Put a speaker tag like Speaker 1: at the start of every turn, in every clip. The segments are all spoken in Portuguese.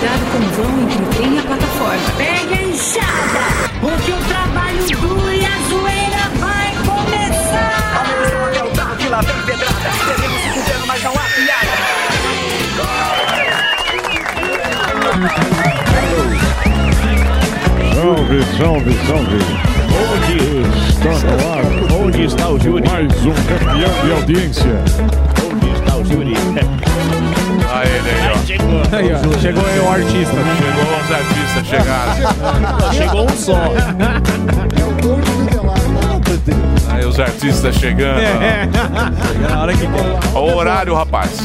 Speaker 1: vão entre o trem e a plataforma.
Speaker 2: Pega a enxada, porque o trabalho duro e a zoeira vai começar.
Speaker 3: Amigos do hotel tarde, lá vem pedrada. Devemos se fuder, mas não há
Speaker 4: Salve, salve, salve. Onde está no ar? Onde está o júri? Mais um campeão de audiência.
Speaker 5: Onde está o júri?
Speaker 6: Aí, Neio.
Speaker 7: Aí, ó, chegou aí o artista. né?
Speaker 6: Chegou os artistas, chegaram.
Speaker 5: Chegou um só.
Speaker 6: Aí os artistas chegando.
Speaker 7: É.
Speaker 5: Na hora que
Speaker 6: Ó, O horário, rapaz.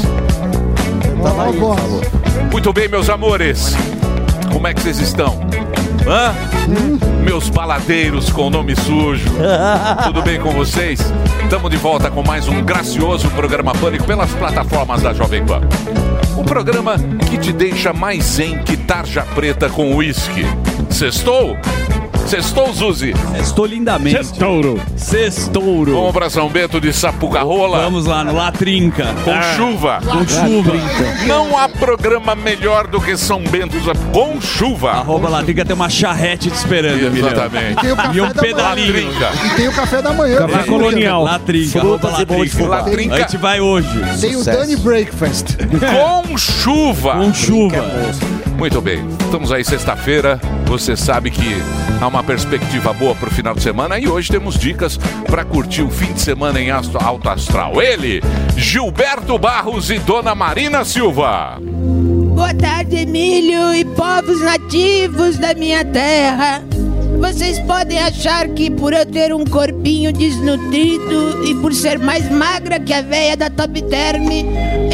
Speaker 8: Tava aí, por favor.
Speaker 6: Muito bem, meus amores. Como é que vocês estão? Hã? Meus baladeiros com nome sujo. Tudo bem com vocês? Estamos de volta com mais um gracioso programa Pânico pelas plataformas da Jovem Pan. Um programa que te deixa mais zen que tarja preta com uísque. Sextou? Sextou, Zuzi?
Speaker 5: Estou lindamente.
Speaker 4: Touro.
Speaker 5: Sextouro.
Speaker 6: Vamos pra São Bento de Sapucarola?
Speaker 5: Vamos lá, no Latrinca.
Speaker 6: Com chuva.
Speaker 5: Com chuva.
Speaker 6: Não há programa melhor do que São Bento de Sap- com chuva.
Speaker 5: Arroba Latrinca tem uma charrete te esperando, Emilhão.
Speaker 6: Exatamente.
Speaker 8: Tem o
Speaker 5: E um
Speaker 8: café da manhã.
Speaker 5: pedalinho.
Speaker 6: Latrinca.
Speaker 8: E tem o café da manhã.
Speaker 7: Café
Speaker 8: né?
Speaker 7: colonial.
Speaker 5: Latrinca, arroba
Speaker 9: Frutas e bolos de
Speaker 5: Latrinca.
Speaker 9: fubá.
Speaker 6: Latrinca.
Speaker 5: A gente vai hoje.
Speaker 8: Tem o Dani Breakfast.
Speaker 6: Com chuva.
Speaker 5: Com chuva.
Speaker 6: Muito bem. Estamos aí sexta-feira. Você sabe que há uma perspectiva boa para o final de semana e hoje temos dicas para curtir o fim de semana em astro- alto astral. Ele, Gilberto Barros e Dona Marina Silva.
Speaker 10: Boa tarde, Emílio e povos nativos da minha terra. Vocês podem achar que por eu ter um corpinho desnutrido e por ser mais magra que a véia da Top Term,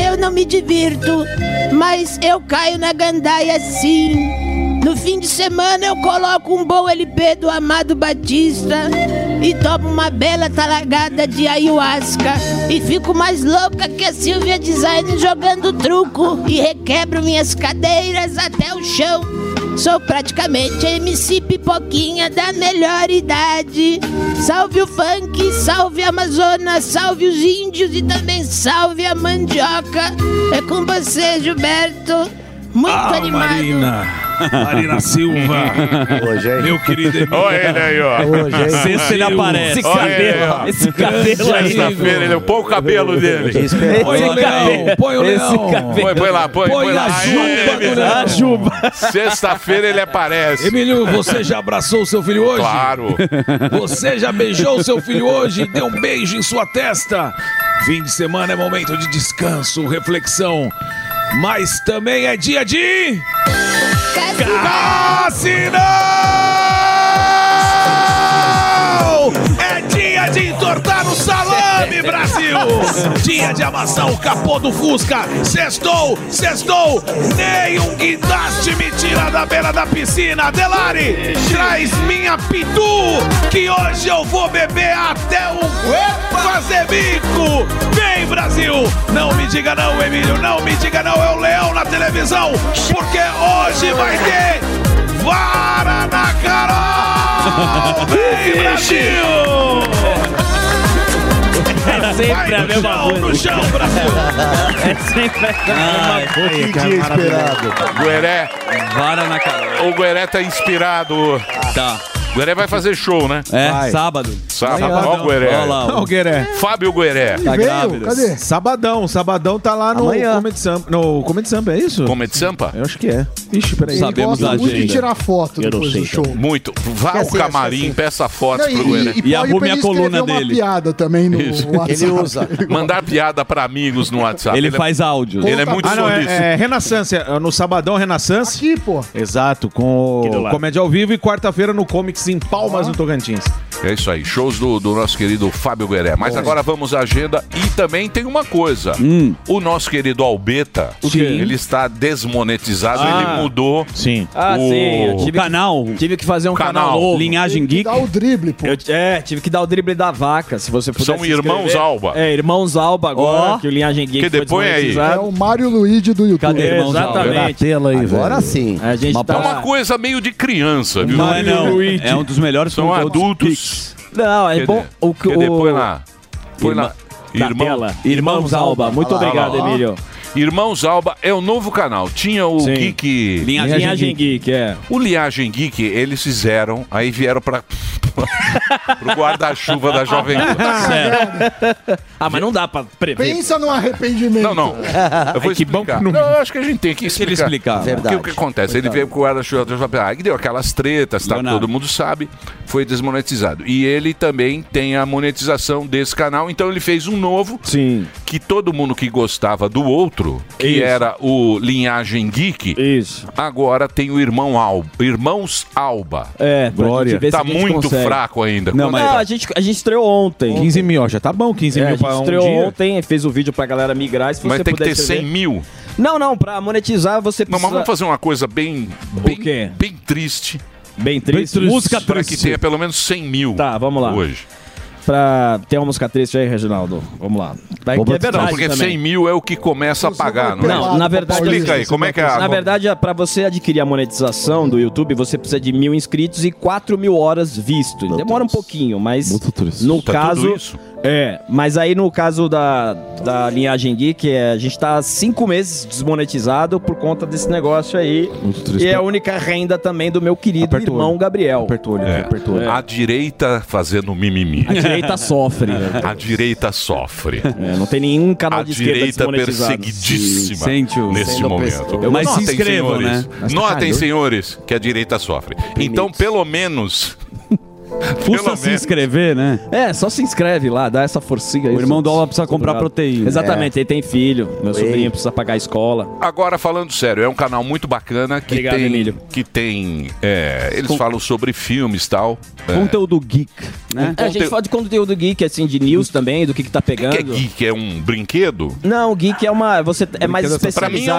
Speaker 10: eu não me divirto, mas eu caio na gandaia sim. No fim de semana eu coloco um bom LP do Amado Batista e tomo uma bela talagada de ayahuasca e fico mais louca que a Silvia Design jogando truco e requebro minhas cadeiras até o chão. Sou praticamente a MC Pipoquinha da melhor idade. Salve o funk, salve a Amazonas, salve os índios e também salve a mandioca. É com você, Gilberto. Muito animado.
Speaker 7: Marina Silva.
Speaker 9: Hoje, hein?
Speaker 7: Meu querido
Speaker 6: Olha ele aí, ó.
Speaker 9: Hoje, hein?
Speaker 5: Sexta ele aparece.
Speaker 6: Olha aí, ó.
Speaker 5: Esse cabelo aí.
Speaker 6: Sexta-feira, ele põe o cabelo
Speaker 9: Que
Speaker 6: dele.
Speaker 9: esperar.
Speaker 5: Põe o leão, põe o leão.
Speaker 6: Põe, põe lá, põe, põe, lá. Aí, ele-
Speaker 5: né? A juba.
Speaker 6: Sexta-feira ele é aparece.
Speaker 7: Emílio, você já abraçou o seu filho hoje?
Speaker 6: Claro.
Speaker 7: Você já beijou o seu filho hoje e deu um beijo em sua testa? Fim de semana é momento de descanso, reflexão. Mas também é dia de. Cassinão! É dia de entortar o salame, Brasil! Dia de amassar o capô do Fusca! Sextou, sextou! Nenhum guindaste me tira da beira da piscina! Delari, traz minha pitu! Que hoje eu vou beber até o fazer bico! Vem, Brasil! Não me diga não, Emílio! Não me diga não, é o leão na televisão! Porque hoje vai ter Varanacarol! Vem, Brasil!
Speaker 5: É sempre a
Speaker 7: Vai no
Speaker 5: mesma
Speaker 7: chão, no
Speaker 5: coisa.
Speaker 7: chão, Brasil!
Speaker 5: É sempre a mesma
Speaker 9: Que dia esperado.
Speaker 6: Gueré,
Speaker 5: Vara na cara.
Speaker 6: o Gueré tá inspirado.
Speaker 5: Tá.
Speaker 6: O Gueré vai fazer show, né?
Speaker 5: É,
Speaker 9: Vai.
Speaker 5: sábado.
Speaker 6: Sábado, ó o Gueré.
Speaker 5: Olha lá. ó.
Speaker 7: Gueré.
Speaker 6: Fábio Gueré.
Speaker 9: Tá
Speaker 8: Veio?
Speaker 9: grávida.
Speaker 8: Cadê?
Speaker 7: Sabadão, sabadão tá lá
Speaker 9: no Amanhã.
Speaker 7: Comedy Sampa. No Comedy Sampa, é isso?
Speaker 6: Comedy Sampa?
Speaker 7: Eu acho que é. Ixi, peraí.
Speaker 8: Ele
Speaker 5: Sabemos
Speaker 8: gosta
Speaker 5: a
Speaker 8: muito de
Speaker 5: agenda.
Speaker 8: tirar foto
Speaker 9: Eu não
Speaker 8: depois
Speaker 9: sei, tá?
Speaker 8: do show.
Speaker 6: Muito. Vá
Speaker 8: Quer
Speaker 6: ao
Speaker 8: ser,
Speaker 6: camarim,
Speaker 8: quer ser.
Speaker 6: peça fotos
Speaker 8: Não,
Speaker 6: pro Gueré.
Speaker 8: pode pra
Speaker 5: arrume
Speaker 8: ele
Speaker 5: a coluna
Speaker 8: escrever
Speaker 5: dele.
Speaker 8: uma piada também no
Speaker 6: né? Isso.
Speaker 8: WhatsApp.
Speaker 9: Ele usa.
Speaker 6: Mandar piada pra amigos no WhatsApp.
Speaker 5: Ele
Speaker 6: é-
Speaker 5: faz áudios.
Speaker 6: Ele é muito
Speaker 7: Ah, não,
Speaker 6: solícito.
Speaker 7: é, é Renaissance, é no Sabadão Renaissance.
Speaker 8: Aqui, pô.
Speaker 7: Exato, com
Speaker 9: do
Speaker 7: o
Speaker 9: lado.
Speaker 7: Comédia ao Vivo e quarta-feira no Comics em Palmas, no Tocantins.
Speaker 6: É isso aí, shows do, do nosso querido Fábio Gueré. Mas agora vamos à agenda e também tem uma coisa.
Speaker 5: Hum.
Speaker 6: O nosso querido Albeta,
Speaker 5: quê?
Speaker 6: ele está desmonetizado,
Speaker 5: Ah.
Speaker 6: ele mudou
Speaker 7: Sim.
Speaker 9: Ah,
Speaker 6: O-
Speaker 9: sim. Eu
Speaker 5: O
Speaker 9: tive,
Speaker 5: canal,
Speaker 9: tive que fazer um canal,
Speaker 6: Canal.
Speaker 9: novo.
Speaker 5: Linhagem Geek.
Speaker 8: Dá o drible, pô.
Speaker 9: Eu, é, tive que dar o drible da vaca, se você pudesse
Speaker 6: São irmãos
Speaker 9: escrever.
Speaker 6: Alba.
Speaker 9: É, irmãos Alba agora,
Speaker 5: Ó.
Speaker 9: que o Linhagem Geek
Speaker 6: Que
Speaker 9: foi
Speaker 6: depõe aí.
Speaker 8: É
Speaker 9: desmonetizado.
Speaker 8: o Mário Luigi do YouTube.
Speaker 5: Cadê, irmão?
Speaker 9: Exatamente.
Speaker 7: tela aí,
Speaker 9: Agora sim. A gente
Speaker 6: É
Speaker 9: tá...
Speaker 6: uma coisa meio de criança, viu?
Speaker 5: Não é não. É um dos melhores
Speaker 6: São
Speaker 5: conteúdos
Speaker 6: adultos.
Speaker 9: Não, é
Speaker 6: Cadê?
Speaker 9: bom... O, que
Speaker 6: Cadê?
Speaker 9: o...
Speaker 6: Põe lá. Põe lá.
Speaker 9: Da
Speaker 6: Irmão.
Speaker 9: tela. Irmãos Alba. Muito
Speaker 6: Olha lá.
Speaker 9: obrigado, Emílio.
Speaker 6: Irmãos Alba é o novo canal. Tinha o
Speaker 9: Sim.
Speaker 6: Geek.
Speaker 9: Linhagem Linhagem Geek. é.
Speaker 6: O Linhagem Geek, eles fizeram, aí vieram pra. pro guarda-chuva da Jovem Pan.
Speaker 9: Tá Ah, mas não dá pra prever.
Speaker 8: Pensa no arrependimento.
Speaker 6: Não, não. Eu vou
Speaker 9: Ai, que bom
Speaker 6: explicar.
Speaker 9: que não-
Speaker 6: não, eu acho que a gente tem que
Speaker 5: ele
Speaker 6: explicar.
Speaker 5: explicar.
Speaker 6: Porque o que acontece? Ele veio com o guarda-chuva da Jovem Pan, aí deu aquelas tretas, tá?
Speaker 5: Leonardo.
Speaker 6: todo mundo sabe, foi desmonetizado. E ele também tem a monetização desse canal, então ele fez um novo
Speaker 9: Sim.
Speaker 6: que todo mundo que gostava do outro, que
Speaker 9: Isso.
Speaker 6: era o Linhagem Geek,
Speaker 9: Isso.
Speaker 6: agora tem o irmão Alba, Irmãos Alba.
Speaker 9: É, pra
Speaker 5: Glória.
Speaker 9: gente ver se
Speaker 6: Tá
Speaker 9: a gente
Speaker 6: muito
Speaker 9: consegue.
Speaker 6: fraco ainda. tá?
Speaker 5: Não, mas-
Speaker 9: Não, tá. a gente, a gente estreou ontem.
Speaker 11: 15 mil, ó, já tá bom, 15
Speaker 9: É, a
Speaker 11: mil
Speaker 9: gente
Speaker 11: pra um
Speaker 9: estreou
Speaker 11: dia.
Speaker 9: ontem, fez o vídeo pra galera migrar. Se você
Speaker 6: Mas tem que
Speaker 9: puder
Speaker 6: ter 100
Speaker 9: escrever-
Speaker 6: mil.
Speaker 9: Não, não, pra monetizar você
Speaker 6: Não,
Speaker 9: precisa...
Speaker 6: mas vamos fazer uma coisa bem,
Speaker 9: quê?
Speaker 6: bem, bem triste
Speaker 9: Bem triste.
Speaker 11: triste.
Speaker 9: Música
Speaker 6: para que
Speaker 9: triste.
Speaker 6: tenha pelo menos 100 mil
Speaker 9: Tá, vamos lá.
Speaker 6: hoje. um-
Speaker 9: Pra... Tem uma música triste aí, Reginaldo? Vamos lá. Tá,
Speaker 11: Vamos
Speaker 9: é
Speaker 6: Não,
Speaker 9: verdade
Speaker 6: porque
Speaker 9: também.
Speaker 6: 100 mil é o que começa a pagar, não é?
Speaker 9: Não, na verdade-
Speaker 6: Explica aí, como é que é a...
Speaker 9: Na verdade, pra você adquirir a monetização do YouTube, você precisa de mil inscritos e 4 mil horas visto. Demora um pouquinho, mas
Speaker 11: Muito triste.
Speaker 9: no
Speaker 6: Tá
Speaker 9: caso...
Speaker 6: tudo isso?
Speaker 9: É, mas aí no caso da, da linhagem geek, é, a gente tá há cinco meses desmonetizado por conta desse negócio aí.
Speaker 11: Muito triste.
Speaker 9: E é a única renda também do meu querido
Speaker 11: Aperta o
Speaker 9: irmão
Speaker 11: olho.
Speaker 9: Gabriel.
Speaker 11: Apertou o olho,
Speaker 6: É.
Speaker 11: aqui, apertou o olho.
Speaker 6: A direita fazendo mimimi.
Speaker 9: A direita sofre.
Speaker 6: A direita sofre.
Speaker 9: É, não tem nenhum canal
Speaker 6: A
Speaker 9: de esquerda
Speaker 6: direita
Speaker 9: desmonetizado.
Speaker 6: perseguidíssima
Speaker 5: Sente o-
Speaker 6: nesse
Speaker 5: sente
Speaker 9: o
Speaker 6: momento.
Speaker 9: pescoço. Eu-
Speaker 5: Mas se
Speaker 6: Notem,
Speaker 5: inscrevam,
Speaker 6: senhores.
Speaker 5: né?
Speaker 11: Mas tá
Speaker 6: Notem,
Speaker 11: calor.
Speaker 6: senhores, que a direita sofre. Então, pelo menos...
Speaker 5: Custa
Speaker 6: Pelo
Speaker 5: se
Speaker 6: menos.
Speaker 5: inscrever, né?
Speaker 9: É, só se inscreve lá, dá essa forcinha aí.
Speaker 5: O irmão do Alba precisa comprar
Speaker 9: Obrigado.
Speaker 5: proteína. É.
Speaker 9: Exatamente, ele tem filho. Meu sobrinho precisa pagar a escola.
Speaker 6: Agora, falando sério, é um canal muito bacana que
Speaker 9: Obrigado,
Speaker 6: tem.
Speaker 9: Emílio.
Speaker 6: Que tem. é, eles falam sobre filmes e tal.
Speaker 5: É. Conteúdo geek, né?
Speaker 9: É, a gente
Speaker 6: Conteúdo-
Speaker 9: fala de conteúdo geek, assim, de news também, do que, que tá pegando.
Speaker 6: Que é geek, é um brinquedo?
Speaker 9: Não, o geek é uma. Você é
Speaker 6: pra mim
Speaker 9: mais
Speaker 6: é um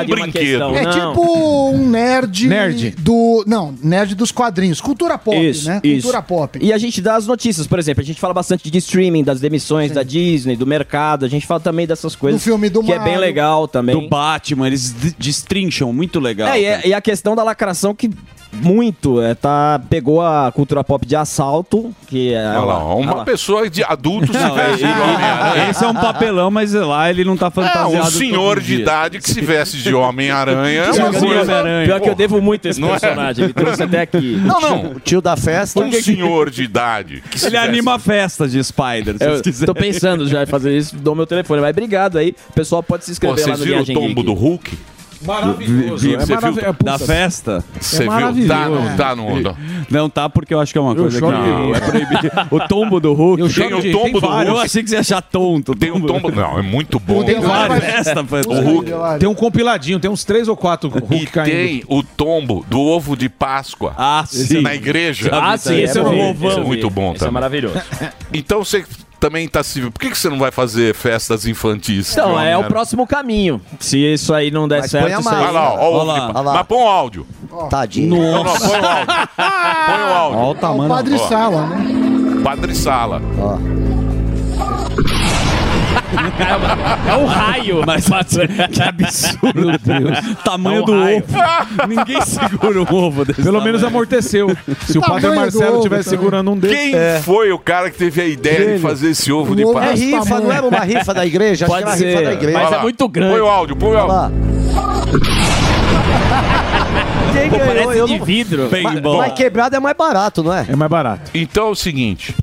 Speaker 9: especializado em uma
Speaker 6: brinquedo.
Speaker 9: questão.
Speaker 8: É
Speaker 9: não.
Speaker 8: tipo um nerd,
Speaker 11: Nerd.
Speaker 8: do. Não, nerd dos quadrinhos. Cultura pop,
Speaker 9: Isso,
Speaker 8: né?
Speaker 9: isso.
Speaker 8: Cultura pop.
Speaker 9: E a gente dá as notícias, por exemplo, a gente fala bastante de streaming, das demissões da Disney, do mercado, a gente fala também dessas coisas.
Speaker 8: Do filme do
Speaker 9: Que é
Speaker 8: Mario.
Speaker 9: bem legal também.
Speaker 5: Do Batman, eles d- destrincham, muito legal.
Speaker 9: É, e, é- e a questão da lacração que muito é, tá, pegou a cultura pop de assalto, que é.
Speaker 6: Olha lá, um
Speaker 9: olha
Speaker 6: uma
Speaker 9: lá.
Speaker 6: pessoa de adulto se
Speaker 5: Não,
Speaker 6: veste de Homem-Aranha.
Speaker 5: Esse é um papelão, mas lá ele não tá
Speaker 6: É,
Speaker 5: fantasiado.
Speaker 6: um
Speaker 5: todo
Speaker 6: senhor de
Speaker 5: dia.
Speaker 6: idade que se veste de Homem-Aranha. É uma
Speaker 5: Senhor de
Speaker 6: coisa.
Speaker 5: Homem-Aranha.
Speaker 9: Pior que eu
Speaker 6: Pô,
Speaker 9: devo muito a esse
Speaker 6: Não é?
Speaker 9: personagem, ele trouxe até aqui.
Speaker 6: Não, não.
Speaker 11: O tio da festa.
Speaker 6: Um senhor de idade. Que se
Speaker 5: Ele
Speaker 6: veste-
Speaker 5: anima a festa de Spider, se vocês
Speaker 9: Eu
Speaker 5: quiserem.
Speaker 9: tô pensando já em fazer isso, dou meu telefone. Mas obrigado aí. O pessoal pode se
Speaker 6: Pô,
Speaker 9: inscrever lá
Speaker 6: vocês
Speaker 9: no
Speaker 6: viram o
Speaker 9: Viagem
Speaker 6: tombo
Speaker 9: Geek.
Speaker 6: do Hulk?
Speaker 11: Maravilhoso.
Speaker 8: É
Speaker 6: Você viu?
Speaker 5: Da festa?
Speaker 6: Você viu?
Speaker 11: maravilhoso.
Speaker 6: Tá, não, tá, não. não.
Speaker 5: Não tá, porque eu acho que é uma coisa que
Speaker 11: choque-
Speaker 5: não, é proibido. O tombo do Hulk.
Speaker 11: Eu
Speaker 6: Tem
Speaker 11: choque
Speaker 6: o
Speaker 11: de- tem
Speaker 6: tombo do
Speaker 5: Eu
Speaker 6: Hulk.
Speaker 5: achei que você ia achar tonto.
Speaker 6: Tem o tombo. Não, é muito bom.
Speaker 8: Tem
Speaker 6: cara.
Speaker 8: vários.
Speaker 5: Festa, foi
Speaker 6: O Hulk.
Speaker 11: Tem um compiladinho, tem uns três ou quatro
Speaker 6: E
Speaker 11: Hulk caindo.
Speaker 6: tem o tombo do ovo de Páscoa
Speaker 5: Ah, sim.
Speaker 6: na igreja.
Speaker 5: Ah, sim, esse é
Speaker 9: eu
Speaker 5: um
Speaker 9: vi,
Speaker 5: ovão.
Speaker 9: esse eu vi.
Speaker 6: Muito bom
Speaker 9: Esse é
Speaker 6: também.
Speaker 9: maravilhoso.
Speaker 6: Então você também tá se. Por que, que você não vai fazer festas infantis? de
Speaker 9: Então, é o
Speaker 6: Homem-Aranha?
Speaker 9: próximo caminho. Se isso aí não der
Speaker 11: Mas põe
Speaker 9: certo,
Speaker 11: a
Speaker 9: isso
Speaker 11: massa.
Speaker 9: aí...
Speaker 6: Olha lá, ó, ó, o
Speaker 5: Olha lá,
Speaker 6: áudio.
Speaker 11: olha lá.
Speaker 6: Mas põe o áudio.
Speaker 11: Tadinho.
Speaker 6: Não, não, põe o áudio.
Speaker 9: Ah,
Speaker 6: põe o áudio.
Speaker 11: Olha o
Speaker 8: É o
Speaker 11: tamanho.
Speaker 8: Padre
Speaker 6: Tá, ó.
Speaker 8: né? Sala, né?
Speaker 6: Padre Sala.
Speaker 9: É
Speaker 8: um
Speaker 9: o raio. Mas
Speaker 5: Que absurdo.
Speaker 11: Meu Deus.
Speaker 5: Tamanho
Speaker 9: Tá um
Speaker 5: do
Speaker 9: raio.
Speaker 5: ovo. Ninguém segura um ovo desse
Speaker 11: Pelo
Speaker 5: tamanho.
Speaker 11: menos amorteceu. Se o Padre
Speaker 8: Tamanho do
Speaker 11: Marcelo
Speaker 8: ovo, então. tamanho.
Speaker 11: tivesse segurando um deles.
Speaker 6: Quem foi o cara que teve a ideia de fazer esse ovo de
Speaker 8: O ovo
Speaker 6: Páscoa?
Speaker 8: é rifa, não era
Speaker 11: uma rifa da igreja?
Speaker 9: pode ser. Mas
Speaker 6: Olha
Speaker 9: é
Speaker 6: lá.
Speaker 9: muito grande.
Speaker 6: Põe o áudio, põe o áudio.
Speaker 11: Quem ganhou?
Speaker 9: Parece de vidro.
Speaker 5: Bem bom.
Speaker 11: quebrado é mais barato, não é? É mais barato.
Speaker 6: Então é o seguinte: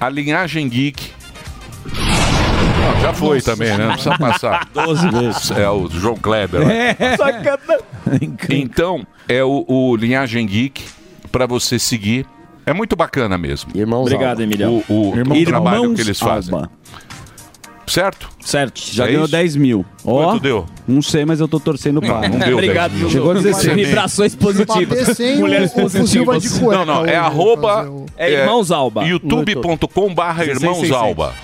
Speaker 6: a linhagem geek. Não, já foi também, né? Não precisa passar.
Speaker 5: 12 vezes.
Speaker 6: É o João Kleber. né? lá.
Speaker 11: É.
Speaker 6: Então, é o, o Linhagem Geek pra você seguir. É muito bacana mesmo.
Speaker 11: Irmãos.
Speaker 9: Obrigado, Emilhão.
Speaker 6: O, o- o trabalho que eles fazem.
Speaker 5: Alba.
Speaker 6: Certo?
Speaker 9: Certo.
Speaker 5: Já
Speaker 6: É
Speaker 5: ganhou
Speaker 6: isso?
Speaker 5: 10 mil. Ó,
Speaker 6: Quanto deu?
Speaker 5: não sei, mas eu tô torcendo para.
Speaker 6: Não deu
Speaker 9: Obrigado,
Speaker 6: 10 mil.
Speaker 11: Chegou a 16.
Speaker 9: Vibrações positivas.
Speaker 8: Bater sem o,
Speaker 9: Mulheres
Speaker 8: o fuzil vai de
Speaker 9: positivas.
Speaker 8: cueca.
Speaker 6: Não, não.
Speaker 8: hoje,
Speaker 6: É arroba.
Speaker 8: fazer o-
Speaker 9: É Irmãos Alba.
Speaker 6: youtube.com barra irmãos Alba.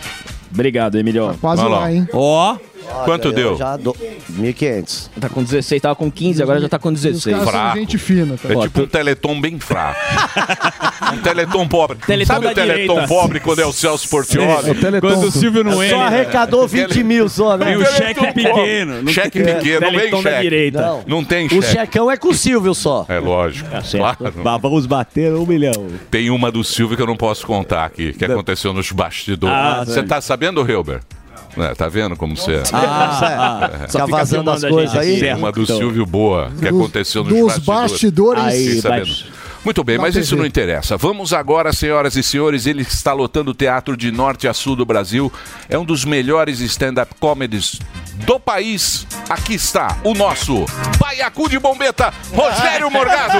Speaker 9: Obrigado, Emilhão.
Speaker 8: Quase
Speaker 6: Olha lá.
Speaker 8: lá, hein?
Speaker 5: Ó,
Speaker 6: Quanto deu?
Speaker 11: do... 1.500.
Speaker 9: Tá com 16, tava com 15, agora já tá com
Speaker 8: Os caras
Speaker 9: 16.
Speaker 8: são
Speaker 6: Fraco.
Speaker 8: gente fina, tá?
Speaker 6: É tipo um teleton bem fraco. um teleton pobre.
Speaker 9: Teleton
Speaker 6: Sabe
Speaker 9: da
Speaker 6: o teleton
Speaker 9: direita.
Speaker 6: pobre quando é o Celso É. Portioli?
Speaker 5: quando o Silvio não
Speaker 11: Só
Speaker 5: entra.
Speaker 11: arrecadou 20 mil só, né?
Speaker 5: E o cheque é pequeno. Não
Speaker 6: Cheque pequeno, não tem
Speaker 9: Teleton da
Speaker 6: cheque.
Speaker 9: direita.
Speaker 6: Não tem
Speaker 11: O
Speaker 6: cheque.
Speaker 11: checão é com o Silvio só.
Speaker 6: É lógico.
Speaker 9: Tá
Speaker 6: Claro.
Speaker 5: Bah, Vamos bater um milhão.
Speaker 6: Tem uma do Silvio que eu não posso contar aqui, que aconteceu nos bastidores.
Speaker 9: Ah,
Speaker 6: Você tá sabendo, Hilber? É, tá vendo como você é?
Speaker 11: Ah,
Speaker 6: É.
Speaker 11: só Tá fica vazando filmando as a coisas gente aí? aqui.
Speaker 6: Uma do
Speaker 11: Então.
Speaker 6: Silvio Boa, que
Speaker 11: Dos-
Speaker 6: aconteceu nos
Speaker 8: dos bastidores.
Speaker 6: Aí,
Speaker 8: Aí,
Speaker 6: Fiquei sabendo.
Speaker 8: baixo.
Speaker 6: Muito bem,
Speaker 8: Na
Speaker 6: mas isso
Speaker 8: TV.
Speaker 6: não interessa. Vamos agora, senhoras e senhores, ele está lotando o teatro de norte a sul do Brasil. É um dos melhores stand-up comedies do país. Aqui está o nosso Baiacu de Bombeta, Rogério Morgado.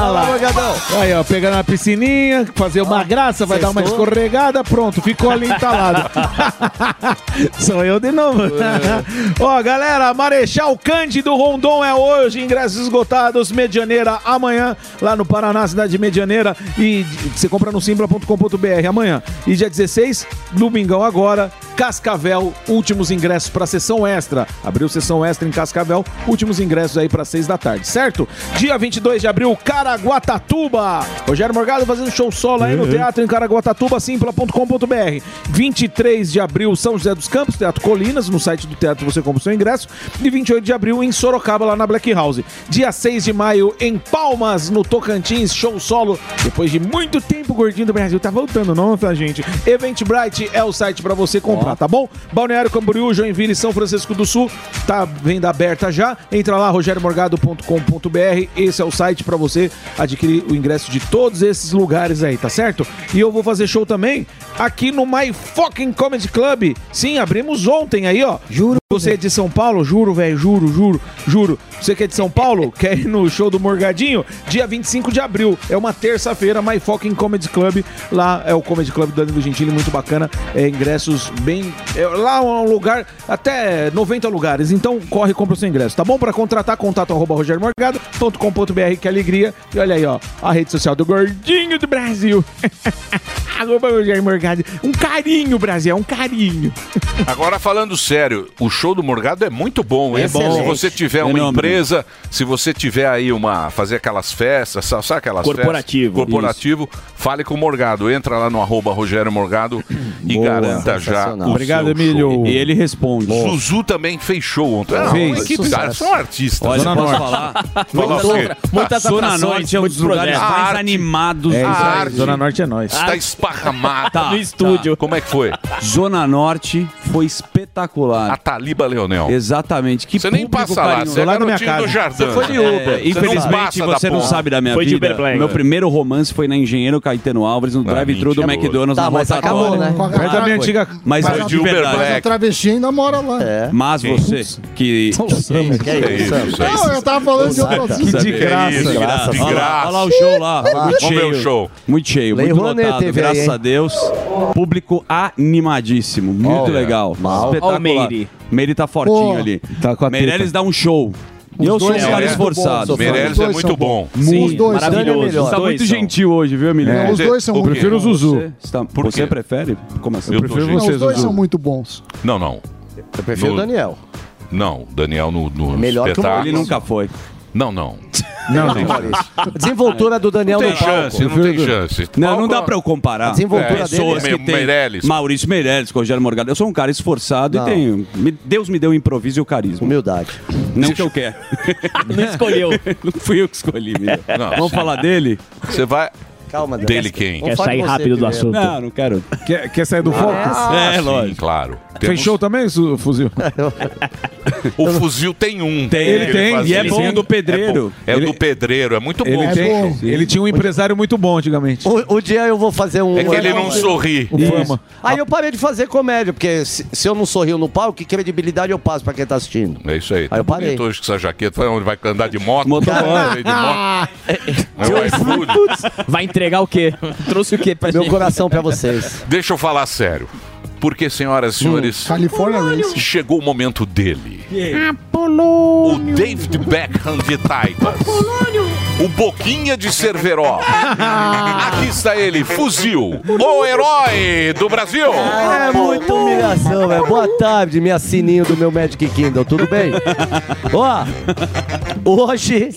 Speaker 7: Olha lá. Aí, ó, pegar na piscininha, fazer uma graça, vai dar uma
Speaker 12: Sextou.
Speaker 7: escorregada, pronto, ficou ali entalado. Sou eu de novo. Ó, galera, Marechal Cândido Rondon é hoje, ingressos esgotados, Medianeira amanhã, lá no Paraná, cidade de Medianeira, e você compra no simpla.com.br amanhã. E dia 16, domingão agora, Cascavel, últimos ingressos para sessão extra. Abriu sessão extra em Cascavel, últimos ingressos aí para 6 da tarde, certo? Dia 22 de abril, Caraguatatuba. Rogério Morgado fazendo show solo aí no
Speaker 12: Uhum.
Speaker 7: teatro teatro em Caraguatatuba, simpla.com.br. 23 de abril, São José dos Campos, Teatro Colinas, no site do teatro você compra o seu ingresso. E 28 de abril em Sorocaba, lá na Black House. Dia 6 de maio em Palmas, no Tocantins, show solo. Depois de muito tempo, Gordinho do Brasil tá voltando, não, tá, gente? Eventbrite é o site pra você comprar, tá bom? Balneário Camboriú, Joinville, e São Francisco do Sul, tá venda aberta já. Entra lá, rogeriomorgado.com.br. Esse é o site pra você adquirir o ingresso de todos esses lugares aí, tá certo? E eu vou fazer show também aqui no My Fucking Comedy Club. Sim, abrimos ontem aí, ó. Juro. Você é de São Paulo? Juro, velho, juro, juro, juro. Você que é de São Paulo, quer ir no show do Morgadinho? Dia 25 de abril. É uma terça-feira, My Fucking Comedy Club. Lá é o Comedy Club do Danilo Gentili, muito bacana. É, ingressos bem. é, lá é um lugar, até 90 lugares. Então corre e compra o seu ingresso, tá bom? Pra contratar, contato arroba rogermorgado.com.br, que alegria. E olha aí, ó, a rede social do Gordinho do Brasil. arroba Rogério Morgado. Um carinho, Brasil, é um carinho.
Speaker 6: Agora falando sério, o show do Morgado é muito bom, hein?
Speaker 7: É bom.
Speaker 6: Se você tiver uma
Speaker 7: Fenômeno.
Speaker 6: empresa, se você tiver aí uma. fazer aquelas festas, sabe sabe aquelas
Speaker 5: Corporativo,
Speaker 6: festas? Corporativo. Fale com o Morgado. Entra lá no arroba Rogério Morgado e
Speaker 5: Boa,
Speaker 6: garanta já.
Speaker 5: sensacional.
Speaker 6: O
Speaker 5: Obrigado,
Speaker 6: seu
Speaker 5: Emílio.
Speaker 6: show.
Speaker 5: E ele responde.
Speaker 6: Zuzu também fez show ontem. Ah, Não,
Speaker 5: Fez.
Speaker 6: uma equipe,
Speaker 5: Sucesso.
Speaker 6: cara, são artistas.
Speaker 5: Olha,
Speaker 6: Zona
Speaker 5: posso
Speaker 6: Norte.
Speaker 5: falar?
Speaker 6: Falar o quê?
Speaker 5: Zona Norte é um dos lugares
Speaker 6: A
Speaker 5: mais
Speaker 6: arte-
Speaker 5: animados
Speaker 6: É,
Speaker 5: do
Speaker 6: isso aí.
Speaker 5: Brasil.
Speaker 6: Zona
Speaker 7: Norte é nós.
Speaker 6: Está esparramada.
Speaker 5: Tá,
Speaker 6: No estúdio. Como é que foi?
Speaker 5: Zona Norte foi espetacular. A
Speaker 6: Taliba Leonel.
Speaker 5: Exatamente. Que
Speaker 6: Você nem
Speaker 5: público
Speaker 6: passa lá,
Speaker 5: carinhoso.
Speaker 6: você é Lá na minha garotinho casa. do Jardim.
Speaker 5: Você foi de Uber.
Speaker 6: É, você não
Speaker 5: Infelizmente,
Speaker 6: passa da
Speaker 5: você não
Speaker 6: porra.
Speaker 5: sabe da minha
Speaker 6: Foi de
Speaker 5: vida.
Speaker 6: Uberplan,
Speaker 5: Meu
Speaker 6: é.
Speaker 5: primeiro romance foi na Engenheiro Caetano Alves, no
Speaker 6: Ah,
Speaker 5: drive-thru do
Speaker 6: mentiroso.
Speaker 5: McDonald's
Speaker 6: Tá,
Speaker 5: na
Speaker 6: mas
Speaker 5: rotatória.
Speaker 6: acabou, né?
Speaker 5: Perto da minha antiga... Mas,
Speaker 8: mas,
Speaker 5: foi
Speaker 8: a-
Speaker 5: de Uber
Speaker 8: mas a
Speaker 5: Black.
Speaker 8: travesti ainda mora lá.
Speaker 6: É.
Speaker 5: Mas você que... É
Speaker 6: é
Speaker 8: Não, eu tava falando de outra
Speaker 5: Que de graça.
Speaker 8: É De graça.
Speaker 5: Olha lá, olha lá o show lá.
Speaker 8: Vamos
Speaker 5: Muito
Speaker 6: ver
Speaker 5: cheio.
Speaker 6: o show.
Speaker 5: Muito cheio,
Speaker 11: Lei
Speaker 5: muito
Speaker 11: Rouanet
Speaker 5: lotado.
Speaker 11: teve aí,
Speaker 5: graças
Speaker 11: hein?
Speaker 5: a Deus. Público animadíssimo. Muito
Speaker 11: Olha.
Speaker 5: legal.
Speaker 11: Mal.
Speaker 5: Espetacular.
Speaker 11: Olha o Meire.
Speaker 5: Meire tá fortinho
Speaker 11: Pô.
Speaker 5: ali.
Speaker 11: Tá com a
Speaker 5: Meirelles
Speaker 11: treta.
Speaker 5: dá um show. E eu
Speaker 11: Os
Speaker 5: sou um
Speaker 11: dois
Speaker 5: cara
Speaker 11: são
Speaker 5: esforçado.
Speaker 11: bons, Meirelles é Os dois muito são bom. bons.
Speaker 5: Sim,
Speaker 11: Os dois são
Speaker 5: maravilhoso.
Speaker 11: bons.
Speaker 5: Você Tá
Speaker 11: Os dois
Speaker 5: muito
Speaker 11: são.
Speaker 5: gentil hoje, viu, Emílio?
Speaker 11: É, os dois são
Speaker 5: Eu
Speaker 11: bons.
Speaker 5: prefiro o Zuzu.
Speaker 11: Você
Speaker 5: está- Você prefere? Como assim?
Speaker 6: Eu tô gentil.
Speaker 8: Não, os dois são muito bons.
Speaker 6: Não, não. Eu
Speaker 8: prefiro o Daniel.
Speaker 6: Não, o Daniel no, no
Speaker 11: É Melhor que o
Speaker 6: espetáculo.
Speaker 11: Maurício. Ele nunca
Speaker 5: foi.
Speaker 6: Não, não.
Speaker 11: Não, não.
Speaker 6: tem chance.
Speaker 11: Desenvoltura do Daniel
Speaker 6: Não tem
Speaker 11: no palco.
Speaker 6: chance, não tem chance.
Speaker 5: Não, não dá pra eu comparar.
Speaker 11: A desenvoltura
Speaker 5: É,
Speaker 11: dele
Speaker 5: pessoas
Speaker 11: é-
Speaker 5: que têm-
Speaker 6: Meirelles.
Speaker 5: Maurício Meirelles, Rogério Morgado. Eu sou um cara esforçado
Speaker 11: Não.
Speaker 5: e tenho. me- Deus me deu o improviso e o carisma. Humildade. Não que eu quero.
Speaker 11: Não escolheu.
Speaker 5: não fui eu que escolhi, Emílio.
Speaker 6: Não.
Speaker 5: Vamos falar dele?
Speaker 6: Você vai.
Speaker 11: Calma, Daniel.
Speaker 6: Dele quem?
Speaker 11: Vamos falar de você primeiro. É,
Speaker 5: Não, não quero.
Speaker 7: Quer, quer sair do foco?
Speaker 6: sim, claro. Ah, Temos-
Speaker 7: Fechou também, Su- fuzil?
Speaker 6: O fuzil tem um.
Speaker 7: Tem, ele tem,
Speaker 6: faz
Speaker 7: e é
Speaker 6: isso.
Speaker 7: bom do
Speaker 6: bom.
Speaker 7: pedreiro.
Speaker 6: É, o do pedreiro, é muito bom.
Speaker 7: Ele, tem, ele tinha um empresário muito bom antigamente.
Speaker 11: O, o dia eu vou fazer um.
Speaker 6: É que ele não sorri.
Speaker 11: O fama. Aí eu parei de fazer comédia, porque se, se eu não sorrio no palco, que credibilidade eu passo pra quem tá assistindo?
Speaker 6: É isso aí.
Speaker 11: Aí eu parei.
Speaker 6: Bonito hoje com essa jaqueta. Vai onde vai andar de moto?
Speaker 11: Motoboy.
Speaker 6: de
Speaker 9: Ah!
Speaker 6: moto. Meu iFood.
Speaker 13: Vai entregar o quê? Trouxe o quê pra
Speaker 11: Meu
Speaker 13: gente?
Speaker 11: coração pra vocês.
Speaker 6: Deixa eu falar sério. Porque, senhoras e senhores, chegou o momento dele. O
Speaker 14: Apolônio.
Speaker 6: David Beckham de Taipas. O Boquinha de Cerveró. Aqui está ele, fuzil, o herói do Brasil.
Speaker 11: É muita humilhação, velho. Boa tarde, minha sininho do meu Magic Kingdom, tudo bem? Ó, hoje.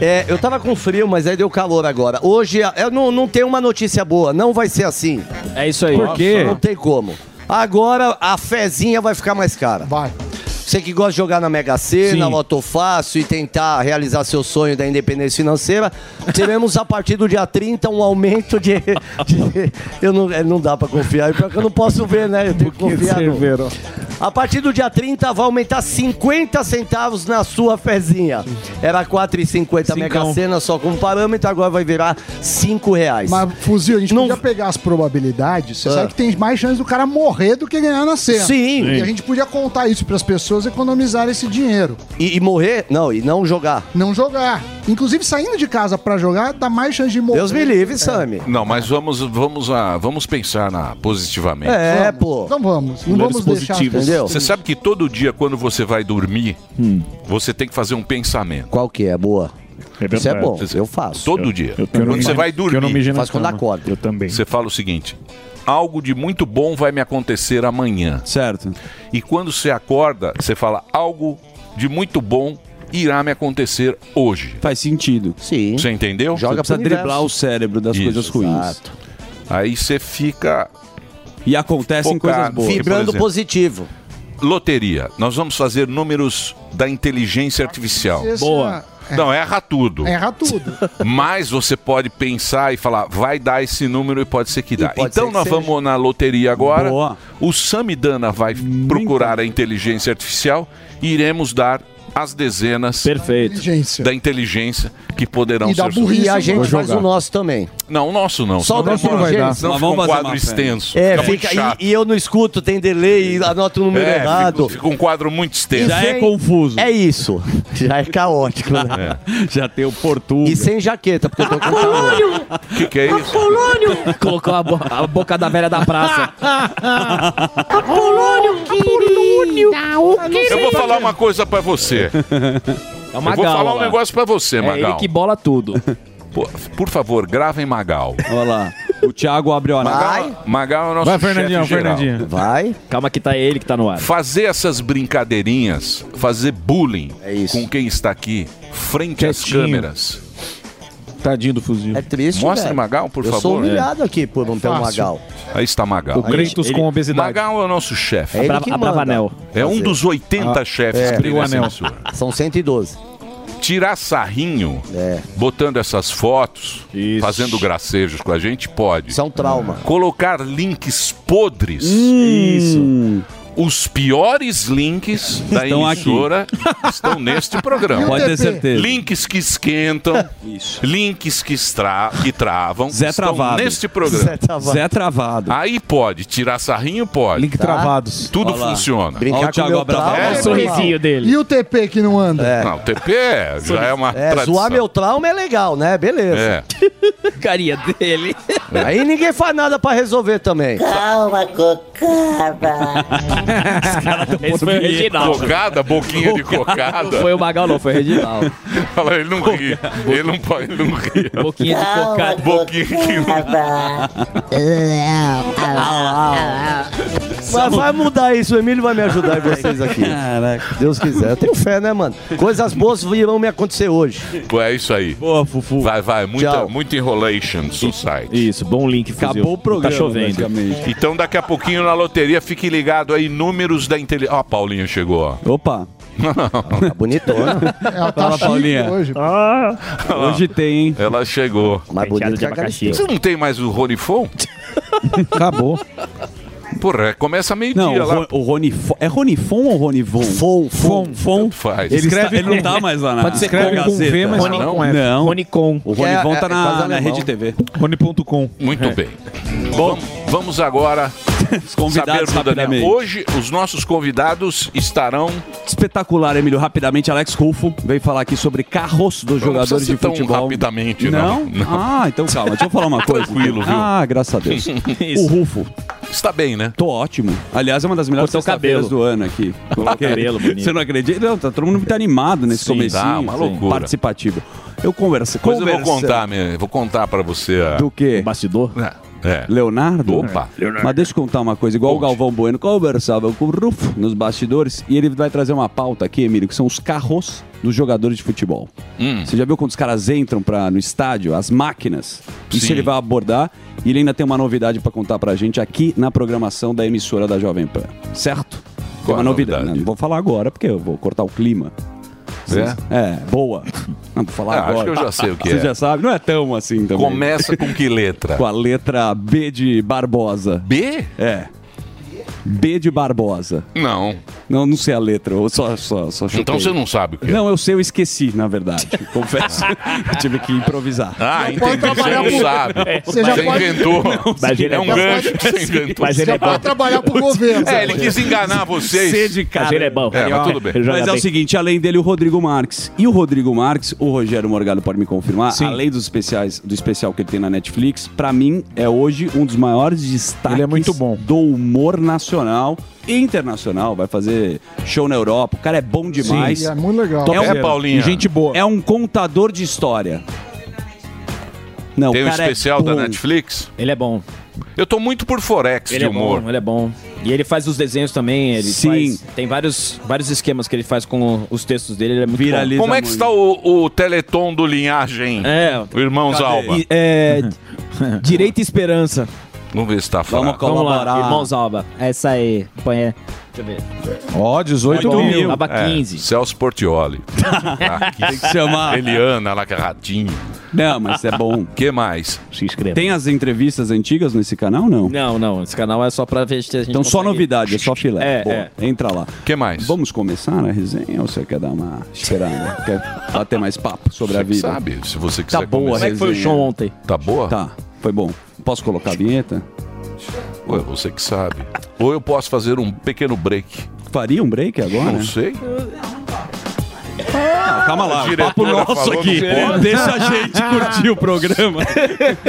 Speaker 11: É, eu tava com frio, mas aí deu calor agora. Hoje é, eu não, não tem uma notícia boa, não vai ser assim.
Speaker 13: É isso aí.
Speaker 11: Por quê? Não tem como. Agora a fezinha vai ficar mais cara. Vai. Você que gosta de jogar na Mega Sena, Loto Fácil e tentar realizar seu sonho da independência financeira, teremos a partir do dia 30 um aumento de. de- eu não, é, não dá pra confiar, pior que eu não posso ver, né? Eu tenho que confiar. no- a partir do dia 30 vai aumentar 50 centavos na sua fezinha. Era 4,50 Mega
Speaker 8: é um.
Speaker 11: Sena só como parâmetro, agora vai virar 5 reais.
Speaker 8: Mas, Fuzil, a gente podia pegar as probabilidades. Você
Speaker 11: Ah.
Speaker 8: sabe que tem mais chance do cara morrer do que ganhar na cena.
Speaker 11: Sim.
Speaker 8: E a gente podia contar isso para as pessoas economizarem esse dinheiro.
Speaker 11: E, e morrer? Não, e não jogar.
Speaker 8: Não jogar. Inclusive, saindo de casa para jogar, dá mais chance de morrer.
Speaker 11: Deus me livre, Sammy.
Speaker 6: Não, mas vamos, vamos, a, vamos pensar na, positivamente.
Speaker 11: É, pô.
Speaker 8: Então vamos. Não vamos deixar.
Speaker 6: Você sabe que todo dia, quando você vai dormir,
Speaker 8: Hum.
Speaker 6: você tem que fazer um pensamento.
Speaker 11: Qual que é? Boa. Isso é
Speaker 6: verdade.
Speaker 11: bom, eu faço.
Speaker 6: Todo dia.
Speaker 11: quero
Speaker 6: quando
Speaker 11: mijar-
Speaker 6: você vai
Speaker 11: que eu não
Speaker 6: dormir,
Speaker 11: mije na Faz quando cama. acorda.
Speaker 6: Eu também. Você fala o seguinte: algo de muito bom vai me acontecer amanhã.
Speaker 5: Certo.
Speaker 6: E quando você acorda, você fala algo de muito bom irá me acontecer hoje.
Speaker 5: Faz sentido.
Speaker 11: Sim.
Speaker 6: Você entendeu?
Speaker 5: Joga Você precisa pro universo. driblar o cérebro das coisas ruins. Exato.
Speaker 6: Aí você fica
Speaker 5: E acontecem
Speaker 6: focado.
Speaker 5: coisas boas.
Speaker 6: Porque, por exemplo, Loteria. Nós vamos fazer números da inteligência artificial.
Speaker 8: Esse Boa. é-
Speaker 6: Não, erra tudo.
Speaker 8: Erra tudo.
Speaker 6: Mas você pode pensar e falar, vai dar esse número e pode ser que dá.
Speaker 8: pode ser
Speaker 6: Então
Speaker 8: que
Speaker 6: nós
Speaker 8: seja.
Speaker 6: vamos na loteria agora. O Samidana vai procurar a inteligência artificial e iremos dar as dezenas
Speaker 8: Inteligência.
Speaker 6: da inteligência que poderão
Speaker 11: E da
Speaker 6: ser
Speaker 11: burrice, E a gente
Speaker 6: Vou
Speaker 11: faz
Speaker 6: jogar.
Speaker 11: o nosso também.
Speaker 6: Não, o nosso não.
Speaker 11: Só o da
Speaker 6: Senão fica um-
Speaker 11: inteligência.
Speaker 6: senão fica um quadro extenso.
Speaker 11: É,
Speaker 6: muito
Speaker 11: fica,
Speaker 6: chato.
Speaker 11: e, e eu não escuto, tem delay, e anoto o número
Speaker 6: É,
Speaker 11: errado.
Speaker 6: Fica, fica um quadro muito extenso.
Speaker 11: E sem- É isso. Já é caótico, né?
Speaker 6: É.
Speaker 5: Já tem o Portugal.
Speaker 11: E sem jaqueta, porque eu tô com
Speaker 13: Apolônio!
Speaker 6: O que, que é isso?
Speaker 13: Apolônio! Colocou a, bo- a boca da velha da praça.
Speaker 14: Apolônio, querida, o querida.
Speaker 6: Eu vou falar uma coisa pra você.
Speaker 13: É uma
Speaker 6: Eu vou
Speaker 13: gala.
Speaker 6: falar um negócio pra você,
Speaker 13: É
Speaker 6: Magal.
Speaker 13: ele que bola tudo.
Speaker 6: Por, por favor, gravem Magal.
Speaker 5: Olha lá. O Thiago abre
Speaker 13: né?
Speaker 5: a
Speaker 6: Magal, Magal é o nosso chefe geral.
Speaker 11: Vai.
Speaker 13: Calma que tá ele que tá no ar.
Speaker 6: Fazer essas brincadeirinhas, fazer bullying
Speaker 11: É
Speaker 6: com quem está aqui, frente às
Speaker 7: Quietinho.
Speaker 6: câmeras.
Speaker 7: Tadinho do fuzil.
Speaker 11: É triste,
Speaker 6: Mostre
Speaker 11: velho.
Speaker 6: Magal, por
Speaker 11: Eu
Speaker 6: favor.
Speaker 11: sou humilhado aqui por não ter um Magal.
Speaker 6: Aí está Magal.
Speaker 11: O Greitos Ele- com obesidade.
Speaker 6: Magal é o nosso chefe.
Speaker 11: É ele que manda
Speaker 6: É um
Speaker 11: fazer.
Speaker 6: dos 80
Speaker 11: Ah,
Speaker 6: chefes
Speaker 11: é.
Speaker 6: que tem nessa emissora.
Speaker 11: São 112.
Speaker 6: tirar sarrinho,
Speaker 11: É.
Speaker 6: botando essas fotos, fazendo gracejos com a gente, pode. São
Speaker 11: é um trauma.
Speaker 6: Colocar links podres.
Speaker 5: Isso.
Speaker 6: Os piores links da
Speaker 5: Estão aqui.
Speaker 6: emissora estão neste programa.
Speaker 5: Pode ter certeza.
Speaker 6: Links que esquentam, links que, estra que travam,
Speaker 5: Zé
Speaker 6: estão
Speaker 5: Travado.
Speaker 6: neste programa.
Speaker 5: Zé Travado. Zé Travado.
Speaker 6: Aí pode, tirar sarrinho pode. Link
Speaker 8: travados.
Speaker 6: Tudo
Speaker 8: Olha lá.
Speaker 6: funciona.
Speaker 8: Brincar Olha o com Thiago meu Abravanel. trauma,
Speaker 6: É,
Speaker 8: é normal. E o TP que não anda?
Speaker 6: Não, o TP é- já é uma
Speaker 11: É,
Speaker 6: tradição.
Speaker 11: zoar meu trauma é legal, né? Beleza.
Speaker 6: É.
Speaker 11: Carinha dele. Aí ninguém faz nada pra resolver também. Calma, cocada.
Speaker 13: Esse foi o Reginaldo.
Speaker 6: Cocada, boquinha de cocada.
Speaker 13: Não foi o Magal, não, foi o Reginaldo.
Speaker 6: Fala, ele não ri. Ele não pode, ele não ri.
Speaker 13: Boquinha de Calma, cocada.
Speaker 6: Boquinha que
Speaker 11: Mas vai mudar isso, o Emílio vai me ajudar e vocês aqui. Caraca. Deus quiser. Eu tenho fé, né, mano? Coisas boas virão me acontecer hoje.
Speaker 6: Pô, é isso aí.
Speaker 5: Boa, Fufu.
Speaker 6: Vai, vai. Muita,
Speaker 11: Tchau.
Speaker 6: muita enrolation society.
Speaker 13: Isso, bom link, Fuzil.
Speaker 6: Acabou
Speaker 13: o programa, Tá chovendo. praticamente.
Speaker 6: Então, daqui a pouquinho na loteria, fique ligado aí, números da inteligência. Ó, a Paulinha chegou, ó.
Speaker 5: Opa.
Speaker 6: Tá
Speaker 11: bonitona.
Speaker 8: Ela
Speaker 5: Fala, Paulinha. Hoje tem, hein?
Speaker 6: Ela chegou.
Speaker 11: Mais
Speaker 5: bonita de que a abacaxi. Galisteu.
Speaker 6: Você não tem mais o Ronifon?
Speaker 5: Acabou.
Speaker 6: Porra, começa meio-dia
Speaker 5: Não, o,
Speaker 6: lá.
Speaker 5: Ron, o Ronifon. É Ronifon ou Ronivon?
Speaker 11: Fon.
Speaker 5: Fon. Fon.
Speaker 6: Faz.
Speaker 5: Ele,
Speaker 6: Escreve
Speaker 5: está, ele
Speaker 6: com-
Speaker 5: não tá mais lá na
Speaker 6: Pode ser
Speaker 5: na
Speaker 6: com- com
Speaker 5: Gazeta.
Speaker 6: V, mas não com F.
Speaker 5: Não.
Speaker 13: Ronicon.
Speaker 5: O Ronivon
Speaker 6: É, é,
Speaker 5: tá
Speaker 6: é quase
Speaker 5: na, na
Speaker 6: alemão.
Speaker 5: Rede TV.
Speaker 7: Rony.com.
Speaker 6: Muito
Speaker 7: É.
Speaker 6: bem. Bom, vamos agora
Speaker 5: convidados
Speaker 6: saber do Daniel.
Speaker 5: rapidamente.
Speaker 6: Hoje, os nossos convidados estarão...
Speaker 5: Espetacular, Emílio. Rapidamente, Alex Rufo veio falar aqui sobre carros dos
Speaker 6: Não
Speaker 5: jogadores
Speaker 6: precisa
Speaker 5: de
Speaker 6: ser tão
Speaker 5: futebol.
Speaker 6: rapidamente,
Speaker 5: não.
Speaker 6: não. Não.
Speaker 5: Ah, então calma. Deixa eu falar uma coisa.
Speaker 6: Tranquilo, viu?
Speaker 5: Ah, graças a Deus.
Speaker 6: Isso.
Speaker 5: o Rufo.
Speaker 6: Está bem, né?
Speaker 5: Tô ótimo. Aliás, é uma das melhores
Speaker 6: Cortou o
Speaker 5: sexta-feiras do
Speaker 6: cabelo.
Speaker 5: ano aqui. Coloquei.
Speaker 6: Cabelo bonito.
Speaker 5: Você não acredita? Não, tá todo mundo muito animado nesse
Speaker 6: Sim,
Speaker 5: comecinho.
Speaker 6: tá, uma
Speaker 5: Sim.
Speaker 6: loucura.
Speaker 5: Participativo. Eu converso.
Speaker 6: Depois eu vou
Speaker 5: conversando.
Speaker 6: contar, minha, vou contar pra você. A...
Speaker 5: Do quê?
Speaker 13: Bastidor?
Speaker 6: É.
Speaker 5: Leonardo?
Speaker 6: Opa. Leonardo.
Speaker 5: Mas deixa eu contar uma coisa. Igual o Galvão Bueno conversava com o Rufo nos bastidores e ele vai trazer uma pauta aqui, Emílio, que são os carros dos jogadores de futebol.
Speaker 6: Hum.
Speaker 5: Você já viu quando os caras entram pra, no estádio, as máquinas? Isso
Speaker 6: Sim.
Speaker 5: ele vai abordar e ele ainda tem uma novidade pra contar pra gente aqui na programação da emissora da Jovem Pan. Certo? Tem uma novidade. Não, vou falar agora, porque eu vou cortar o clima. Vocês- É, boa. Não, vou falar
Speaker 6: É, acho
Speaker 5: agora.
Speaker 6: que eu já sei o que
Speaker 5: Vocês
Speaker 6: é.
Speaker 5: já sabem, não é tão assim também.
Speaker 6: Começa com que letra?
Speaker 5: com a letra B de Barbosa.
Speaker 6: B?
Speaker 5: É. B de Barbosa.
Speaker 6: Não.
Speaker 5: Não, não sei a letra, eu só, só, só chutei.
Speaker 6: Então você não sabe o que é.
Speaker 5: Não, eu sei, eu esqueci, na verdade. Confesso. eu tive que improvisar.
Speaker 6: Ah, entendi. Você não sabe.
Speaker 5: É,
Speaker 6: Você, inventou.
Speaker 5: Mas ele
Speaker 6: é um
Speaker 5: já
Speaker 6: gancho
Speaker 5: pode-
Speaker 6: que você inventou.
Speaker 5: Mas ele é Já bom. pode trabalhar pro governo.
Speaker 6: É, ele quis enganar vocês.
Speaker 5: Sede, cara.
Speaker 6: Mas É, mas tudo bem.
Speaker 5: Mas é o seguinte, além dele, o Rodrigo Marques. E o Rodrigo Marques, o Rogério Morgado pode me confirmar, além dos especiais, do especial que ele tem na Netflix, pra mim é hoje um dos maiores destaques do humor nacional e internacional. Vai fazer show na Europa. O cara é bom demais.
Speaker 15: Sim, é muito legal.
Speaker 5: um-
Speaker 15: É, Paulinha. Gente
Speaker 5: boa. É um contador de história. Não,
Speaker 6: Tem
Speaker 5: o
Speaker 6: um
Speaker 5: cara é
Speaker 6: especial da
Speaker 5: bom.
Speaker 6: Netflix?
Speaker 9: Ele é bom.
Speaker 6: Eu tô muito por Forex
Speaker 9: Ele
Speaker 6: de
Speaker 9: é
Speaker 6: humor.
Speaker 9: bom, ele é bom. E ele faz os desenhos também, ele
Speaker 6: Sim.
Speaker 9: faz- tem vários, vários esquemas que ele faz com os textos dele, ele é muito bom.
Speaker 6: Como é que está o, o Teleton do Linhagem?
Speaker 9: É.
Speaker 6: O Irmãos
Speaker 9: Cadê?
Speaker 6: Alba.
Speaker 9: E- é, Direita e Esperança.
Speaker 6: Vamos ver se tá fraco.
Speaker 9: lá, Irmãos Alba. Essa aí. Põe aí. Deixa eu ver.
Speaker 6: Ó,
Speaker 9: 18 mil. Tava 15.
Speaker 6: Celso Portioli. Tá,
Speaker 5: É. Tem que chamar.
Speaker 6: Eliana Lacarratinho.
Speaker 5: Não, mas é bom. O
Speaker 6: que mais?
Speaker 9: Se inscreva.
Speaker 5: Tem as entrevistas antigas nesse canal, não?
Speaker 9: Não, não. Esse canal é só pra ver se a gente
Speaker 5: Então só
Speaker 9: consegue-
Speaker 5: novidade, é só filé.
Speaker 9: É,
Speaker 5: Boa,
Speaker 9: é.
Speaker 5: Entra lá.
Speaker 6: que mais?
Speaker 5: Vamos começar a resenha ou você quer dar uma esperada? quer bater mais papo sobre
Speaker 6: Você
Speaker 5: a
Speaker 6: que
Speaker 5: vida?
Speaker 6: sabe, se você
Speaker 5: Tá boa
Speaker 6: quiser
Speaker 5: a
Speaker 6: começar. Como é que foi o
Speaker 5: resenha.
Speaker 6: show ontem? Tá boa?
Speaker 5: Tá, foi bom. Posso colocar a vinheta?
Speaker 6: Ué, você que sabe. Ou eu posso fazer um pequeno break.
Speaker 5: Faria um break agora?
Speaker 6: Não sei.
Speaker 5: Ah, calma lá,
Speaker 6: A
Speaker 5: o papo
Speaker 6: diretora
Speaker 5: nosso
Speaker 6: falou
Speaker 5: aqui.
Speaker 6: que pode.
Speaker 5: Deixa a gente curtir o programa.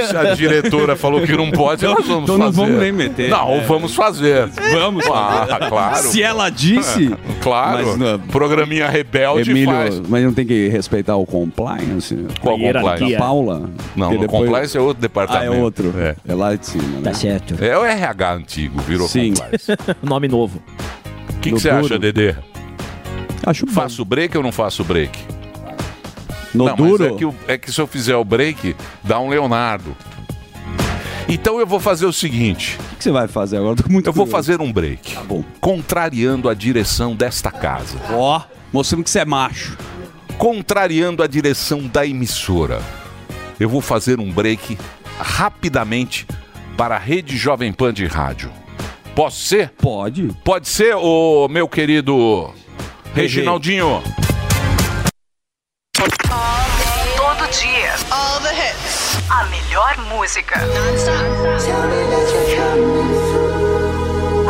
Speaker 6: Se a diretora falou que não pode, nós vamos
Speaker 5: Então
Speaker 6: fazer.
Speaker 5: não vamos nem meter.
Speaker 6: Não,
Speaker 5: É.
Speaker 6: vamos fazer.
Speaker 5: Vamos
Speaker 6: Ah,
Speaker 5: fazer.
Speaker 6: claro.
Speaker 5: Se ela disse,
Speaker 6: claro.
Speaker 5: mas não- é
Speaker 6: Programinha rebelde
Speaker 5: Emílio,
Speaker 6: faz.
Speaker 5: mas não tem que respeitar o compliance?
Speaker 6: Qual compliance?
Speaker 5: Da Paula?
Speaker 6: Não,
Speaker 5: Porque
Speaker 6: o compliance é outro departamento.
Speaker 5: Ah, é outro. É, lá de cima, né? Tá
Speaker 9: certo.
Speaker 6: É o RH antigo, virou
Speaker 5: Sim.
Speaker 6: compliance.
Speaker 9: Nome novo.
Speaker 6: O que que
Speaker 5: No
Speaker 6: você
Speaker 5: duro.
Speaker 6: acha, Dedê?
Speaker 5: Acho
Speaker 6: Faço break ou não faço break?
Speaker 5: No
Speaker 6: não,
Speaker 5: duro?
Speaker 6: Mas é, que, o- é que se eu fizer o break, dá um Leonardo. Então eu vou fazer o seguinte.
Speaker 5: O que você vai fazer agora? Eu Tô muito
Speaker 6: Eu vou
Speaker 5: curioso. Tá
Speaker 6: fazer um break. Contrariando a direção desta casa.
Speaker 5: Ó, mostrando que você é macho.
Speaker 6: Contrariando a direção da emissora. Eu vou fazer um break rapidamente para a Rede Jovem Pan de Rádio. Posso ser?
Speaker 5: Pode.
Speaker 6: Pode ser, ô meu querido Reginaldinho?
Speaker 2: Todo dia. All the hits. A melhor música. I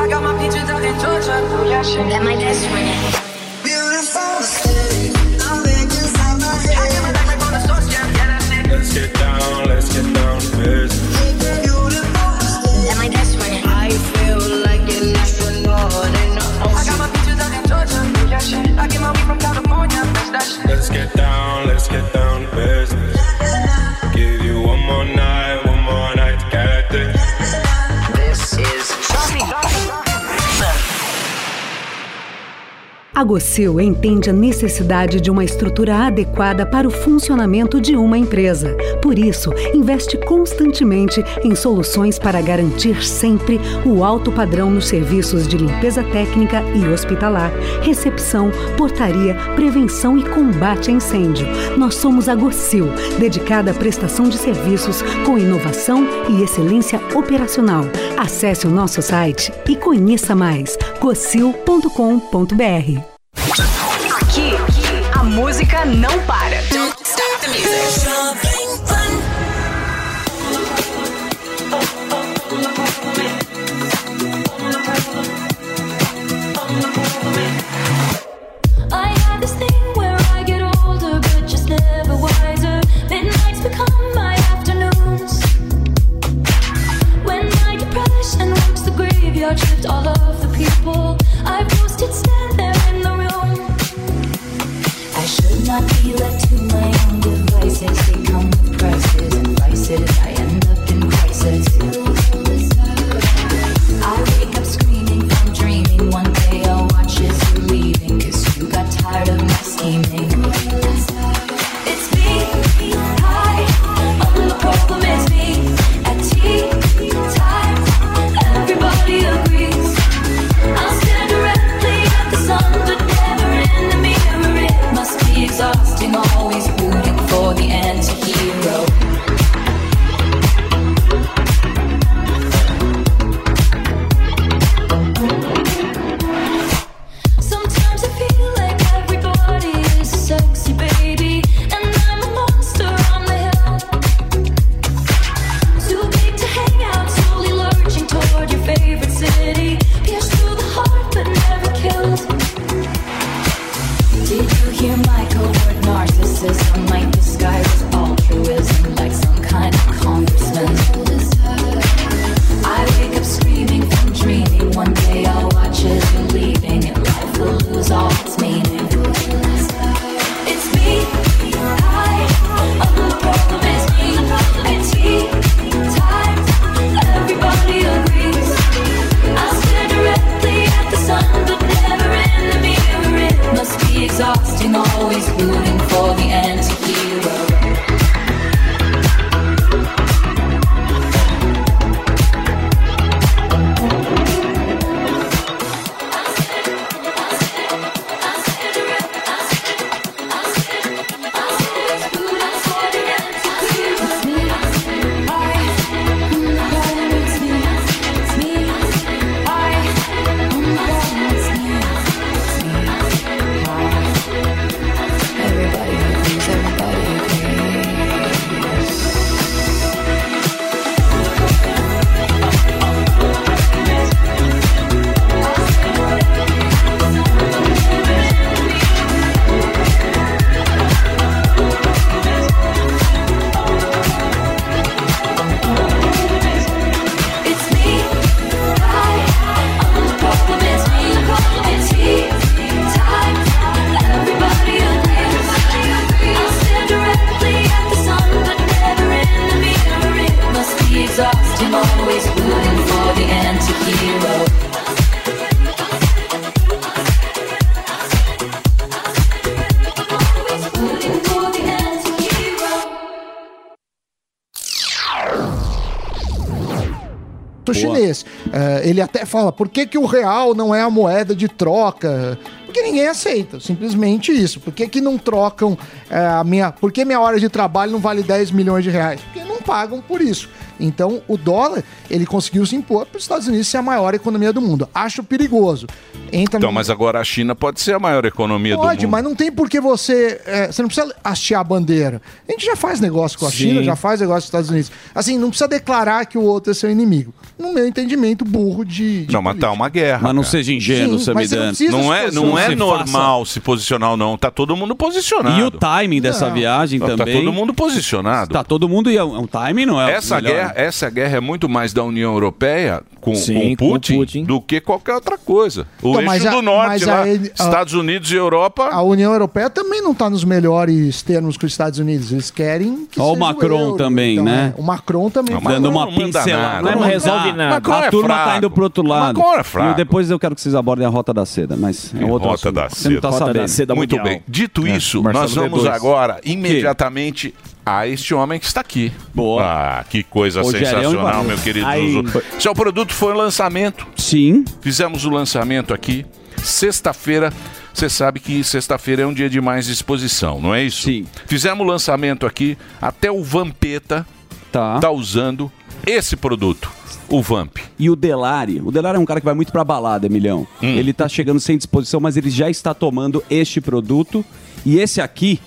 Speaker 2: got my peaches out in Georgia. Let É my dance swing it. Beautiful city. I'm in just out my head. I got my backpack on the source, yeah, yeah, that's it.
Speaker 14: Let's get down, let's get down to business.
Speaker 2: Beautiful city. Let my dance swing it. I feel like an astronaut in the ocean. I got my peaches out in Georgia. Yeah, shit. I get my weed from California. That's that shit.
Speaker 14: Let's get down, let's get down to business. Give you one more night, one more night to get there.
Speaker 2: This is
Speaker 16: um
Speaker 17: A Gocil entende a necessidade de uma estrutura adequada para o funcionamento de uma empresa. Por isso, investe constantemente em soluções para garantir sempre o alto padrão nos serviços de limpeza técnica e hospitalar, recepção, portaria, prevenção e combate a incêndio. Nós somos a Gocil, dedicada à prestação de serviços com inovação e excelência operacional. Acesse o nosso site e conheça mais gocil.com.br.
Speaker 16: Aqui, a música não para. Don't stop the music.
Speaker 18: I have this thing where I get older, but just never wiser. Midnights become my afternoons. When my depression walks the graveyard, tripped all of the people I've roasted, stand there in the room. I should not be left to my own devices. They come with prices and vices. I end up in crisis. I wake up screaming from dreaming. One day I'll watch as you're leaving. Cause you got tired of my scheming. It's me, high on the problem. It's me at tea time. Everybody agrees. always rooting for the anti-hero.
Speaker 8: do chinês. Eh, ele até fala, por que, que o real não é a moeda de troca? Porque ninguém aceita, simplesmente isso. Por que, que não trocam eh, a minha... Por que minha hora de trabalho não vale 10 milhões de reais? Porque não pagam por isso. Então, o dólar, ele conseguiu se impor para os Estados Unidos ser a maior economia do mundo. Acho perigoso. Entra
Speaker 6: Então,
Speaker 8: no-
Speaker 6: mas agora a China pode ser a maior economia
Speaker 8: Pode,
Speaker 6: do mundo.
Speaker 8: mas não tem por que você. é, você não precisa hastear a bandeira. A gente já faz negócio com a
Speaker 6: Sim.
Speaker 8: China, já faz negócio com os Estados Unidos. Assim, não precisa declarar que o outro é seu inimigo. No meu entendimento, burro de. de-
Speaker 6: Não, mas tá uma guerra.
Speaker 5: Mas não
Speaker 6: cara.
Speaker 5: seja ingênuo, Sim, mas você não Samidana. precisa
Speaker 6: Não
Speaker 5: se
Speaker 6: é,
Speaker 5: posicionar.
Speaker 6: não é
Speaker 5: Se
Speaker 6: normal se posicionar ou não. Tá todo mundo posicionado.
Speaker 5: E o timing dessa
Speaker 6: Não.
Speaker 5: viagem
Speaker 6: Tá- tá
Speaker 5: também.
Speaker 6: todo mundo posicionado.
Speaker 5: Tá todo mundo e é um é um timing, não é? o
Speaker 6: Essa
Speaker 5: melhor.
Speaker 6: guerra, essa guerra é muito mais da União Europeia com, com o Putin, do que qualquer outra coisa. O
Speaker 8: Então,
Speaker 6: eixo
Speaker 8: mas a-
Speaker 6: do norte
Speaker 8: mas
Speaker 6: lá,
Speaker 8: a ele- a-
Speaker 6: Estados Unidos e Europa.
Speaker 8: A União Europeia também não está nos melhores termos com os Estados Unidos. Eles querem que.
Speaker 5: Ó o
Speaker 8: seja
Speaker 5: Macron
Speaker 8: euro.
Speaker 5: também,
Speaker 8: Então,
Speaker 5: né?
Speaker 8: é, O Macron também.
Speaker 5: Não,
Speaker 8: fala-
Speaker 5: Dando uma pincelada.
Speaker 8: Não resolve nada.
Speaker 5: Macron a turma tá indo pro outro lado.
Speaker 6: Macron é fraco.
Speaker 5: E depois eu quero que vocês abordem a Rota da Seda, mas é um outro
Speaker 6: Rota
Speaker 5: assunto.
Speaker 6: da
Speaker 5: Você não
Speaker 6: Seda.
Speaker 5: tá
Speaker 6: Rota da
Speaker 5: sabendo. É,
Speaker 6: Seda é Muito mundial. bem. Dito isso, nós vamos agora imediatamente a este homem que está aqui. Boa. Ah, que coisa
Speaker 5: Rogério é um
Speaker 6: sensacional,
Speaker 5: Barros.
Speaker 6: meu querido
Speaker 5: Aí.
Speaker 6: Zuzu. Seu produto foi um lançamento.
Speaker 5: Sim.
Speaker 6: Fizemos o lançamento aqui. Sexta-feira, você sabe que sexta-feira é um dia de mais exposição, não é isso? Sim. Fizemos o lançamento aqui, até o Vampeta
Speaker 5: tá,
Speaker 6: usando esse produto, o Vamp.
Speaker 5: E o Delari. O Delari é um cara que vai muito pra balada, Emilhão.
Speaker 6: Hum.
Speaker 5: Ele tá chegando sem disposição, mas ele já está tomando este produto. E esse aqui.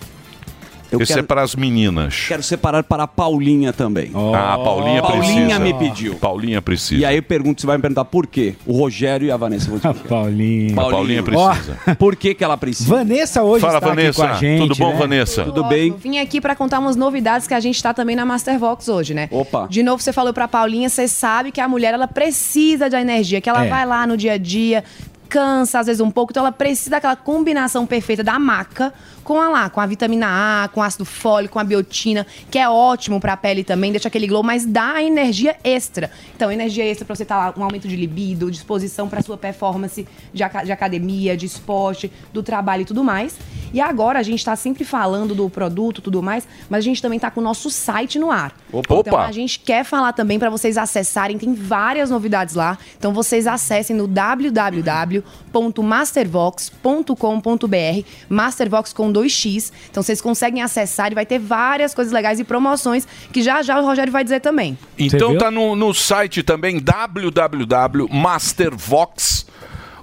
Speaker 5: Eu
Speaker 6: esse
Speaker 5: quero,
Speaker 6: é para as meninas.
Speaker 5: quero separar para a Paulinha também.
Speaker 6: Ah, a Paulinha, precisa.
Speaker 5: Paulinha me pediu.
Speaker 6: Paulinha precisa.
Speaker 5: E aí eu pergunto, você vai me perguntar por quê? O Rogério e a Vanessa vão te A Paulinha.
Speaker 6: A Paulinha precisa.
Speaker 5: Por que, que ela precisa?
Speaker 19: Vanessa hoje
Speaker 6: Fala,
Speaker 5: está aqui
Speaker 6: Vanessa.
Speaker 5: com a gente,
Speaker 6: Tudo bom,
Speaker 5: né?
Speaker 6: Vanessa?
Speaker 5: Tudo bem?
Speaker 1: Vim aqui pra contar umas novidades que a gente tá também na Mastervox hoje, né?
Speaker 5: Opa.
Speaker 1: De novo, você falou pra Paulinha, você sabe que a mulher, ela precisa de energia, que ela
Speaker 5: É.
Speaker 1: vai lá no dia a dia, cansa às vezes um pouco, então ela precisa daquela combinação perfeita da maca com a lá, com a vitamina A, com ácido fólico, com a biotina, que é ótimo pra pele também, deixa aquele glow, mas dá energia extra. Então, energia extra pra você estar lá, um aumento de libido, disposição pra sua performance de, aca- de academia, de esporte, do trabalho e tudo mais. E agora a gente tá sempre falando do produto e tudo mais, mas a gente também tá com o nosso site no ar.
Speaker 6: Opa.
Speaker 1: Então
Speaker 6: Opa.
Speaker 1: a gente quer falar também pra vocês acessarem, tem várias novidades lá. Então vocês acessem no www.mastervox.com.br, Mastervox com 2x. Então vocês conseguem acessar e vai ter várias coisas legais e promoções que já já o Rogério vai dizer também.
Speaker 6: Então tá no, no site também www.mastervox.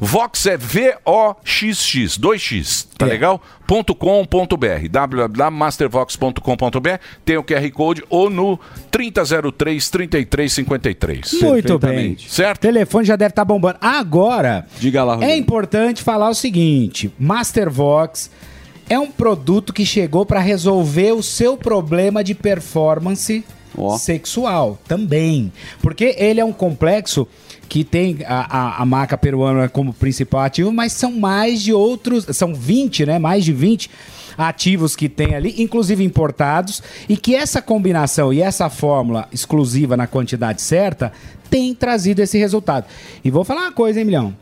Speaker 6: Vox é V-O-X-X, 2x, tá legal? .com.br, www.mastervox.com.br, tem o QR Code ou no 3003-3353.
Speaker 19: Muito bem.
Speaker 6: Certo?
Speaker 19: telefone já deve estar bombando. Agora,
Speaker 5: Diga lá,
Speaker 19: é
Speaker 5: Rogério.
Speaker 19: importante falar o seguinte: Mastervox é um produto que chegou para resolver o seu problema de performance sexual também. Porque ele é um complexo que tem a, a, a maca peruana como principal ativo, mas são mais de outros, são 20, né? Mais de 20 ativos que tem ali, inclusive importados, e que essa combinação e essa fórmula exclusiva na quantidade certa tem trazido esse resultado. E vou falar uma coisa, hein, Milhão?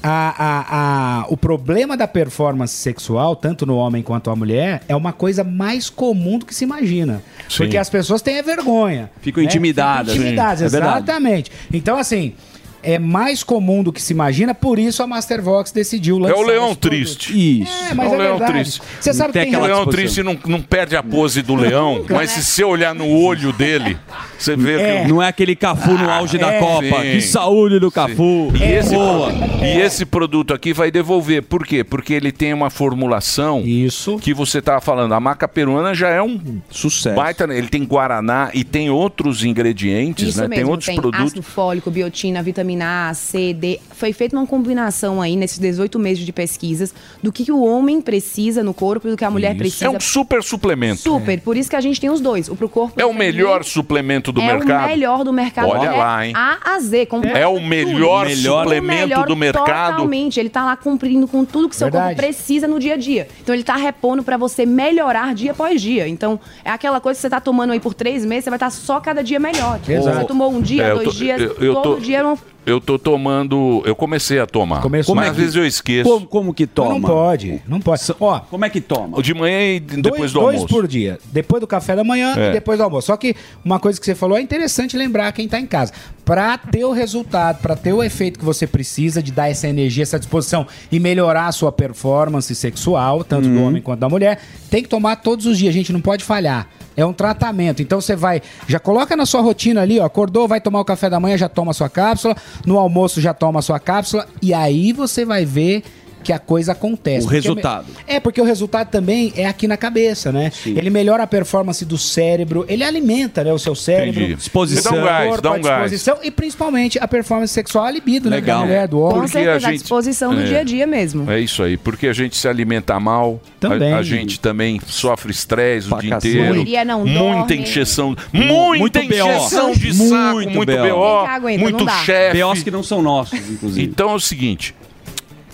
Speaker 19: a- a- a- o problema da performance sexual, tanto no homem quanto a mulher, é uma coisa mais comum do que se imagina.
Speaker 5: Sim.
Speaker 19: Porque as pessoas têm a vergonha. né?
Speaker 5: Ficam intimidadas.
Speaker 19: Ficam intimidadas,
Speaker 5: Sim, é verdade.
Speaker 19: exatamente. Então, assim, é mais comum do que se imagina, por isso a Mastervox decidiu lançar.
Speaker 6: É o leão
Speaker 19: esse produto.
Speaker 6: triste.
Speaker 5: Isso.
Speaker 19: É, mas é, verdade. Você sabe que tem
Speaker 6: o leão
Speaker 19: relatos-
Speaker 6: triste não, não perde a pose do leão, mas se você olhar no olho dele, você vê que...
Speaker 5: Não é aquele Cafu no auge da
Speaker 6: é.
Speaker 5: Copa.
Speaker 6: Sim.
Speaker 5: Que saúde do Cafu.
Speaker 6: E esse,
Speaker 5: Boa.
Speaker 6: e esse produto aqui vai devolver. Por quê? Porque ele tem uma formulação que você estava falando. A maca peruana já é um
Speaker 5: sucesso.
Speaker 6: Baita, né? ele tem guaraná e tem outros ingredientes,
Speaker 1: Isso
Speaker 6: né?
Speaker 1: mesmo,
Speaker 6: tem outros
Speaker 1: tem
Speaker 6: produtos.
Speaker 1: ácido fólico, biotina, vitamina vitamina A, C, D. Foi feita uma combinação aí nesses 18 meses de pesquisas do que, que o homem precisa no corpo e do que a mulher precisa.
Speaker 6: É um super suplemento.
Speaker 1: Super, por isso que a gente tem os dois. O pro corpo
Speaker 6: É o melhor suplemento do
Speaker 1: é
Speaker 6: mercado.
Speaker 1: o melhor do mercado.
Speaker 6: Olha
Speaker 1: é
Speaker 6: lá, hein?
Speaker 1: A a Z. com-
Speaker 6: É o melhor
Speaker 1: tudo.
Speaker 6: suplemento
Speaker 1: O melhor
Speaker 6: do mercado.
Speaker 1: Totalmente. Ele tá lá cumprindo com tudo que seu
Speaker 6: Verdade.
Speaker 1: corpo precisa no dia a dia. Então ele tá repondo pra você melhorar dia após dia. Então é aquela coisa que você tá tomando aí por três meses, você vai estar só cada dia melhor. Tipo,
Speaker 6: Exato.
Speaker 1: Você tomou um dia,
Speaker 6: É, eu
Speaker 1: dois
Speaker 6: tô-
Speaker 1: dias,
Speaker 6: eu- eu
Speaker 1: todo
Speaker 6: tô-
Speaker 1: dia é não
Speaker 6: Eu tô tomando. Eu comecei a tomar.
Speaker 19: Começou.
Speaker 6: mas
Speaker 19: Como é
Speaker 6: às
Speaker 19: que-
Speaker 6: vezes eu esqueço.
Speaker 19: Como-
Speaker 5: que
Speaker 19: Não pode, não pode. Ó,
Speaker 5: Como é que toma?
Speaker 6: De manhã e depois
Speaker 19: dois,
Speaker 6: do
Speaker 19: dois
Speaker 6: almoço.
Speaker 19: por dia. Depois do café da manhã
Speaker 6: É.
Speaker 19: e depois do almoço. Só que uma coisa que você falou é interessante lembrar quem tá em casa. Pra ter o resultado, pra ter o efeito que você precisa de dar essa energia, essa disposição e melhorar a sua performance sexual, tanto
Speaker 5: Uhum.
Speaker 19: do homem quanto da mulher, tem que tomar todos os dias, gente, não pode falhar. É um tratamento. Então você vai, já coloca na sua rotina ali, ó, acordou, vai tomar o café da manhã, já toma a sua cápsula, no almoço já toma a sua cápsula e aí você vai ver que a coisa acontece.
Speaker 5: O
Speaker 19: Porque me-
Speaker 5: resultado.
Speaker 19: é, porque o resultado também é aqui na cabeça, né? Ele melhora a performance do cérebro, ele alimenta né, o seu cérebro.
Speaker 6: Entendi. Disposição. Dá um gás,
Speaker 19: corpo,
Speaker 6: dá um
Speaker 19: a disposição e principalmente a performance sexual, a libido,
Speaker 6: Legal.
Speaker 19: né? Da mulher, do homem.
Speaker 1: Com
Speaker 6: Porque a
Speaker 1: certeza, a
Speaker 6: gente-
Speaker 1: disposição do
Speaker 6: É.
Speaker 1: dia a dia mesmo.
Speaker 6: É isso aí, porque a gente se alimenta mal, a-
Speaker 1: Também.
Speaker 6: A, gente também sofre estresse o dia
Speaker 1: cacete.
Speaker 6: inteiro.
Speaker 1: Correria, é não
Speaker 6: muita
Speaker 1: dorme.
Speaker 6: encheção, muita
Speaker 5: muito BO.
Speaker 6: encheção de saco,
Speaker 5: Muito
Speaker 6: muito,
Speaker 5: BO.
Speaker 6: BO,
Speaker 1: Ninguém aguenta, não
Speaker 6: muito
Speaker 1: dá.
Speaker 6: chefe.
Speaker 5: BOs que não são nossos, inclusive.
Speaker 6: Então é o seguinte,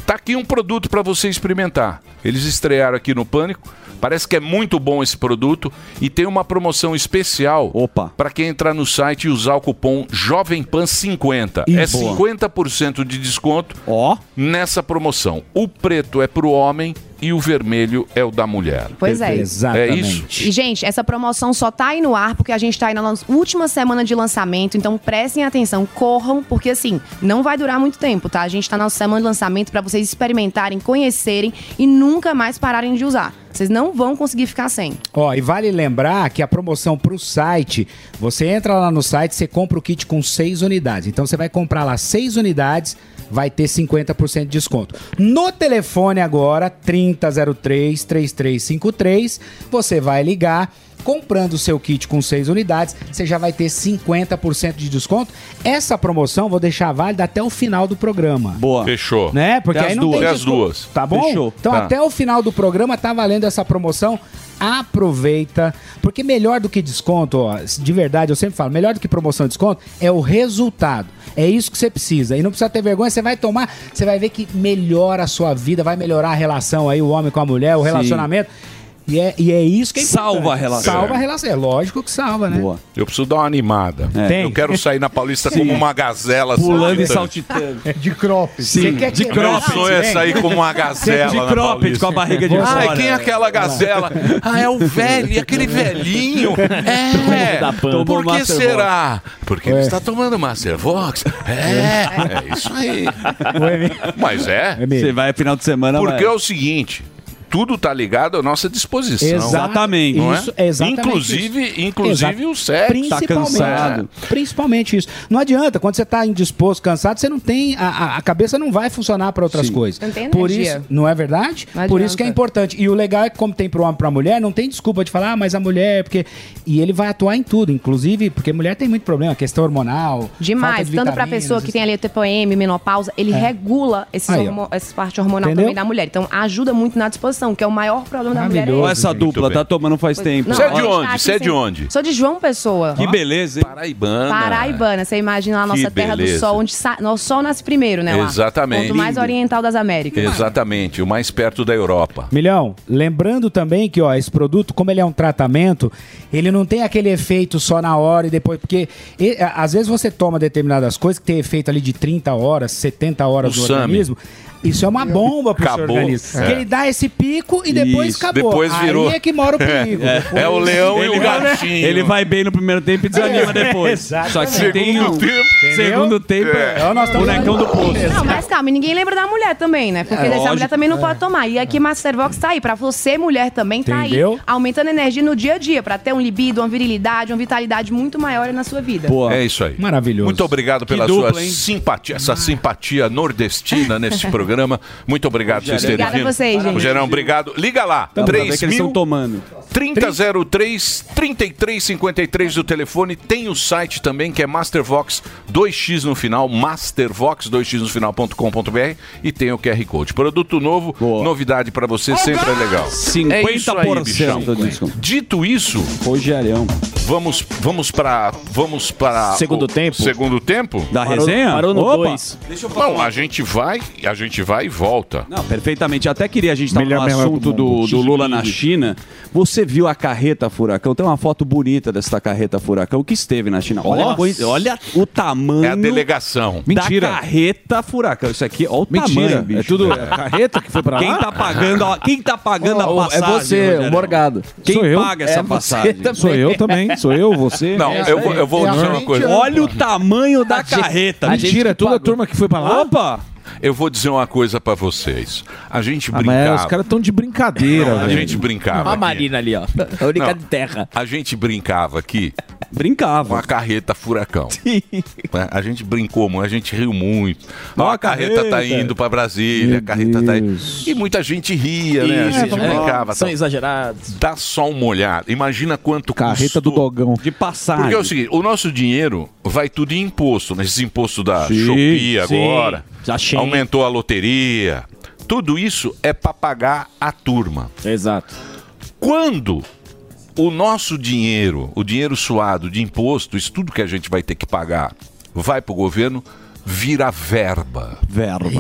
Speaker 6: tá aqui um produto para você experimentar. Eles estrearam aqui no Pânico. Parece que é muito bom esse produto e tem uma promoção especial para quem entrar no site e usar o cupom JovemPan50.
Speaker 5: Ih,
Speaker 6: é
Speaker 5: boa.
Speaker 6: 50% de desconto nessa promoção. O preto é pro homem e o vermelho é o da mulher.
Speaker 1: Pois é.
Speaker 6: É isso?
Speaker 1: E, gente, essa promoção só tá aí no ar porque a gente tá aí na lan- última semana de lançamento, então prestem atenção, corram, porque assim, não vai durar muito tempo, tá? A gente tá na semana de lançamento pra vocês experimentarem, conhecerem e nunca mais pararem de usar. Vocês não vão conseguir ficar sem.
Speaker 19: Ó, e vale lembrar que a promoção pro site, você entra lá no site, você compra o kit com seis unidades. Então você vai comprar lá seis unidades, vai ter 50% de desconto. No telefone agora, 3003 3353, você vai ligar. Comprando o seu kit com seis unidades, você já vai ter 50% de desconto. Essa promoção vou deixar válida até o final do programa.
Speaker 5: Boa.
Speaker 6: Fechou.
Speaker 19: Né? Porque
Speaker 6: Até
Speaker 19: aí
Speaker 6: as
Speaker 19: não
Speaker 6: duas.
Speaker 19: tem
Speaker 6: Até as
Speaker 19: desconto.
Speaker 6: duas.
Speaker 19: Tá bom?
Speaker 6: Fechou.
Speaker 19: Então
Speaker 6: Tá.
Speaker 19: até o final do programa tá valendo essa promoção. Aproveita, porque melhor do que desconto, ó, de verdade, eu sempre falo, melhor do que promoção e desconto é o resultado. É isso que você precisa. E não precisa ter vergonha, você vai tomar, você vai ver que melhora a sua vida, vai melhorar a relação aí, o homem com a mulher, o
Speaker 5: Sim.
Speaker 19: relacionamento. E é, e é isso que é importante.
Speaker 5: Salva a relação.
Speaker 19: Salva a relação. É lógico que salva, né?
Speaker 6: Eu preciso dar uma animada.
Speaker 5: É.
Speaker 19: Tem.
Speaker 6: Eu quero sair na Paulista
Speaker 19: Sim.
Speaker 6: como uma gazela.
Speaker 19: Pulando e
Speaker 5: saltitando.
Speaker 8: De cropped.
Speaker 6: Sim, de cropped. Meu sonho é sair como uma gazela
Speaker 5: De
Speaker 6: na
Speaker 5: cropped,
Speaker 6: Paulista.
Speaker 5: com a barriga de
Speaker 6: Ai,
Speaker 5: fora.
Speaker 6: quem é aquela gazela? Ah, é o velho, aquele velhinho. É,
Speaker 5: Da Pampa.
Speaker 6: por
Speaker 5: Tomou
Speaker 6: que
Speaker 5: um Master É.
Speaker 6: será? Porque ele está tomando Master Vox. É, é isso aí. Mas é.
Speaker 5: Você vai final de semana.
Speaker 6: Porque é
Speaker 5: vai.
Speaker 6: o seguinte. Tudo tá ligado à nossa disposição.
Speaker 5: Exatamente.
Speaker 6: Não é?
Speaker 5: Isso, é exatamente
Speaker 6: inclusive,
Speaker 19: isso.
Speaker 6: inclusive
Speaker 19: Exato.
Speaker 6: o sexo. Tá
Speaker 19: Principalmente, é, Principalmente isso. Não adianta, quando você está indisposto, cansado, você não tem. A, a- a cabeça não vai funcionar para outras coisas.
Speaker 1: Não tem
Speaker 19: Por
Speaker 1: energia.
Speaker 19: isso, não é verdade?
Speaker 1: Não
Speaker 19: Por
Speaker 1: adianta.
Speaker 19: isso que é importante. E o legal é que, como tem para homem para mulher, não tem desculpa de falar, ah, mas a mulher, porque. E ele vai atuar em tudo, inclusive, porque mulher tem muito problema, questão hormonal. falta
Speaker 1: Demais,
Speaker 19: de
Speaker 1: tanto pra
Speaker 19: vitaminas,
Speaker 1: pessoa que tem ali o TPM, menopausa, ele
Speaker 19: É.
Speaker 1: regula esses
Speaker 19: Aí, ó.
Speaker 1: hormo- essa parte hormonal
Speaker 19: Entendeu?
Speaker 1: também da mulher. Então ajuda muito na disposição, que é o maior problema da mulher. é
Speaker 5: Maravilhoso,
Speaker 1: esse.
Speaker 5: essa dupla, tá tomando faz tempo.
Speaker 6: é
Speaker 1: Não, a gente tá aqui
Speaker 5: é
Speaker 1: sem- Sou de João Pessoa.
Speaker 5: Que beleza, hein? Paraibana.
Speaker 1: Paraibana, você imagina lá a nossa
Speaker 6: Que
Speaker 1: terra do
Speaker 6: beleza.
Speaker 1: sol, onde sa... o sol nasce primeiro, né? Lá.
Speaker 6: Exatamente.
Speaker 1: Ponto mais
Speaker 6: Lindo.
Speaker 1: oriental das Américas.
Speaker 6: Exatamente, o mais perto da Europa.
Speaker 19: Milhão, lembrando também que ó, esse produto, como ele é um tratamento, ele não tem aquele efeito só na hora e depois. Porque e, a- às vezes você toma determinadas coisas que tem efeito ali de 30 horas, 70 horas
Speaker 6: O
Speaker 19: no
Speaker 6: SAMe.
Speaker 19: organismo. Isso é uma bomba pro seu
Speaker 6: Acabou.
Speaker 19: organismo.
Speaker 6: É.
Speaker 19: Porque ele dá esse pico e depois
Speaker 6: Isso.
Speaker 19: acabou.
Speaker 6: Depois virou.
Speaker 19: Aí é que mora o perigo.
Speaker 6: É.
Speaker 19: Depois-
Speaker 6: É o leão e o gatinho.
Speaker 5: Ele vai bem no primeiro tempo e desanima depois.
Speaker 19: É, Exatamente.
Speaker 5: Só que tem
Speaker 19: Segundo
Speaker 5: um.
Speaker 19: tempo. Entendeu?
Speaker 5: Segundo tempo é,
Speaker 19: Então nós estamos-
Speaker 5: bonecão do poço.
Speaker 1: Não, mas calma, e ninguém lembra da mulher também, né? Porque
Speaker 5: É,
Speaker 1: dessa
Speaker 5: lógico.
Speaker 1: mulher também não
Speaker 5: É.
Speaker 1: pode tomar. E aqui Mastervox tá aí, pra você mulher também tá
Speaker 5: Entendeu?
Speaker 1: aí. Aumentando a energia no dia a dia, pra ter um libido, uma virilidade, uma vitalidade muito maior na sua vida.
Speaker 6: É isso aí.
Speaker 19: Maravilhoso.
Speaker 6: Muito obrigado pela
Speaker 1: dupla,
Speaker 6: sua
Speaker 1: hein?
Speaker 6: simpatia, essa simpatia nordestina neste programa. Muito obrigado por vocês terem
Speaker 1: Obrigada a
Speaker 6: vindo.
Speaker 1: vocês, gente.
Speaker 6: Gerão, obrigado. Liga lá.
Speaker 5: Tá Dá pra ver que
Speaker 6: 3
Speaker 5: eles estão
Speaker 6: mil...
Speaker 5: tomando.
Speaker 6: 3003 3353 do telefone. Tem o site também que é Mastervox 2x no final, mastervox 2x no final.com.br e tem o QR Code. Produto novo, novidade pra você, sempre é legal.
Speaker 5: 50%
Speaker 6: é isso aí, bichão.
Speaker 5: de desconto.
Speaker 6: Dito isso,
Speaker 5: Rogerão.
Speaker 6: Vamos vamos para vamos para
Speaker 5: Segundo
Speaker 6: o
Speaker 5: tempo?
Speaker 6: Segundo tempo?
Speaker 5: Da Parou- resenha? parou no dois.
Speaker 6: Deixa eu falar. Não, a gente vai, a gente vai e volta.
Speaker 5: Não, perfeitamente. Até queria a gente estar no
Speaker 6: Melhor merda do
Speaker 5: assunto do,
Speaker 6: mundo.
Speaker 5: do Lula na China. Você viu a carreta furacão? Tem uma foto bonita dessa carreta furacão que esteve na China. Olha, a
Speaker 6: Nossa.
Speaker 5: coisa- olha o tamanho. É a
Speaker 6: delegação.
Speaker 5: Mentira. Da carreta furacão. Isso aqui, olha o
Speaker 7: Mentira.
Speaker 5: tamanho, bicho.
Speaker 7: É tudo- é a carreta que foi pra lá?
Speaker 5: Quem tá pagando a, quem tá pagando
Speaker 7: Oh,
Speaker 5: a passagem?
Speaker 7: é você,
Speaker 5: Rogério?
Speaker 7: o Morgado.
Speaker 5: Quem
Speaker 7: Sou eu?
Speaker 5: paga
Speaker 7: É
Speaker 5: essa
Speaker 7: você
Speaker 5: passagem?
Speaker 7: também. Sou eu também. Sou eu, você.
Speaker 6: Não,
Speaker 7: É isso
Speaker 6: eu, vou-
Speaker 7: aí.
Speaker 6: eu vou
Speaker 7: É a
Speaker 6: dizer uma
Speaker 7: gente,
Speaker 6: coisa.
Speaker 7: é.
Speaker 5: Olha o tamanho da carreta.
Speaker 7: Mentira, é toda a turma que foi pra lá?
Speaker 5: Opa!
Speaker 6: Eu vou dizer uma coisa pra vocês. A gente
Speaker 7: Ah, mas
Speaker 6: brincava.
Speaker 7: os caras estão de brincadeira,
Speaker 6: Não, a
Speaker 7: velho.
Speaker 6: gente brincava.
Speaker 7: Ó a
Speaker 6: Marina
Speaker 9: ali, ó.
Speaker 6: A de terra. A gente brincava aqui.
Speaker 5: Brincava.
Speaker 6: Com a carreta furacão. Né? A gente brincou muito, a gente riu muito. Ó, a carreta, tá
Speaker 9: carreta.
Speaker 6: indo pra Brasília, a carreta tá indo. E muita gente ria, né? A
Speaker 9: Isso,
Speaker 6: gente
Speaker 9: é,
Speaker 6: brincava.
Speaker 9: são
Speaker 6: exagerados. Dá só uma olhada. Imagina quanto
Speaker 7: Carreta Tá do dogão. De
Speaker 5: passagem.
Speaker 6: porque é o seguinte, o nosso dinheiro vai tudo em imposto, nesses impostos da
Speaker 7: Sim,
Speaker 6: Shopee
Speaker 7: sim.
Speaker 6: agora,
Speaker 7: Da Shein.
Speaker 6: aumentou a loteria, tudo isso é para pagar a turma.
Speaker 9: Exato.
Speaker 6: Quando o nosso dinheiro, o dinheiro suado de imposto, isso tudo que a gente vai ter que pagar, vai para o governo, vira verba.
Speaker 5: Verba.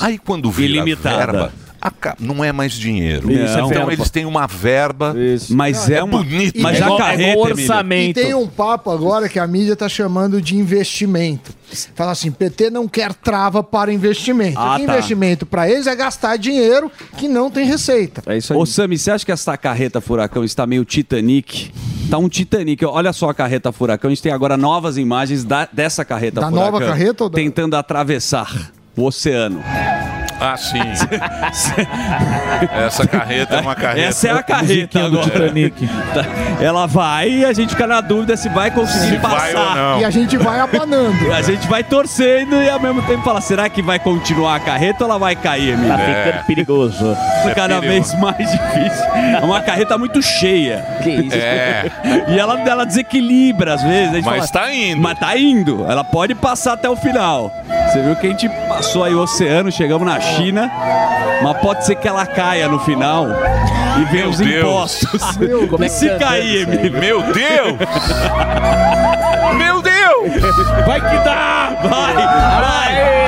Speaker 6: Aí quando vira
Speaker 5: Ilimitada.
Speaker 6: verba, aca- não é mais dinheiro.
Speaker 5: Isso, é
Speaker 6: então
Speaker 5: verba.
Speaker 6: eles têm uma verba,
Speaker 5: mas é, uma-
Speaker 6: bonito. né?
Speaker 5: mas a carreta, Emílio.
Speaker 8: E tem um papo agora que a mídia tá chamando de investimento. Fala assim, PT não quer trava para investimento.
Speaker 5: Ah,
Speaker 8: Porque
Speaker 5: tá.
Speaker 8: Investimento para eles é gastar dinheiro que não tem receita.
Speaker 5: É isso aí. Ô, Sami, você acha que essa carreta furacão está meio Titanic? Tá um Titanic. Olha só a carreta furacão. A gente tem agora novas imagens da- dessa carreta
Speaker 8: Da
Speaker 5: furacão.
Speaker 8: nova carreta ou da-
Speaker 5: Tentando atravessar o oceano.
Speaker 6: Ah, sim. Essa carreta é uma carreta.
Speaker 5: Essa é a carreta agora. Tá. Ela vai e a gente fica na dúvida se vai conseguir
Speaker 6: Se vai
Speaker 5: passar.
Speaker 6: ou não.
Speaker 8: E a gente vai abanando.
Speaker 5: A gente vai torcendo e ao mesmo tempo fala, será que vai continuar a carreta ou ela vai cair, amigo?
Speaker 9: Tá ficando É. perigoso.
Speaker 5: Cada
Speaker 9: É
Speaker 5: vez
Speaker 9: perigoso.
Speaker 5: mais difícil. É uma carreta muito cheia.
Speaker 9: Que isso.
Speaker 6: É.
Speaker 5: E ela, ela desequilibra às vezes. A gente
Speaker 6: Mas
Speaker 5: fala,
Speaker 6: tá indo.
Speaker 5: Mas tá indo. Ela pode passar até o final. Você viu que a gente passou aí o oceano, chegamos na China, mas pode ser que ela caia no final e venha
Speaker 6: Meu
Speaker 5: os
Speaker 6: Deus.
Speaker 5: impostos.
Speaker 6: Meu, como é que
Speaker 5: Se
Speaker 6: tá
Speaker 5: cair,
Speaker 6: andando isso aí?
Speaker 5: Emílio.
Speaker 6: Meu Deus! Meu Deus!
Speaker 5: Vai que dá! Vai!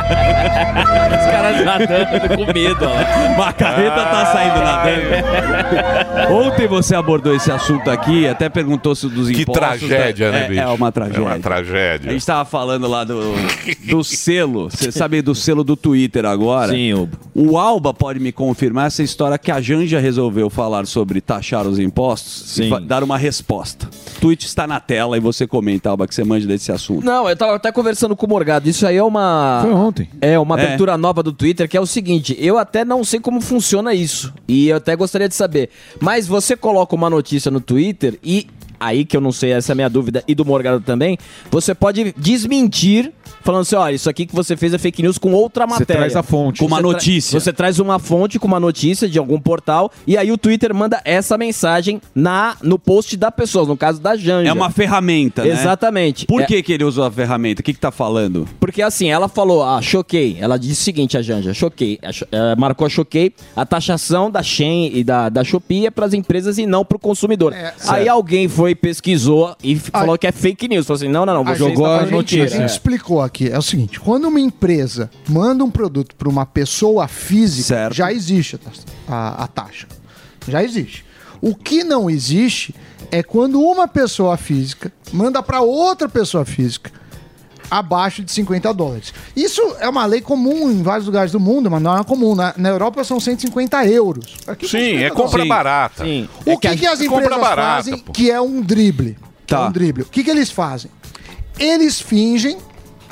Speaker 9: Os caras nadando com medo, ó.
Speaker 5: A carreta tá saindo nadando. Ontem você abordou esse assunto aqui, até perguntou se dos
Speaker 6: Que
Speaker 5: impostos...
Speaker 6: tragédia, né,
Speaker 5: é,
Speaker 6: bicho?
Speaker 5: É uma tragédia.
Speaker 6: É uma
Speaker 5: A
Speaker 6: tragédia.
Speaker 5: gente tava falando lá do, do selo. Você sabe do selo do Twitter agora?
Speaker 9: Sim,
Speaker 5: o... Alba pode me confirmar essa história que a Janja resolveu falar sobre taxar os impostos e
Speaker 9: Sim.
Speaker 5: fa- dar uma resposta. O tweet está na tela e você comenta, Alba, que você manja desse assunto.
Speaker 9: Não, eu tava até conversando com o Morgado. Isso aí é uma.
Speaker 5: Foi ontem.
Speaker 9: É, uma
Speaker 5: É.
Speaker 9: abertura nova do Twitter que é o seguinte: eu até não sei como funciona isso. E eu até gostaria de saber. Mas você coloca uma notícia no Twitter e. Aí que eu não sei, essa é a minha dúvida, e do Morgado também. Você pode desmentir, falando assim: olha, isso aqui que você fez é fake news com outra
Speaker 7: Você
Speaker 9: matéria.
Speaker 7: traz a fonte. Com uma
Speaker 9: Você tra-
Speaker 7: notícia.
Speaker 9: Você traz uma fonte com uma notícia de algum portal, e aí o Twitter manda essa mensagem na no post da pessoa, no caso da Janja.
Speaker 5: É uma ferramenta, né?
Speaker 9: Exatamente.
Speaker 5: Por
Speaker 9: É-
Speaker 5: que, que ele usou a ferramenta? O que, que tá falando?
Speaker 9: Porque assim, ela falou, ah, choquei. Ela disse o seguinte, a Janja, choquei. A cho- eh, marcou a choquei. A taxação da Shein e da, da Shopee é para as empresas e não para o consumidor. Aí
Speaker 8: certo.
Speaker 9: alguém foi, pesquisou e f- falou que é fake news. Falou assim, não, não, não. você está falando
Speaker 8: A gente
Speaker 9: mentira. né?
Speaker 8: explicou aqui. É o seguinte: quando uma empresa manda um produto para uma pessoa física, já existe a, taxa- a- a taxa. Já existe. O que não existe é quando uma pessoa física manda para outra pessoa física abaixo de 50 dólares. Isso é uma lei comum em vários lugares do mundo, mas não é comum. Na, na Europa são 150 euros. Aqui são
Speaker 6: Sim, é
Speaker 8: 50
Speaker 6: compra
Speaker 8: dólares.
Speaker 6: barata.
Speaker 8: O É que, que as
Speaker 6: compra
Speaker 8: empresas
Speaker 6: barata,
Speaker 8: fazem
Speaker 6: pô. Tá.
Speaker 8: que é um drible? Que é um drible. O que, que eles fazem? Eles fingem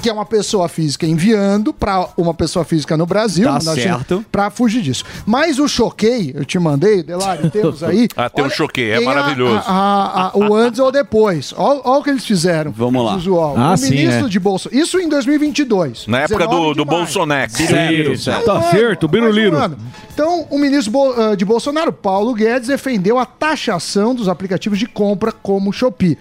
Speaker 8: que é uma pessoa física enviando para uma pessoa física no Brasil,
Speaker 5: Tá
Speaker 8: na China,
Speaker 5: certo.
Speaker 8: para fugir disso. Mas o choquei, eu te mandei, Delari, temos aí.
Speaker 6: Ah, tem um choquei, é
Speaker 8: tem a-
Speaker 6: maravilhoso.
Speaker 8: a- a- o antes ou depois. Olha o que eles fizeram.
Speaker 6: Vamos lá.
Speaker 8: Visual.
Speaker 6: Ah,
Speaker 8: o
Speaker 6: sim,
Speaker 8: ministro
Speaker 6: é.
Speaker 8: de Bolsa. Isso em 2022.
Speaker 6: Na época do, do Bolsonex.
Speaker 8: Certo, certo. Tá certo, Mano, Então, o ministro Bo- eh, de Bolsonaro, Paulo Guedes, defendeu a taxação dos aplicativos de compra como Shopee,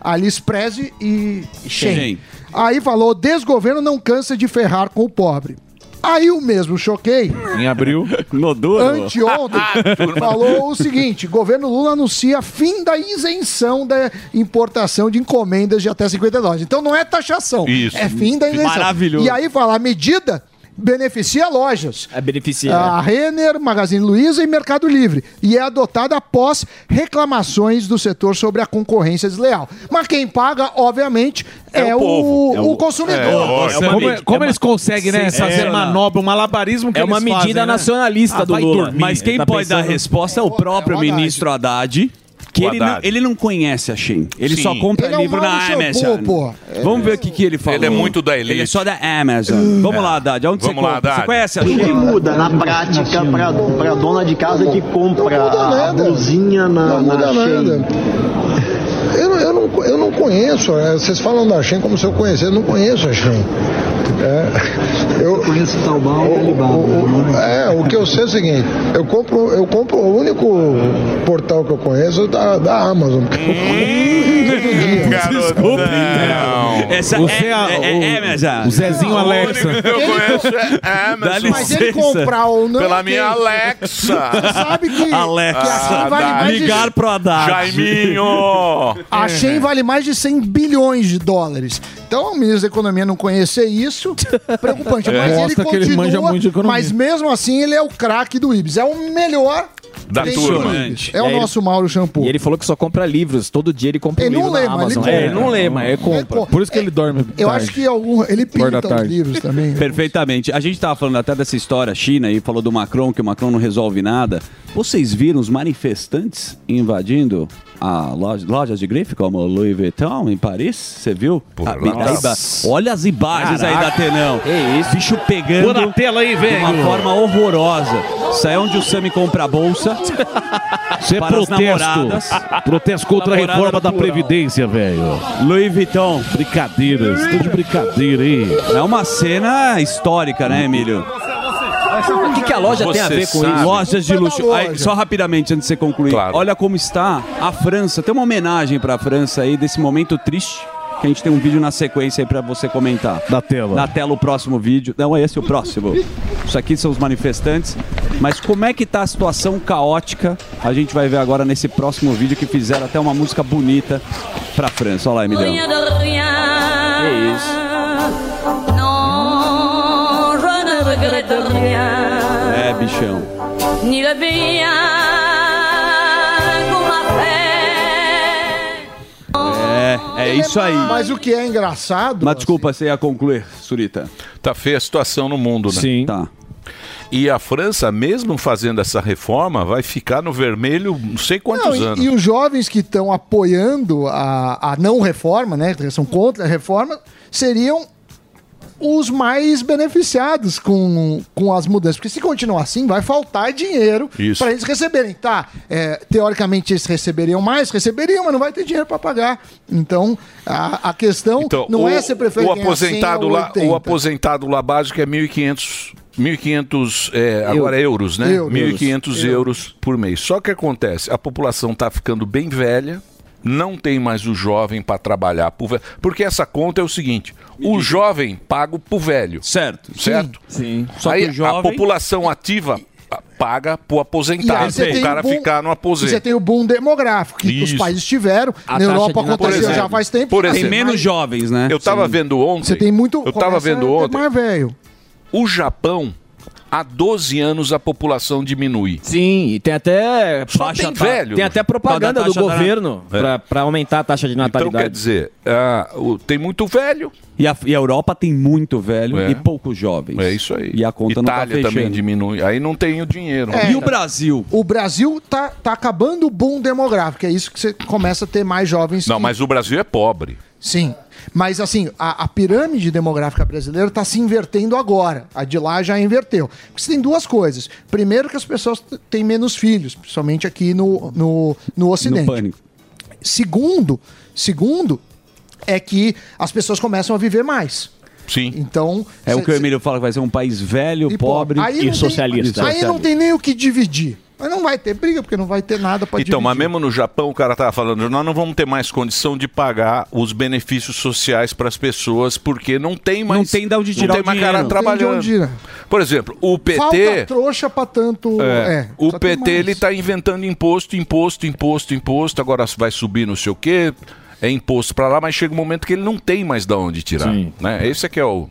Speaker 8: AliExpress e Shein.
Speaker 5: Shein.
Speaker 8: Aí falou, desgoverno não cansa de ferrar com o pobre. Aí o mesmo Choquei,
Speaker 7: Em abril.
Speaker 5: Nodoro.
Speaker 8: anteontem,
Speaker 6: Ah,
Speaker 8: falou o seguinte, governo Lula anuncia fim da isenção da importação de encomendas de até 50 dólares. Então não é taxação,
Speaker 13: Isso.
Speaker 8: é fim da isenção.
Speaker 13: Maravilhoso.
Speaker 8: E aí fala, a medida beneficia lojas.
Speaker 13: É beneficiar.
Speaker 8: A Renner, Magazine Luiza e Mercado Livre. E é adotada após reclamações do setor sobre a concorrência desleal. Mas quem paga, obviamente, é, o, o, é, consumidor.
Speaker 7: como como eles conseguem, né? Fazer
Speaker 8: É,
Speaker 7: manobra, um malabarismo que
Speaker 8: É
Speaker 7: eles
Speaker 8: uma medida
Speaker 7: fazem, né?
Speaker 5: Ah, vai dormir. Mas quem
Speaker 7: Ele tá
Speaker 5: pode dar
Speaker 7: pensando-
Speaker 5: resposta é o próprio ministro Haddad. Que
Speaker 7: O
Speaker 5: ele, Não,
Speaker 7: Haddad.
Speaker 5: ele não conhece a Shein. Ele
Speaker 7: Sim.
Speaker 5: só compra
Speaker 7: Ele é um
Speaker 5: livro
Speaker 7: mal
Speaker 5: na
Speaker 7: do
Speaker 5: Amazon.
Speaker 7: shampoo, pô. É.
Speaker 5: Vamos ver o que, que ele falou.
Speaker 6: Ele é muito da elite. É.
Speaker 5: Ele é só da Amazon. Vamos lá, Haddad. Onde
Speaker 6: Vamos
Speaker 5: você
Speaker 6: lá,
Speaker 5: compra?
Speaker 6: Haddad.
Speaker 5: Você conhece a
Speaker 20: O
Speaker 5: Shein?
Speaker 20: que muda na prática para a dona de casa que compra a blusinha na,
Speaker 21: Não
Speaker 20: na
Speaker 21: muda
Speaker 20: Shein?
Speaker 21: nada. Eu, não- eu não, eu não conheço, né? vocês falam da Shein como se eu conhecesse, eu não conheço a Shein. É, eu conheço Taobao e Alibaba. é, o que eu sei é o seguinte, eu compro, eu compro o único portal que eu conheço é da, da Amazon. porque eu compro todo dia.
Speaker 6: Desculpa, então.
Speaker 5: Essa
Speaker 7: Você
Speaker 5: é, é, é, é Amazon.
Speaker 7: O Zezinho Alexa.
Speaker 6: Amazon.
Speaker 8: Mas ele comprar ou não.
Speaker 6: é Pela
Speaker 8: é
Speaker 6: minha
Speaker 8: dele.
Speaker 6: Alexa.
Speaker 8: Você sabe que,
Speaker 6: Alexa.
Speaker 8: que a Shein
Speaker 6: Ah,
Speaker 8: vale
Speaker 6: dá.
Speaker 8: mais de-
Speaker 6: Ligar pro Haddad. Jaiminho.
Speaker 8: A Shein vale mais de 100 bilhões de dólares. Então, o ministro da Economia não conhecer isso, preocupante.
Speaker 7: É.
Speaker 8: Mas ele
Speaker 7: Mostra que ele
Speaker 8: continua,
Speaker 7: manja muito de economia.
Speaker 8: mas mesmo assim ele é o craque do Ibis. É o melhor
Speaker 13: Da
Speaker 8: dentro
Speaker 13: turma.
Speaker 8: do Ibis. É o nosso Mauro Shampoo.
Speaker 13: E ele falou que só compra livros. Todo dia ele compra
Speaker 8: Ele
Speaker 13: um
Speaker 8: não
Speaker 13: livro
Speaker 8: lê,
Speaker 13: na
Speaker 8: mas ele
Speaker 13: Amazon.
Speaker 8: compra.
Speaker 13: é, ele não lê, mas ele compra.
Speaker 7: Por isso que ele dorme.
Speaker 8: Eu
Speaker 7: tarde.
Speaker 8: acho que algum, ele
Speaker 7: Acorda
Speaker 8: pinta os
Speaker 7: tarde.
Speaker 8: livros também.
Speaker 5: Perfeitamente. A gente estava falando até dessa história China e falou do Macron, que o Macron não resolve nada. Vocês viram os manifestantes invadindo a loja, lojas de grife, como o Louis Vuitton, em Paris? Você viu? Ah, A- Iba- Olha as imagens aí da
Speaker 7: Caraca.
Speaker 5: Tenão. É isso. Bicho pegando
Speaker 7: Põe na tela aí,
Speaker 5: de uma
Speaker 7: velho.
Speaker 5: forma horrorosa. Isso aí é onde o Sami compra a bolsa.
Speaker 7: Isso é
Speaker 5: Para as namoradas.
Speaker 7: protesto. Protesto contra a
Speaker 5: Namorada
Speaker 7: reforma
Speaker 5: no
Speaker 7: da
Speaker 5: plural.
Speaker 7: Previdência, velho.
Speaker 5: Louis Vuitton.
Speaker 7: Brincadeiras. Tudo de brincadeira, hein?
Speaker 5: É uma cena histórica, né, Emílio?
Speaker 13: O que, que a loja tem a ver com isso?
Speaker 5: Lojas
Speaker 9: Tá
Speaker 5: de luxo. Aí, só rapidamente, antes de você concluir. Olha como está a França. Tem uma homenagem para a França aí desse momento triste. Que a gente tem um vídeo na sequência aí para você comentar.
Speaker 7: Na tela.
Speaker 5: Na tela o próximo vídeo. Não, é esse o próximo. Isso aqui são os manifestantes. Mas como é que tá a situação caótica? A gente vai ver agora nesse próximo vídeo que fizeram até uma música bonita pra França. Olha lá, Emiliano.
Speaker 18: rien de rien.
Speaker 5: É isso.
Speaker 18: Non, je ne regrette rien,
Speaker 5: É, bichão.
Speaker 18: ni le bien qu'on m'a fait.
Speaker 5: É, é isso aí.
Speaker 8: Mas o que é engraçado.
Speaker 5: Mas desculpa, você ia concluir, Surita.
Speaker 6: Tá feia a situação no mundo, né?
Speaker 5: Sim. Tá.
Speaker 6: E a França, mesmo fazendo essa reforma, vai ficar no vermelho não sei
Speaker 8: Não,
Speaker 6: quantos
Speaker 8: e-
Speaker 6: anos.
Speaker 8: E, os jovens que estão apoiando a, a não reforma, né? que São contra a reforma, seriam os mais beneficiados com, com as mudanças. Porque se continuar assim, vai faltar dinheiro
Speaker 6: Isso.
Speaker 8: para eles receberem. Tá, é, teoricamente eles receberiam mais, receberiam, mas não vai ter dinheiro para pagar. Então, a, a questão não
Speaker 6: Então, o,
Speaker 8: é assim ser prefeito. é
Speaker 6: o aposentado lá, o
Speaker 8: 80.
Speaker 6: aposentado lá básico é 1.500 1.500 é, agora euros, né?
Speaker 8: Euros.
Speaker 6: 1.500 euros por mês. Só que acontece, a população está ficando bem velha, não tem mais o jovem para trabalhar pro velho. Porque essa conta é o seguinte: o jovem paga pro velho.
Speaker 5: Certo.
Speaker 6: Certo?
Speaker 5: Sim.
Speaker 6: Só Aí,
Speaker 5: que o jovem-
Speaker 6: a população ativa a- paga pro
Speaker 8: E aí
Speaker 6: aposentado,
Speaker 8: você
Speaker 6: o
Speaker 8: tem
Speaker 6: cara
Speaker 8: boom-
Speaker 6: ficar no
Speaker 8: Você
Speaker 6: aposento.
Speaker 8: tem o boom demográfico que os
Speaker 6: Isso.
Speaker 8: países tiveram. na Europa aconteceu já faz tempo.
Speaker 6: Por
Speaker 8: mas-
Speaker 6: exemplo,
Speaker 8: mas-
Speaker 5: jovens, né?
Speaker 6: Eu tava
Speaker 8: Sim.
Speaker 6: vendo ontem.
Speaker 8: Você tem muito.
Speaker 6: Eu tava
Speaker 8: começa a
Speaker 6: vendo
Speaker 8: ter
Speaker 6: ontem.
Speaker 8: Mais velho.
Speaker 6: O Japão, há 12 anos a população diminui.
Speaker 13: Sim, e tem até.
Speaker 6: Só
Speaker 13: baixa
Speaker 6: tem
Speaker 13: ta-
Speaker 6: velho. Tá
Speaker 13: Tem até propaganda do
Speaker 6: Taxa da-
Speaker 13: governo
Speaker 6: É.
Speaker 13: pra, pra aumentar a taxa de natalidade.
Speaker 6: Então, quer dizer, ah, o- tem muito velho.
Speaker 5: E a, e a Europa tem muito velho
Speaker 6: É.
Speaker 5: e poucos jovens.
Speaker 6: É isso aí.
Speaker 5: E a conta
Speaker 6: Itália
Speaker 5: não tá
Speaker 6: também
Speaker 5: fechando.
Speaker 6: diminui. Aí não tem o dinheiro.
Speaker 8: É.
Speaker 5: E o Brasil?
Speaker 8: O Brasil tá, tá acabando o boom demográfico. É isso que você começa a ter mais jovens.
Speaker 6: Não,
Speaker 8: que-
Speaker 6: mas o Brasil é pobre.
Speaker 8: Sim. Mas, assim, a, a pirâmide demográfica brasileira está se invertendo agora. A de lá já inverteu. Porque você tem duas coisas. Primeiro, que as pessoas t- têm menos filhos, principalmente aqui no, no, no Ocidente. Segundo, segundo, é que as pessoas começam a viver mais.
Speaker 6: Sim.
Speaker 8: Então.
Speaker 5: É o
Speaker 8: cê-
Speaker 5: que o Emílio fala que vai ser um país velho, pobre
Speaker 8: Aí não tem- Aí não tem nem o que dividir. Mas não vai ter briga, porque não vai ter nada para
Speaker 6: Então, mas mesmo no Japão, o cara tava falando, nós não vamos ter mais condição de pagar os benefícios sociais para as pessoas, porque não tem mais. Não tem de
Speaker 8: onde tirar
Speaker 6: Não tem
Speaker 8: o
Speaker 6: mais
Speaker 8: dinheiro.
Speaker 6: cara
Speaker 8: Não tem de
Speaker 6: trabalhando.
Speaker 8: onde tirar.
Speaker 6: Por exemplo, o PT.
Speaker 8: Falta trouxa pra tanto.
Speaker 6: É.
Speaker 8: É.
Speaker 6: o
Speaker 8: só tem
Speaker 6: PT
Speaker 8: mais.
Speaker 6: ele tá inventando imposto, imposto, imposto, imposto. Agora vai subir não sei o quê, é imposto para lá, mas chega um momento que ele não tem mais da onde tirar. Né? Esse é que é o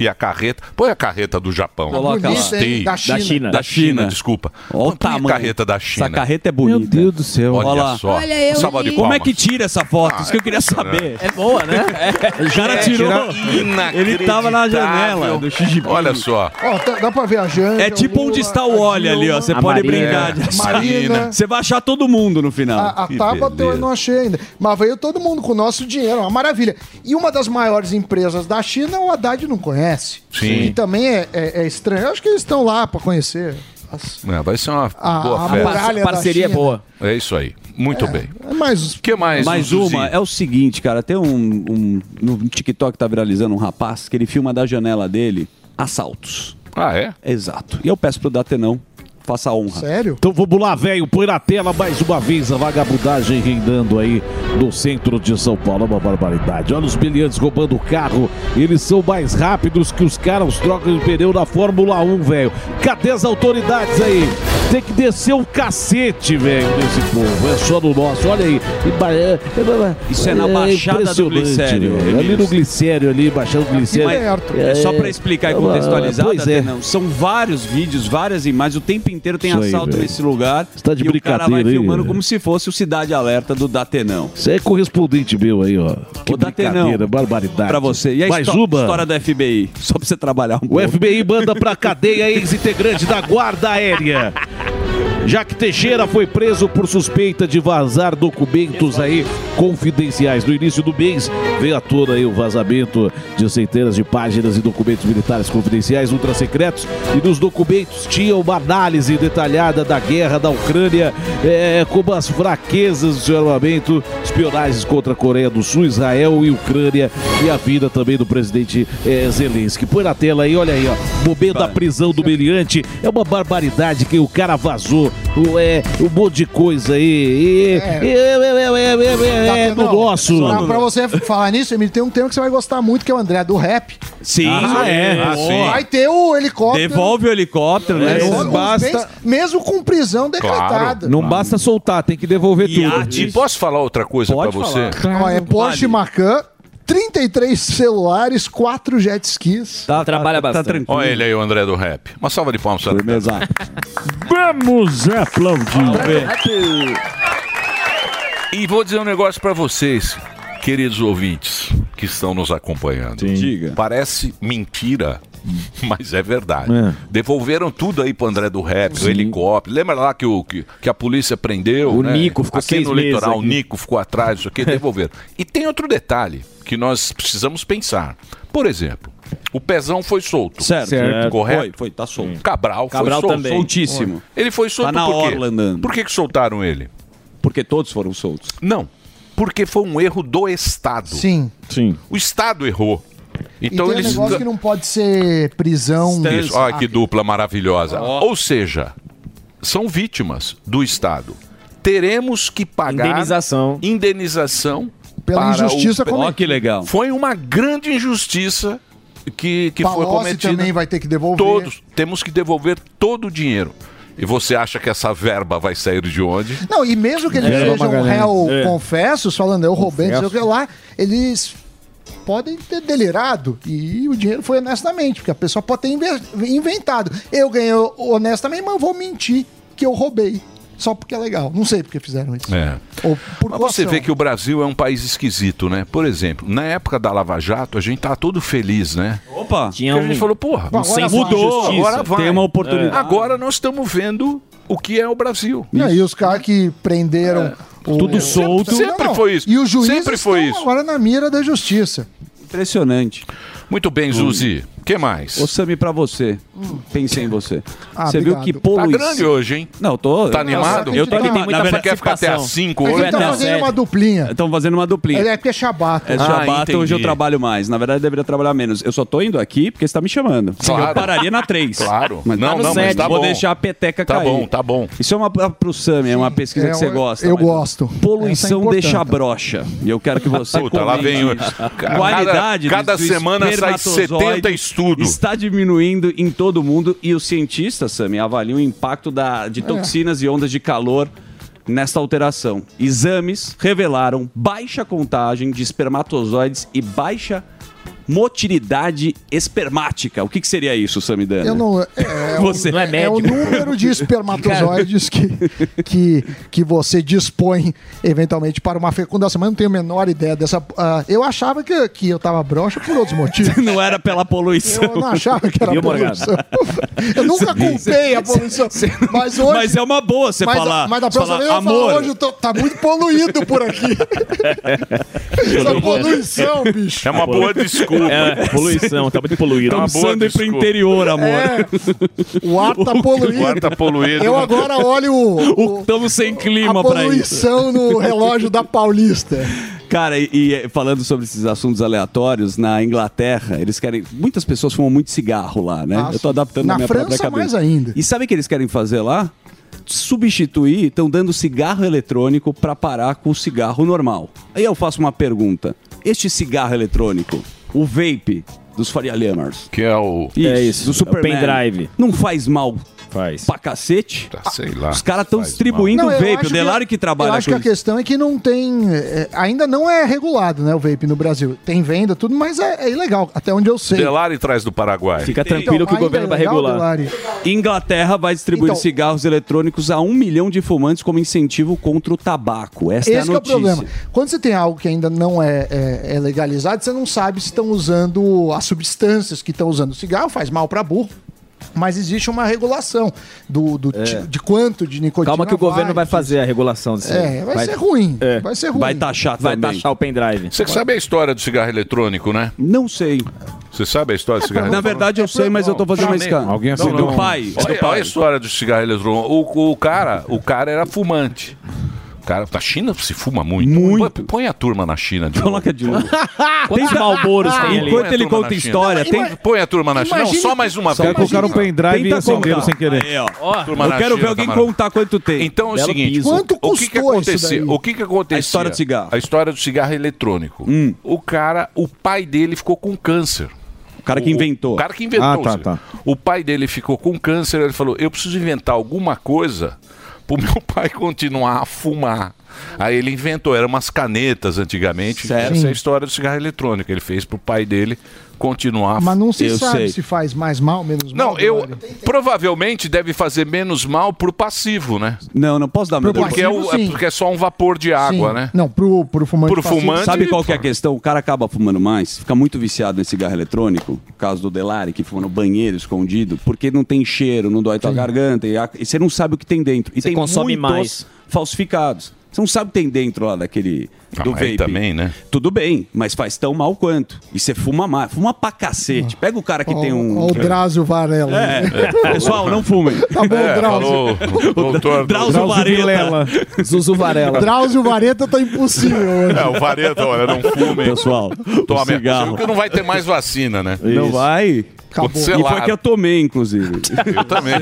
Speaker 6: e a carreta. Põe a carreta do
Speaker 8: Tá
Speaker 6: Japão.
Speaker 5: Coloca lá.
Speaker 6: Gostei.
Speaker 5: Da China. Da China.
Speaker 6: Da China, desculpa. Põe a carreta da China.
Speaker 5: Essa carreta é bonita. Meu Deus do céu.
Speaker 6: Olha só. Olha eu Salva de vi.
Speaker 5: Como é
Speaker 6: palmas.
Speaker 5: que tira essa foto?
Speaker 6: Ah,
Speaker 5: Isso que eu queria saber.
Speaker 6: É boa, né?
Speaker 5: O cara
Speaker 6: É,
Speaker 5: tirou.
Speaker 6: tira-
Speaker 5: Ele tava na janela do Xi Jinping.
Speaker 6: Olha só.
Speaker 8: Ó, tá- dá pra ver a Janja.
Speaker 5: É tipo onde está o óleo ali, ó. Você
Speaker 8: A
Speaker 5: pode
Speaker 8: Marina.
Speaker 5: brincar.
Speaker 8: É, Marina.
Speaker 5: Você vai achar todo mundo no final.
Speaker 8: A, um a Tabata eu não achei ainda. Mas veio todo mundo com o nosso dinheiro, uma maravilha. E uma das maiores empresas da China, o Haddad não conhece.
Speaker 6: Sim.
Speaker 8: E também é, é- é estranho. Eu acho que eles estão lá pra conhecer. Nossa.
Speaker 6: É, vai ser uma
Speaker 8: A-
Speaker 6: boa
Speaker 8: a
Speaker 6: festa.
Speaker 8: muralha da Parceria China. boa.
Speaker 6: É isso aí. Muito bem.
Speaker 22: É
Speaker 8: Mas
Speaker 6: que mais?
Speaker 5: Mais
Speaker 6: Ah, Zuzi?
Speaker 5: uma é o seguinte, cara. Tem um, um- No TikTok tá viralizando um rapaz que ele filma da janela dele assaltos.
Speaker 6: Ah, é?
Speaker 5: Exato. E eu peço pro Datenão, faça a honra.
Speaker 8: Sério?
Speaker 7: Então vamos lá, velho. Põe na tela mais uma vez a vagabundagem rendando aí no centro de São Paulo. É uma barbaridade. Olha os biliantes roubando o carro. Eles são mais rápidos que os caras trocam de pneu na Fórmula 1, velho. Cadê as autoridades aí? Tem que descer o cacete, velho, desse povo. É só no nosso. Olha aí. E ba- é- é-
Speaker 5: Isso é na Baixada do
Speaker 7: impressionante,
Speaker 5: Glicério, é
Speaker 7: velho.
Speaker 5: Emílio.
Speaker 7: Ali no Glicério, ali, Baixada do Glicério.
Speaker 5: Mas, é, só pra explicar e
Speaker 7: é uma-
Speaker 5: contextualizar,
Speaker 7: Pois é.
Speaker 5: Datenão, são vários vídeos, várias imagens, o tempo inteiro tem
Speaker 7: Isso aí,
Speaker 5: assalto
Speaker 7: velho.
Speaker 5: nesse lugar.
Speaker 7: Você tá de
Speaker 5: e o cara vai
Speaker 7: brincadeira, hein,
Speaker 5: filmando
Speaker 7: velho?
Speaker 5: como se fosse o Cidade Alerta do Datenão.
Speaker 7: Você é correspondente meu aí, ó. Que brincadeira, barbaridade.
Speaker 5: Pra você. E a
Speaker 7: Mais
Speaker 5: histó-
Speaker 7: uma.
Speaker 5: história da FBI? Só pra você trabalhar um
Speaker 7: O
Speaker 5: pouco.
Speaker 7: FBI manda pra cadeia ex-integrante da Guarda Aérea. Jaque Teixeira foi preso por suspeita de vazar documentos aí confidenciais. No início do mês, veio à tona aí o vazamento de centenas de páginas e documentos militares confidenciais ultrasecretos. E nos documentos tinha uma análise detalhada da guerra da Ucrânia, é, como as fraquezas do seu armamento, espionagens contra a Coreia do Sul, Israel e Ucrânia. E a vida também do presidente é, Zelensky. Põe na tela aí, olha aí, ó. Momento da prisão do Meliante. É uma barbaridade que o cara vazou. o- É, um monte de coisa aí. E- e- é, é, é do nosso.
Speaker 8: Pra, Tá pra você falar nisso, Emílio, tem um tema que você vai gostar muito, que é o André do rap.
Speaker 5: Sim,
Speaker 7: Ah, é. Ah, sim.
Speaker 8: Vai ter o helicóptero.
Speaker 5: Devolve o helicóptero, né?
Speaker 8: Os bens, mesmo com prisão decretada.
Speaker 7: Não basta soltar, tem que devolver
Speaker 6: E posso falar outra coisa pra você?
Speaker 8: Ó, é Porsche Macan, 33 celulares, 4 jet skis.
Speaker 6: Trabalha bastante. Olha ele aí, o André do Rap. Uma salva de palmas, André.
Speaker 7: Vamos aplaudir.
Speaker 6: E vou dizer um negócio pra vocês, queridos ouvintes que estão nos acompanhando.
Speaker 5: Diga.
Speaker 6: Parece mentira,
Speaker 13: Hum.
Speaker 6: mas é verdade.
Speaker 5: É.
Speaker 6: Devolveram tudo aí pro André do Rap, o helicóptero. Lembra lá que, o, que, que a polícia prendeu?
Speaker 13: O
Speaker 6: né?
Speaker 13: Nico ficou
Speaker 6: aqui
Speaker 13: seis
Speaker 6: no
Speaker 13: meses
Speaker 6: litoral, o
Speaker 13: aqui.
Speaker 6: Nico ficou atrás, isso aqui, devolveram. e tem outro detalhe que nós precisamos pensar. Por exemplo, o Pezão foi solto.
Speaker 5: Certo. Certo.
Speaker 6: Correto?
Speaker 5: Foi, foi, tá solto.
Speaker 6: Cabral,
Speaker 5: Cabral
Speaker 6: foi solto.
Speaker 5: também. Soltíssimo.
Speaker 6: Ele foi
Speaker 5: Tá
Speaker 6: solto
Speaker 5: na
Speaker 6: por quê?
Speaker 5: orla andando.
Speaker 6: Por que, que soltaram ele?
Speaker 5: Porque todos foram soltos.
Speaker 6: Não. Porque foi um erro do Estado.
Speaker 8: Sim.
Speaker 7: Sim.
Speaker 6: O Estado errou. Então
Speaker 8: e tem
Speaker 6: eles.
Speaker 8: um negócio que Ah. não pode ser prisão.
Speaker 6: Isso, Olha que dupla maravilhosa. Ou seja, são vítimas do Estado. Teremos que pagar indenização, indenização
Speaker 8: Pela
Speaker 6: para
Speaker 8: injustiça
Speaker 6: o... pe-
Speaker 8: cometida. Ó, que
Speaker 5: legal.
Speaker 6: Foi uma grande injustiça que, que foi
Speaker 8: Palocci
Speaker 6: cometida.
Speaker 8: também vai ter que devolver.
Speaker 6: Todos temos que devolver todo o dinheiro. E você acha que essa verba vai sair de onde?
Speaker 8: Não, e mesmo que eles
Speaker 6: É,
Speaker 8: sejam
Speaker 6: Magalhães.
Speaker 8: um réu
Speaker 6: É.
Speaker 8: confessos, falando eu roubei, não sei o que
Speaker 6: Confesso.
Speaker 8: lá, eles podem ter delirado e o dinheiro foi honestamente, porque a pessoa pode ter inve- inventado. Eu ganhei honestamente, mas eu vou mentir que eu roubei. Só porque é legal. Não sei porque fizeram isso.
Speaker 6: É.
Speaker 8: Ou por
Speaker 6: Mas você
Speaker 8: coação.
Speaker 6: vê que o Brasil é um país esquisito, né? Por exemplo, na época da Lava Jato, a gente tava todo feliz, né?
Speaker 5: Opa!
Speaker 6: Tinha a gente
Speaker 5: um-
Speaker 6: falou, porra,
Speaker 5: um senso de
Speaker 6: mudou,
Speaker 5: justiça,
Speaker 6: agora vai.
Speaker 5: tem uma oportunidade.
Speaker 6: Agora nós estamos vendo o que é o é Brasil.
Speaker 8: E aí os caras que prenderam
Speaker 7: Tudo solto.
Speaker 6: Sempre foi isso.
Speaker 8: E o juiz
Speaker 6: Sempre foi
Speaker 8: estão
Speaker 6: isso.
Speaker 8: agora na mira da justiça.
Speaker 5: Impressionante.
Speaker 6: Muito
Speaker 5: Hum.
Speaker 6: bem, Zuzi. O que mais?
Speaker 5: Ô, Sami, pra você. Pensei em você.
Speaker 6: Ah,
Speaker 5: você viu
Speaker 6: obrigado.
Speaker 5: que
Speaker 6: Tá
Speaker 5: poluição...
Speaker 6: grande hoje, hein?
Speaker 5: Não, eu tô...
Speaker 6: Tá animado?
Speaker 5: Eu tô
Speaker 6: É que tem
Speaker 5: animado.
Speaker 6: muita
Speaker 5: Na verdade,
Speaker 6: Você quer ficar até às
Speaker 5: participação.
Speaker 6: cinco
Speaker 8: Mas
Speaker 6: hoje?
Speaker 8: eles estão
Speaker 5: até às
Speaker 8: tá fazendo
Speaker 5: sete.
Speaker 8: uma duplinha.
Speaker 5: Estão fazendo uma duplinha.
Speaker 8: É porque é chabato.
Speaker 5: É shabat, hoje eu trabalho mais. Na verdade, eu deveria trabalhar menos. Eu só tô indo aqui porque você tá me chamando.
Speaker 6: Claro.
Speaker 5: Eu pararia na 3.
Speaker 6: Claro.
Speaker 5: Mas
Speaker 6: Não,
Speaker 5: tá no
Speaker 6: não, mas
Speaker 5: sete.
Speaker 6: tá
Speaker 5: Vou
Speaker 6: bom.
Speaker 5: deixar a peteca
Speaker 6: Tá
Speaker 5: cair.
Speaker 6: bom, tá bom.
Speaker 5: Isso é uma pra- pro Sami, é uma pesquisa
Speaker 6: É,
Speaker 5: que você
Speaker 6: eu-
Speaker 5: gosta.
Speaker 8: eu
Speaker 5: mas-
Speaker 8: gosto. Essa é
Speaker 5: Poluição
Speaker 8: importante.
Speaker 5: deixa broxa. E eu quero que você
Speaker 6: Puta, lá
Speaker 5: comente
Speaker 6: vem o-
Speaker 5: isso.
Speaker 6: Cada-
Speaker 5: Qualidade
Speaker 6: cada
Speaker 5: do- do
Speaker 6: semana sai
Speaker 5: espermatozoide
Speaker 6: 70 estudos.
Speaker 5: Está diminuindo em todo mundo e os cientistas, Sami, avaliam o impacto da, de
Speaker 6: É.
Speaker 5: toxinas e ondas de calor nesta alteração. Exames revelaram baixa contagem de espermatozoides e baixa motilidade espermática. O que, que seria isso, Samidana?
Speaker 8: Eu não, é,
Speaker 2: um
Speaker 5: Você não é
Speaker 8: o número de espermatozoides que, que, que você dispõe eventualmente para uma fecundação, mas eu não tenho a menor ideia dessa. ah, eu achava que, que eu tava broxa por outros motivos.
Speaker 5: Não era pela poluição.
Speaker 8: Eu não achava que era
Speaker 5: Viu, Morgado?
Speaker 8: poluição. Eu nunca culpei a poluição. Mas hoje.
Speaker 5: Mas é uma boa você
Speaker 8: mas-
Speaker 5: falar.
Speaker 8: Mas da
Speaker 5: você
Speaker 8: próxima
Speaker 5: falar,
Speaker 8: vez eu falo,
Speaker 5: amor.
Speaker 8: hoje eu tô- tá muito poluído por aqui. Essa poluição, bicho.
Speaker 6: É uma boa desculpa.
Speaker 23: É, poluição, tá muito poluído.
Speaker 6: É uma boa
Speaker 5: Estamos pro
Speaker 6: desculpa.
Speaker 5: interior, amor.
Speaker 8: É. O ar tá poluído.
Speaker 6: O ar tá poluído.
Speaker 8: Eu agora olho o-
Speaker 5: Estamos sem clima
Speaker 8: a
Speaker 5: pra isso.
Speaker 8: poluição no relógio da Paulista.
Speaker 5: Cara, e, e, eh, falando sobre esses assuntos aleatórios, na Inglaterra, eles querem. Muitas pessoas fumam muito cigarro lá, né?
Speaker 8: Nossa.
Speaker 5: Eu tô adaptando
Speaker 8: Na
Speaker 5: a minha própria
Speaker 8: França,
Speaker 5: cabeça.
Speaker 8: mais ainda.
Speaker 5: E sabe o que eles querem fazer lá? Substituir, estão dando cigarro eletrônico pra parar com o cigarro normal. Aí eu faço uma pergunta: este cigarro eletrônico, o vape dos Faria Lemers,
Speaker 6: que é o
Speaker 5: isso,
Speaker 6: É isso, é
Speaker 5: do
Speaker 6: o
Speaker 5: Superman,
Speaker 6: pendrive.
Speaker 5: não faz mal? Faz. Pra cacete?
Speaker 6: Tá, sei lá.
Speaker 5: Os caras estão
Speaker 6: Faz
Speaker 5: distribuindo
Speaker 8: Não, eu
Speaker 5: vape.
Speaker 8: acho
Speaker 5: O Delari que, trabalha
Speaker 8: Eu acho
Speaker 5: com
Speaker 8: que a
Speaker 5: isso.
Speaker 8: questão é que não tem. é, ainda não é regulado, né, o vape no Brasil. Tem venda, tudo, mas é, é ilegal, até onde eu sei.
Speaker 6: Delari traz do Paraguai.
Speaker 5: Fica
Speaker 8: tranquilo que o É. ainda governo é vai legal, regular. Delari?
Speaker 5: Inglaterra vai distribuir
Speaker 8: Então-
Speaker 5: cigarros eletrônicos a um milhão de fumantes como incentivo contra o tabaco. Essa é a
Speaker 8: Esse que é o
Speaker 5: notícia.
Speaker 8: problema. Quando você tem algo que ainda não é, é- é legalizado, você não sabe se estão usando as substâncias que estão usando. Cigarro faz mal para burro. Mas existe uma regulação do, do
Speaker 5: É.
Speaker 8: ti- de quanto de nicotina.
Speaker 13: Calma que o governo vai fazer a regulação disso.
Speaker 8: É, vai ser ruim, vai ser ruim. Vai
Speaker 5: taxar
Speaker 13: Vai taxar o pendrive.
Speaker 6: Você que sabe a história do cigarro eletrônico, né?
Speaker 5: Não sei.
Speaker 6: Você sabe a
Speaker 8: É,
Speaker 6: história do
Speaker 8: tá
Speaker 6: cigarro
Speaker 5: Na
Speaker 6: eletrônico?
Speaker 5: verdade, eu sei, mas eu tô fazendo uma escala.
Speaker 6: Alguém
Speaker 5: Não,
Speaker 6: acendeu
Speaker 5: não,
Speaker 6: um-
Speaker 5: Do pai.
Speaker 6: Olha,
Speaker 5: do
Speaker 6: olha a
Speaker 5: pai.
Speaker 6: história do cigarro eletrônico. O, o cara, o cara era fumante. O cara, na China se fuma muito. Põe, põe a turma na China de Coloca
Speaker 5: de
Speaker 6: novo. Ah,
Speaker 12: Quantos Marlboros tem ali?
Speaker 6: Põe a
Speaker 12: Enquanto ele
Speaker 6: turma
Speaker 12: conta
Speaker 6: na China.
Speaker 12: história,
Speaker 6: Não,
Speaker 12: tem-
Speaker 6: Põe a turma na China. Não, só mais uma
Speaker 5: Só
Speaker 6: vez.
Speaker 5: imagina.
Speaker 7: colocaram um pendrive
Speaker 5: Tenta
Speaker 7: e acenderam
Speaker 5: contar.
Speaker 7: sem querer.
Speaker 5: Aí, ó.
Speaker 7: Ó,
Speaker 6: Turma
Speaker 5: eu
Speaker 6: na
Speaker 5: quero
Speaker 6: China, tá
Speaker 5: ver alguém
Speaker 6: camarada.
Speaker 5: contar quanto tem.
Speaker 6: Então é o
Speaker 5: Belo
Speaker 6: seguinte,
Speaker 5: piso.
Speaker 6: o que, que acontecia? O que que acontecia?
Speaker 5: A história do cigarro. Hum.
Speaker 6: A história do cigarro eletrônico. O cara, o pai dele ficou com câncer. O
Speaker 5: cara que inventou.
Speaker 6: O cara que inventou.
Speaker 5: Ah, tá,
Speaker 6: o cigarro. O pai dele ficou com câncer, ele falou: "Eu preciso inventar alguma coisa pro meu pai continuar a fumar". Aí ele inventou, eram umas canetas antigamente. Essa é a história do cigarro eletrônico. Ele fez pro pai dele continuar.
Speaker 8: Mas não se sabe se faz mais mal, menos mal.
Speaker 6: Não,
Speaker 5: é.
Speaker 6: eu provavelmente deve fazer menos mal pro passivo, né?
Speaker 5: Não, não posso dar meu
Speaker 6: Porque, é, o-
Speaker 8: passivo,
Speaker 6: é
Speaker 8: sim.
Speaker 6: porque é só um vapor de água, né?
Speaker 8: Não, pro, pro fumante. passivo,
Speaker 5: Sabe qual que é a questão? O cara acaba fumando mais, fica muito viciado em cigarro eletrônico, o caso do Delari, que fuma no banheiro escondido, porque não tem cheiro, não dói tua garganta, e, a- e você não sabe o que tem dentro. E tem
Speaker 13: consome
Speaker 5: muitos
Speaker 13: mais.
Speaker 5: falsificados. Você não sabe o que tem dentro lá daquele. do
Speaker 6: mas aí
Speaker 5: vape.
Speaker 6: também, né?
Speaker 5: Tudo bem, mas faz tão mal quanto. E você fuma mais. Fuma pra cacete.
Speaker 6: Ah.
Speaker 5: Pega o cara que tem um.
Speaker 8: Ó, o Drauzio Varela.
Speaker 5: É. Pessoal, não fumem.
Speaker 8: Tá bom,
Speaker 5: É,
Speaker 8: Drauzio.
Speaker 5: falou,
Speaker 6: doutor.
Speaker 5: Drauzio Varela.
Speaker 13: Zuzu Varela.
Speaker 8: Drauzio Vareta tá impossível hoje.
Speaker 6: É, o vareta, olha, não fume.
Speaker 5: Pessoal, um
Speaker 6: tome
Speaker 5: cigarro.
Speaker 6: cigarro. que não vai ter mais vacina, né?
Speaker 5: Não vai?
Speaker 6: Acabou.
Speaker 5: E foi a que eu tomei, inclusive.
Speaker 6: Eu também.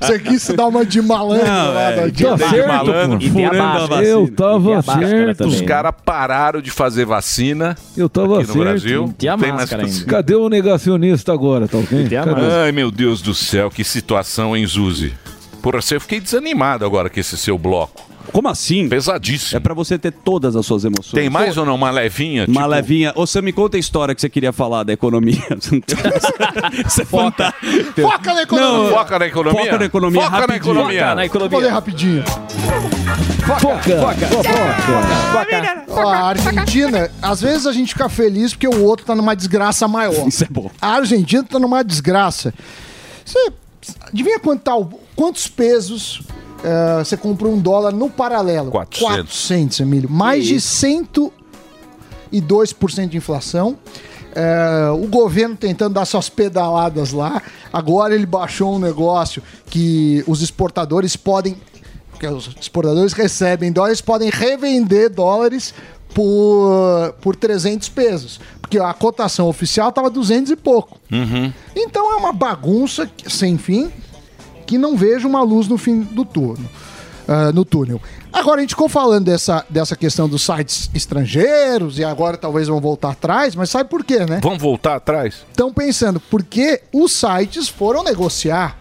Speaker 8: Você quis dar uma de malandro
Speaker 5: Não,
Speaker 8: lá
Speaker 5: é,
Speaker 8: da
Speaker 5: que
Speaker 8: Dilma.
Speaker 5: dá de Certo, malandro, pô. furando a né? vacina. Eu tava certo.
Speaker 6: Os caras pararam de fazer vacina.
Speaker 23: Eu tava
Speaker 6: aqui no
Speaker 23: certo.
Speaker 6: Brasil.
Speaker 23: Tem a
Speaker 6: máscara ainda.
Speaker 23: Cadê o negacionista agora, tá ok? Cadê?
Speaker 6: Ai, meu Deus do céu, que situação, hein, Zuzi? Porra, eu fiquei desanimado agora com esse seu bloco.
Speaker 5: Como assim?
Speaker 6: Pesadíssimo.
Speaker 5: É pra você ter todas as suas emoções.
Speaker 6: Tem mais ou não? Uma levinha? tipo?
Speaker 5: Uma levinha. Ô, Sam, me conta a história que você queria falar da economia. Você não tem- Você foca.
Speaker 8: Foca na economia.
Speaker 6: Foca na economia.
Speaker 5: Foca na economia.
Speaker 6: Foca na
Speaker 5: rapidinho.
Speaker 6: economia. Foca na
Speaker 8: Vou ler rapidinho.
Speaker 5: Foca.
Speaker 8: Foca. Ó, A Argentina, às vezes a gente fica feliz porque o outro tá numa desgraça maior.
Speaker 5: Isso é bom.
Speaker 8: A Argentina tá numa desgraça. Você adivinha quanto tá o- quantos pesos eh, você compra um dólar no paralelo.
Speaker 6: 400.
Speaker 8: 400, Emílio. Mais de 102% de inflação. Eh, o governo tentando dar suas pedaladas lá. Agora ele baixou um negócio que os exportadores podem. Porque os exportadores recebem dólares, podem revender dólares por, por 300 pesos. Porque a cotação oficial estava 200 e pouco.
Speaker 14: Uhum.
Speaker 8: Então é uma bagunça que- sem fim que não vejo uma luz no fim do turno. ah, no túnel. Agora a gente ficou falando dessa, dessa questão dos sites estrangeiros e agora talvez vão voltar atrás, mas sabe por quê, né?
Speaker 6: Vão voltar atrás?
Speaker 8: Estão pensando, porque os sites foram negociar.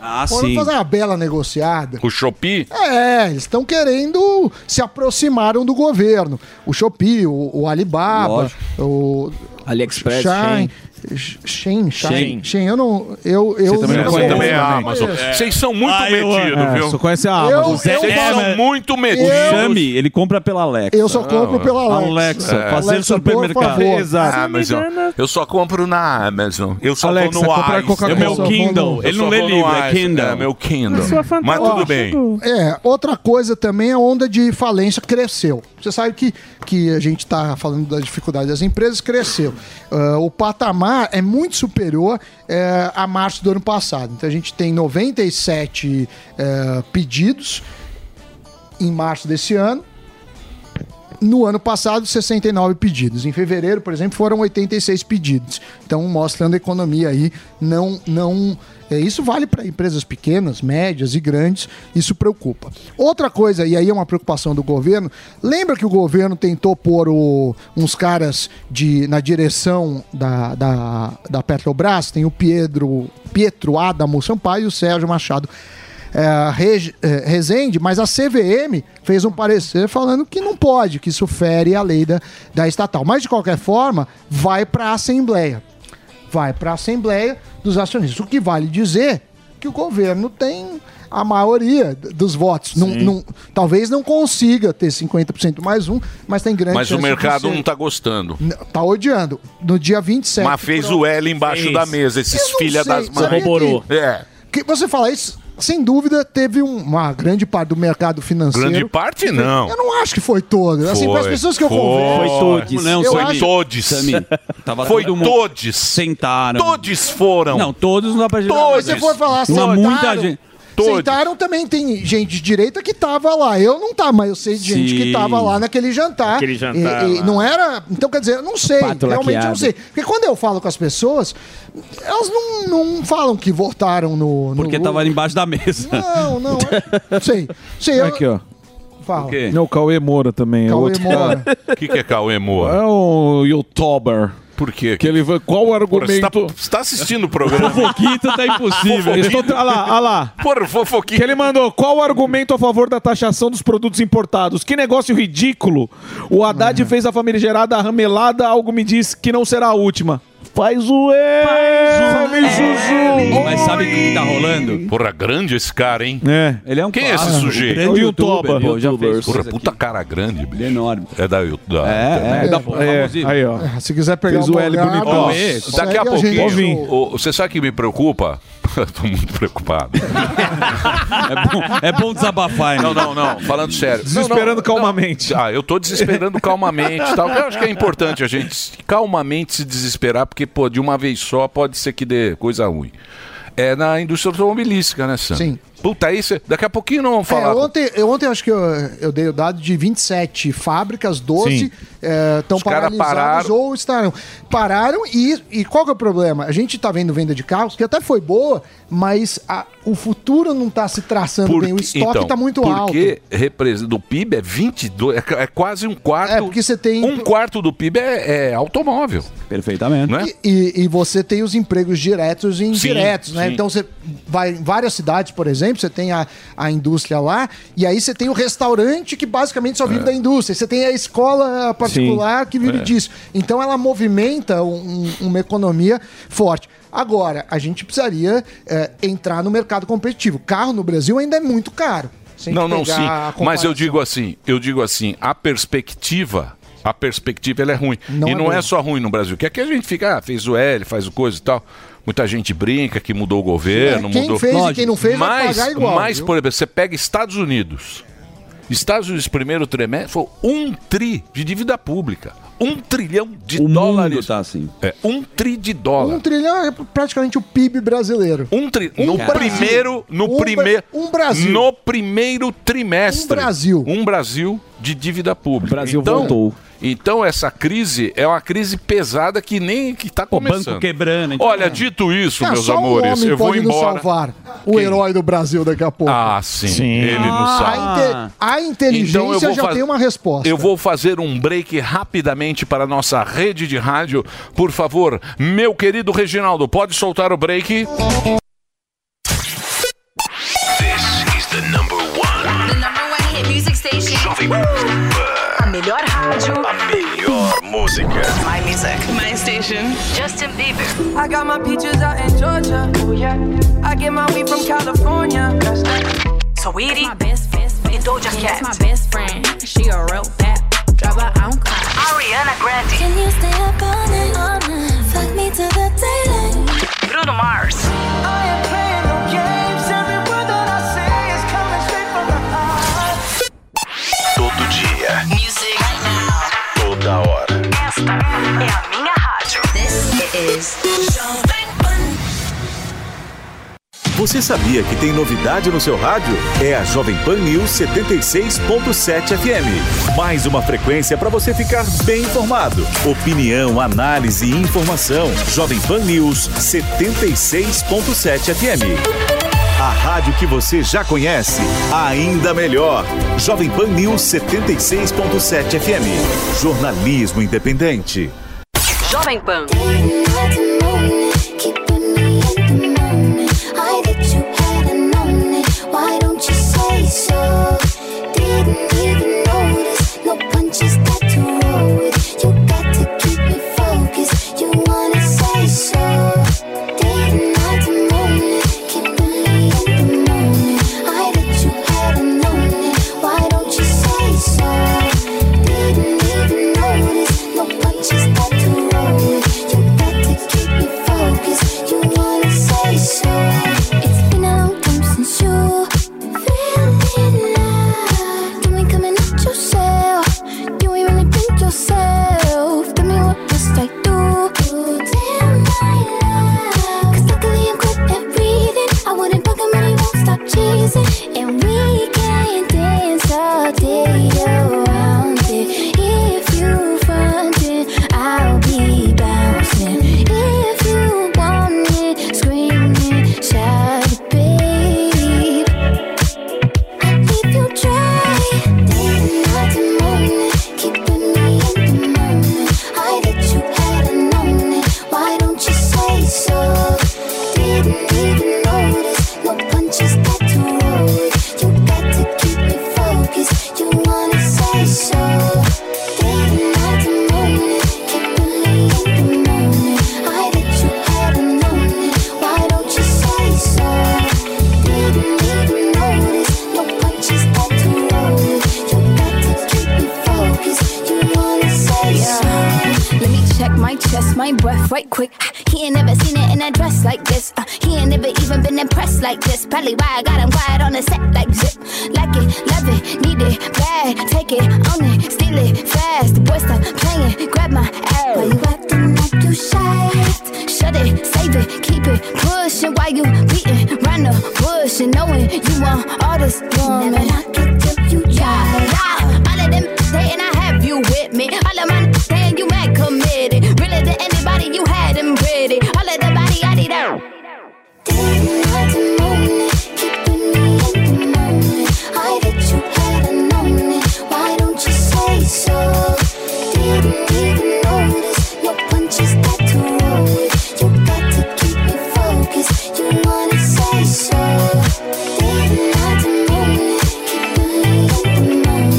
Speaker 6: Ah,
Speaker 8: foram fazer uma bela negociada.
Speaker 6: O Shopee?
Speaker 8: É, eles estão querendo se aproximaram do governo. O Shopee, o, o Alibaba,
Speaker 5: Lógico.
Speaker 8: o
Speaker 5: AliExpress,
Speaker 8: Shein,
Speaker 5: Shein.
Speaker 8: Shein, Shein,
Speaker 5: Shein.
Speaker 8: Shein, eu não, eu, eu
Speaker 6: também
Speaker 8: não
Speaker 6: não
Speaker 8: conheço.
Speaker 6: conhece? Também é a Amazon.
Speaker 8: conheço.
Speaker 6: Vocês são muito
Speaker 8: Ah, eu-
Speaker 6: metidos,
Speaker 8: é,
Speaker 6: viu?
Speaker 8: só conhece a Eu- Amazon. eu-
Speaker 6: Vocês
Speaker 8: eu-
Speaker 6: são muito metidos.
Speaker 8: eu-
Speaker 23: Chame, ele compra pela Alexa.
Speaker 8: Eu só compro pela
Speaker 5: Ah,
Speaker 8: Alexa.
Speaker 23: Alexa, fazer
Speaker 8: Alexa, por
Speaker 23: supermercado.
Speaker 8: favor.
Speaker 23: Exato.
Speaker 6: Amazon. É. Ah, Eu só compro na Amazon. Eu só
Speaker 23: Alexa,
Speaker 6: vou no
Speaker 23: comprar
Speaker 6: Ais.
Speaker 23: Coca-Cola. É meu
Speaker 6: Eu só vou
Speaker 23: Kindle.
Speaker 6: no-
Speaker 23: Ele
Speaker 6: eu
Speaker 23: não
Speaker 6: só
Speaker 23: lê
Speaker 6: vou no
Speaker 23: livro, é
Speaker 6: Ais.
Speaker 23: Kindle.
Speaker 6: É meu Kindle.
Speaker 23: Eu sou
Speaker 6: Mas
Speaker 8: fantasma.
Speaker 6: tudo bem.
Speaker 8: É, outra coisa também, é a onda de falência cresceu. Você sabe que, que a gente está falando da dificuldade das empresas, cresceu. Ah, o patamar é muito superior eh, a março do ano passado. Então a gente tem 97 eh, pedidos em março desse ano. No ano passado, 69 pedidos. Em fevereiro, por exemplo, foram 86 pedidos. Então, mostrando a economia aí, não. não é, isso vale para empresas pequenas, médias e grandes, isso preocupa. Outra coisa, e aí é uma preocupação do governo, lembra que o governo tentou pôr o- uns caras de, na direção da, da, da Petrobras? Tem o Pedro, Pietro Adamo Sampaio e o Sérgio Machado é, Reg- é, Rezende, mas a CVM fez um parecer falando que não pode, que isso fere a lei da, da estatal. Mas, de qualquer forma, vai para a Assembleia. Vai para a Assembleia dos Acionistas. O que vale dizer que o governo tem a maioria d- dos votos. Não, não- talvez não consiga ter 50% mais um, mas tem grande
Speaker 6: Mas o
Speaker 8: chance de
Speaker 6: mercado
Speaker 8: ser.
Speaker 6: não tá gostando.
Speaker 8: N- Tá odiando. No dia 27.
Speaker 6: Mas fez o L embaixo
Speaker 8: Fez.
Speaker 6: da mesa,
Speaker 8: Eu
Speaker 6: esses
Speaker 8: não
Speaker 6: filha
Speaker 8: sei,
Speaker 6: das
Speaker 8: sabia
Speaker 6: mães.
Speaker 8: Corroborou.
Speaker 6: É.
Speaker 8: Que você fala isso, sem dúvida, teve um- uma grande parte do mercado financeiro.
Speaker 6: Grande
Speaker 8: é
Speaker 6: parte, não.
Speaker 8: Eu não acho que foi todo. Assim, para as pessoas que eu
Speaker 6: foi.
Speaker 8: converso.
Speaker 5: Não,
Speaker 6: foi
Speaker 5: Samir.
Speaker 6: todes.
Speaker 5: Samir, tava
Speaker 6: foi
Speaker 5: todo mundo-
Speaker 6: todes.
Speaker 5: Sentaram.
Speaker 6: Todes foram.
Speaker 5: Não, todos não dá pra
Speaker 8: Mas se for falar,
Speaker 5: Uma
Speaker 8: sentaram,
Speaker 5: muita gente.
Speaker 8: sentaram também, tem gente de direita que tava lá. Eu não tava, mas eu sei de gente
Speaker 5: Sim.
Speaker 8: que tava lá naquele jantar.
Speaker 5: Aquele jantar
Speaker 8: E- e
Speaker 5: lá.
Speaker 8: não era. Então, quer dizer, eu não sei.
Speaker 5: Pato
Speaker 8: realmente eu não
Speaker 5: laqueado.
Speaker 8: sei. Porque quando eu falo com as pessoas, elas não, não falam que votaram no. no
Speaker 5: Porque tava ali embaixo da mesa.
Speaker 8: Não, não. Sei. Sei, eu.
Speaker 7: Aqui, ó.
Speaker 8: Fala.
Speaker 7: Não, o Cauê Moura também. é
Speaker 8: Cauê
Speaker 7: outro
Speaker 8: Moura.
Speaker 7: cara.
Speaker 6: O que, que é Cauê Moa?
Speaker 7: É um youtuber.
Speaker 6: Por quê?
Speaker 7: Que ele vai- qual o
Speaker 6: Porra, você, tá,
Speaker 7: argumento?
Speaker 6: você tá assistindo o programa?
Speaker 7: Fofoquita tá impossível.
Speaker 6: Fofoquita.
Speaker 7: Estou, olha lá, olha lá.
Speaker 6: Porra, fofoquita.
Speaker 7: Que ele mandou, qual o argumento a favor da taxação dos produtos importados? Que negócio ridículo. O
Speaker 8: Uhum.
Speaker 7: Haddad fez a família gerada ramelada, algo me diz que não será a última. Faz o Zuzu.
Speaker 5: Mas sabe o que tá rolando?
Speaker 6: Porra, grande esse cara, hein?
Speaker 7: É.
Speaker 5: Ele é um
Speaker 6: Quem é
Speaker 5: clássico,
Speaker 6: esse
Speaker 5: um
Speaker 6: sujeito?
Speaker 5: grande youtuber,
Speaker 6: Pô, já
Speaker 5: youtuber.
Speaker 6: fez. Porra, puta cara grande, bicho.
Speaker 5: enorme.
Speaker 6: É da YouTube.
Speaker 5: É, é, da porra, famosinho.
Speaker 7: Aí, ó.
Speaker 8: É, Se quiser pegar um
Speaker 7: Fez o L
Speaker 8: Bogart,
Speaker 7: bonitão.
Speaker 8: ó,
Speaker 7: Esse.
Speaker 6: Daqui a
Speaker 8: segue gente
Speaker 6: pouquinho,
Speaker 8: no-
Speaker 6: o- você sabe o que me preocupa? Eu tô muito preocupado.
Speaker 5: É bom desabafar, hein?
Speaker 6: Não, não, não. Falando sério.
Speaker 7: Desesperando calmamente.
Speaker 6: Ah, eu tô desesperando calmamente. Tal. Eu acho que é importante a gente se- calmamente se desesperar, porque, pô, de uma vez só pode ser que dê coisa ruim. É na indústria automobilística, né, Sam?
Speaker 8: Sim.
Speaker 6: Puta, aí cê- daqui a pouquinho não vamos
Speaker 8: É,
Speaker 6: falar.
Speaker 8: ontem, eu, ontem acho que eu, eu dei o dado de 27 fábricas, 12
Speaker 6: Sim.
Speaker 8: estão
Speaker 6: Os cara
Speaker 8: paralisadas
Speaker 6: pararam.
Speaker 8: ou estarão. Pararam e, e qual que é o problema? A gente está vendo venda de carros, que até foi boa, mas a- o futuro não está se traçando bem. O estoque
Speaker 6: Então,
Speaker 8: está muito alto.
Speaker 6: porque represen- do PIB é 22, é, é quase um quarto. É, porque
Speaker 8: você tem...
Speaker 6: Um quarto do PIB é, é automóvel.
Speaker 5: Perfeitamente.
Speaker 6: Né?
Speaker 8: E, e você tem os empregos diretos e indiretos, né?
Speaker 6: sim.
Speaker 8: Então você vai em várias cidades, por exemplo, você tem a, a indústria lá, e aí você tem o restaurante que basicamente só vive
Speaker 6: É.
Speaker 8: da indústria. Você tem a escola particular
Speaker 6: Sim.
Speaker 8: que vive
Speaker 6: É.
Speaker 8: disso. Então ela movimenta um- um- uma economia forte. Agora, a gente precisaria eh, entrar no mercado competitivo. Carro no Brasil ainda é muito caro. Se a gente
Speaker 6: Não, não,
Speaker 8: pegar
Speaker 6: sim.
Speaker 8: a
Speaker 6: Mas eu
Speaker 8: comparação.
Speaker 6: digo assim, eu digo assim, a perspectiva a perspectiva ela é ruim. e
Speaker 24: é
Speaker 6: não é
Speaker 24: boa.
Speaker 6: só ruim no Brasil, que aqui a gente fica, ah, fez o L, faz o coisa e tal. Muita gente brinca que mudou o governo,
Speaker 8: É, quem
Speaker 6: mudou...
Speaker 8: fez e quem não fez vai
Speaker 6: mas,
Speaker 8: pagar igual,
Speaker 6: Mas,
Speaker 8: viu?
Speaker 6: por exemplo, você pega Estados Unidos. Estados Unidos, primeiro trimestre, foi um tri de dívida pública. Um trilhão de dólares. tá assim. É, um tri de dólar.
Speaker 8: Um trilhão é praticamente o PIB brasileiro.
Speaker 6: Um trilhão. no primeiro, no
Speaker 8: um, Bra-
Speaker 6: primeiro,
Speaker 8: Um Brasil.
Speaker 6: no primeiro trimestre, um
Speaker 8: Brasil,
Speaker 6: um Brasil de dívida pública. O
Speaker 8: Brasil
Speaker 25: voltou.
Speaker 6: Então essa crise é uma crise pesada que nem que está
Speaker 25: banco
Speaker 6: começando.
Speaker 25: quebrando, então,
Speaker 6: Olha,
Speaker 25: é.
Speaker 6: dito isso,
Speaker 8: Ah,
Speaker 6: meus
Speaker 8: só um
Speaker 6: amores,
Speaker 8: homem
Speaker 6: eu vou
Speaker 8: pode
Speaker 6: embora.
Speaker 8: nos salvar. O herói do Brasil daqui a pouco. É,
Speaker 6: Ah, sim, ele
Speaker 8: Ah,
Speaker 6: nos
Speaker 8: A,
Speaker 6: salva.
Speaker 8: inte- a inteligência
Speaker 6: Então eu vou
Speaker 8: já
Speaker 6: faz-
Speaker 8: tem uma resposta.
Speaker 6: Eu vou fazer um break rapidamente para a nossa rede de rádio. Por favor, meu querido Reginaldo, pode soltar o break?
Speaker 26: The number one hit music station. A melhor rádio. A melhor música. My music. My station.
Speaker 1: Justin Bieber. I got my peaches out in Georgia. Oh yeah. I get my weed from California. That's that.
Speaker 26: Sweetie. My best, best, best. Doja Cat.
Speaker 2: my best friend. She a real bad. Drop her, I don't cry.
Speaker 26: Ariana Grande.
Speaker 2: Can you stay up all night? All night. Fuck me to the daylight.
Speaker 26: Bruno Mars.
Speaker 1: Todo dia. Music right now. Toda hora. Esta é a minha rádio. This is Jovem
Speaker 4: Você sabia que tem novidade no seu rádio? É a Jovem Pan News 76.7 FM. Mais uma frequência para você ficar bem informado. Opinião, análise e informação. Jovem Pan News 76.7 FM. A rádio que você já conhece, ainda melhor. Jovem Pan News 76.7 FM. Jornalismo independente.
Speaker 26: Jovem Pan.
Speaker 2: I that you hadn't known it. Why don't you say so? Didn't even notice. No punches that to roll with. You got to keep me focused. You wanna say so? Didn't I demote it? Keep me in the moment. I that you hadn't known it. Why don't you say so? Didn't even notice. No punches that to roll with. You got to keep me focused. You wanna say so? It's been a long time since you really loved. You ain't coming at yourself. You ain't really been yourself. Tell me what must I do? Tell my love. 'Cause luckily I'm good at reading. I wouldn't bug him and he won't stop cheesing. And we can dance all day around it. If you find it, I'll be bouncing. If you want it, scream it, shout it, babe. If you try, then I demote it. Keeping me in the moment. I that you hadn't known it. Why don't you say so? Didn't even notice. No punches that to roll with. You got to keep me focused. You wanna say so? Didn't I demote it? Keeping me in the moment. I that you hadn't known it. Why don't you say so? Didn't even notice. No punches that to roll with. You got to keep me focused. You wanna say so?
Speaker 27: Let me check my chest, my breath right quick. He ain't never seen it in a dress like this. Uh, he ain't never even been impressed like this. Probably why I got him quiet on the set like zip. Like it, love it, need it, bad. Take it, own it, steal it, fast. The boy stop playing, grab my ass. Why you acting like you shy? Shut it, save it, keep it, pushing. Why you beating round the bush and knowing you want all this woman? Never knock it till you try. Wow, all of them dating I have you with me. All of my saying you mad committed. Really to anybody you had them pretty. All of the body I need out.
Speaker 2: I that you hadn't known it. Why don't you say so? Didn't even notice. No punches that to roll with. You got to keep me focused. You wanna say so? Didn't I demote it? Keep me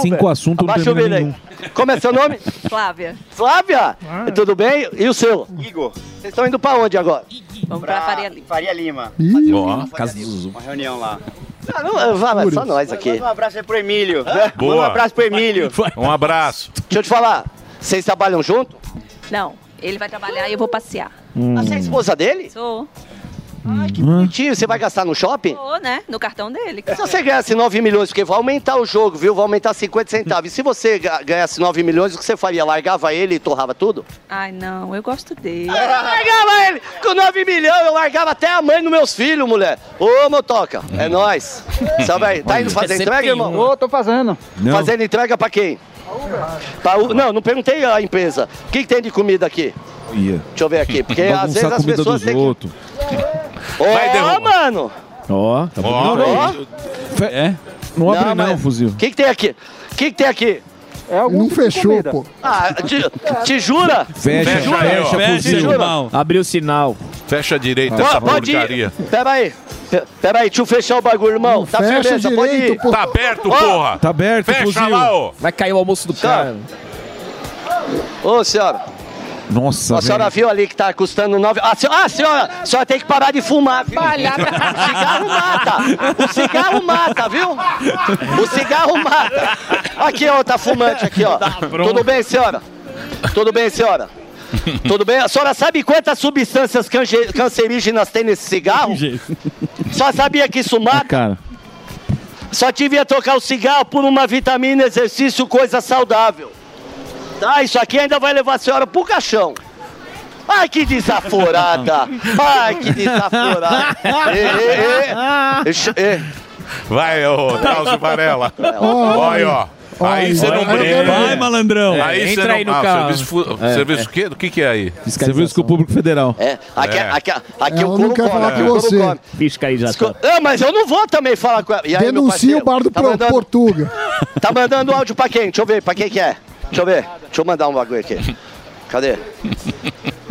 Speaker 7: cinco assuntos, não
Speaker 11: Abaixa o
Speaker 7: termina
Speaker 11: vídeo aí. Como é seu nome?
Speaker 28: Flávia.
Speaker 11: Flávia? Tudo bem? E o seu? Igor. Vocês estão indo pra onde agora?
Speaker 28: Vamos pra, Faria Lima. Faria Lima.
Speaker 11: Ó,
Speaker 28: casa do Zuzu. Uma reunião lá.
Speaker 11: Ah, não, vai, só nós aqui.
Speaker 28: Manda um abraço aí pro Emílio.
Speaker 11: Boa.
Speaker 28: Manda um abraço pro Emílio.
Speaker 6: Um abraço.
Speaker 11: Deixa eu te falar. Vocês trabalham junto?
Speaker 28: Não, ele vai trabalhar e eu vou passear.
Speaker 11: Ah, Você é esposa dele?
Speaker 28: Sou.
Speaker 11: Hum. Bonitinho, você vai gastar no shopping?
Speaker 28: Sou, né? No cartão dele.
Speaker 11: Se você ganhasse 9 milhões, porque vai aumentar o jogo, viu? Vai aumentar 50 centavos. E se você ga- ganhasse 9 milhões, o que você faria? Largava ele e torrava tudo?
Speaker 28: Ai, não, eu gosto dele.
Speaker 11: Eu
Speaker 6: Ah,
Speaker 11: largava ele! Com 9 milhões, eu largava até a mãe dos meus filhos, mulher. Ô, motoca,
Speaker 28: Hum.
Speaker 11: é nóis. Sabe aí, tá indo fazer entrega, irmão? Ô,
Speaker 10: tô fazendo.
Speaker 11: Fazendo entrega pra quem? Pra U- Não, não perguntei a empresa. O que, que tem de comida aqui?
Speaker 7: Ia.
Speaker 11: Deixa eu ver aqui, porque
Speaker 7: Bagunçar
Speaker 11: às vezes
Speaker 7: a
Speaker 11: as
Speaker 7: comida
Speaker 11: pessoas
Speaker 7: dos
Speaker 11: têm que...
Speaker 7: outros.
Speaker 11: Ó, mano!
Speaker 7: Ó, tá
Speaker 11: Ó,
Speaker 7: bonito.
Speaker 11: ó.
Speaker 7: É? Não abre não,
Speaker 11: mas-
Speaker 7: fuzil.
Speaker 11: O que, que tem aqui? O que, que tem aqui? É algum
Speaker 8: Não tipo de fechou, comida. pô.
Speaker 11: Ah, te, te jura?
Speaker 6: Fecha,
Speaker 11: te jura?
Speaker 6: fecha, fuzil.
Speaker 11: te jura?
Speaker 9: Abriu o sinal.
Speaker 6: Fecha a direita
Speaker 11: Ó,
Speaker 6: essa
Speaker 11: pode
Speaker 6: porcaria.
Speaker 11: ir. Pera aí. Pe- Pera aí, deixa eu fechar o bagulho, irmão. tá
Speaker 6: fecha
Speaker 11: firmeza, pode
Speaker 6: direito,
Speaker 11: ir.
Speaker 6: pô. Tá aberto, porra. Tá aberto, Fecha fuzil. lá, ó.
Speaker 11: Vai cair o almoço do cara. Ô, senhora.
Speaker 7: Nossa,
Speaker 11: A senhora viu ali que tá custando nove... Ah, senhora, ah, senhora, a senhora tem que parar de fumar, viu? O cigarro mata. O cigarro mata, viu? O cigarro mata. Aqui, ó, tá fumante aqui, ó. Tudo bem, senhora? Tudo bem, senhora? Tudo bem? A senhora sabe quantas substâncias cange- cancerígenas tem nesse cigarro? Só sabia que isso mata?
Speaker 7: Cara.
Speaker 11: Só devia trocar o cigarro por uma vitamina, exercício, coisa saudável. Tá, isso aqui ainda vai levar a senhora pro caixão. Ai, que desaforada! Ai, que desaforada! Ê, ê, ê. Ixi,
Speaker 4: É.
Speaker 11: ê.
Speaker 6: Vai, ô, Drauzio Varela.
Speaker 11: Olha.
Speaker 6: Olha, ó. Aí
Speaker 11: Olha.
Speaker 6: você não
Speaker 11: Vai,
Speaker 6: brinca.
Speaker 11: vai, malandrão.
Speaker 7: É,
Speaker 6: Aí
Speaker 11: Entra
Speaker 6: você não...
Speaker 11: aí no
Speaker 6: ah,
Speaker 11: carro.
Speaker 6: Serviço, fu...
Speaker 11: É,
Speaker 6: serviço
Speaker 11: é.
Speaker 6: o quê? Do que que é aí?
Speaker 7: Serviço com o Público Federal.
Speaker 11: É, aqui,
Speaker 6: É.
Speaker 11: aqui, aqui
Speaker 6: Ela
Speaker 11: o
Speaker 6: não
Speaker 11: couro
Speaker 6: quer
Speaker 11: come,
Speaker 6: falar
Speaker 11: aqui
Speaker 6: com
Speaker 11: o couro
Speaker 6: você.
Speaker 11: come.
Speaker 10: Fiscalização.
Speaker 11: Ah, mas eu não vou também falar com ela. E aí, meu
Speaker 8: Denuncia o
Speaker 11: parceiro,
Speaker 8: bar do
Speaker 11: tá
Speaker 8: Pro-
Speaker 11: mandando-
Speaker 8: Portuga.
Speaker 11: Tá mandando áudio pra quem? Deixa eu ver, pra quem que é? Deixa eu ver. Deixa eu mandar um bagulho aqui. Cadê?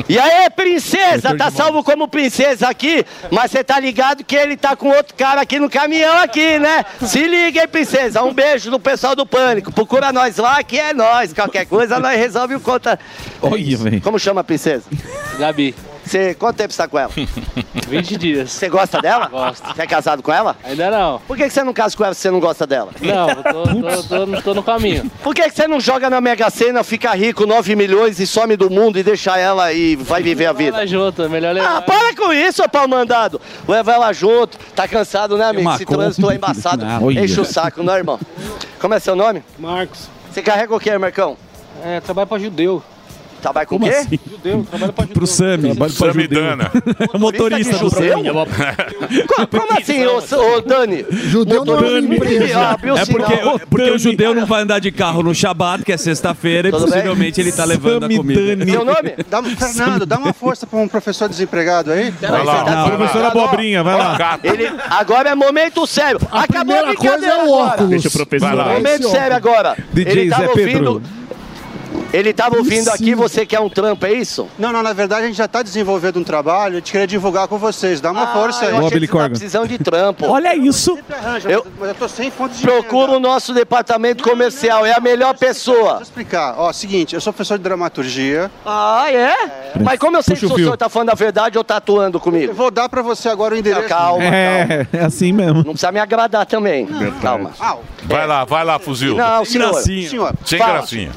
Speaker 11: E aí, princesa, tá salvo como princesa aqui, mas você tá ligado que ele tá com outro cara aqui no caminhão aqui, né? Se liga, hein, princesa. Um beijo do pessoal do Pânico. Procura nós lá, que é nós. Qualquer coisa, nós resolve o conta.
Speaker 7: Olha, velho.
Speaker 11: Como chama a princesa? Gabi. Você, quanto tempo você tá com ela? 20 dias. Você gosta dela? Gosto. Você é casado com ela? Ainda não. Por que que você não casa com ela se você não gosta dela?
Speaker 10: Não, tô, tô, tô, tô, no caminho.
Speaker 11: Por que, que você não joga na Mega Sena, fica rico, 9 milhões e some do mundo e deixa ela e vai viver a vida?
Speaker 10: Ela junto, melhor
Speaker 11: Ah, para com isso, ô pau mandado. Leva ela junto. Tá cansado, né, amigo?
Speaker 10: Uma
Speaker 11: Esse
Speaker 10: conta.
Speaker 11: trânsito é embaçado.
Speaker 10: Ah, olha.
Speaker 11: Enche o saco, não, é, irmão? Como é seu nome? Marcos. Você carrega o quê, Marcão? É, trabalho pra judeu. Trabalho com o
Speaker 10: Como
Speaker 11: quê?
Speaker 10: assim?
Speaker 11: Judeu, trabalho pra judeu.
Speaker 10: Pro Sami.
Speaker 6: Samidana.
Speaker 5: É
Speaker 10: Motorista do
Speaker 11: judeu?
Speaker 10: Sami.
Speaker 11: Co- Como assim, ô, ô Dani? Ah, Judeu
Speaker 10: É porque, porque o judeu não vai andar de carro no Shabat, que é sexta-feira, e
Speaker 11: Tudo bem?
Speaker 10: possivelmente ele tá levando a comida.
Speaker 25: Seu nome? Dá, Fernando, dá uma força para um professor desempregado aí. tá
Speaker 10: Vai lá,
Speaker 11: Não,
Speaker 7: é
Speaker 10: professora
Speaker 11: não, não.
Speaker 10: Abobrinha, vai lá.
Speaker 11: Ele, agora é momento sério. Acabou a
Speaker 10: primeira coisa
Speaker 11: brincadeira
Speaker 10: é o
Speaker 11: agora.
Speaker 10: óculos. Deixa o professor Vai lá. lá.
Speaker 11: Momento
Speaker 10: Esse
Speaker 11: sério
Speaker 10: óculos.
Speaker 11: agora.
Speaker 10: DJ
Speaker 11: ele tava
Speaker 10: Zé Pedro.
Speaker 11: ouvindo. Ele tava ouvindo aqui, você quer um trampo, é isso?
Speaker 25: Não, não, na verdade a gente já está desenvolvendo um trabalho, a gente queria divulgar com vocês. Dá uma força aí.
Speaker 11: eu achei que você tá precisando de trampo.
Speaker 10: Olha isso.
Speaker 25: Arranja,
Speaker 11: Eu-
Speaker 25: mas eu tô sem fonte de
Speaker 11: Procura o nosso departamento comercial, é a melhor pessoa.
Speaker 25: Vou explicar. Ó, seguinte, eu sou professor de dramaturgia.
Speaker 11: Ah, é? Mas como eu sei
Speaker 25: Puxa
Speaker 11: se
Speaker 25: o
Speaker 11: o
Speaker 25: fio.
Speaker 11: senhor tá falando a verdade ou tá atuando comigo?
Speaker 25: Eu vou dar pra você agora o endereço.
Speaker 11: Calma, calma.
Speaker 7: É, é assim mesmo.
Speaker 11: Não precisa me agradar também. Calma.
Speaker 6: É. Vai lá, vai lá, fuzil.
Speaker 25: Não, senhor. Senhor,
Speaker 6: Sem
Speaker 25: fala.
Speaker 6: gracinha.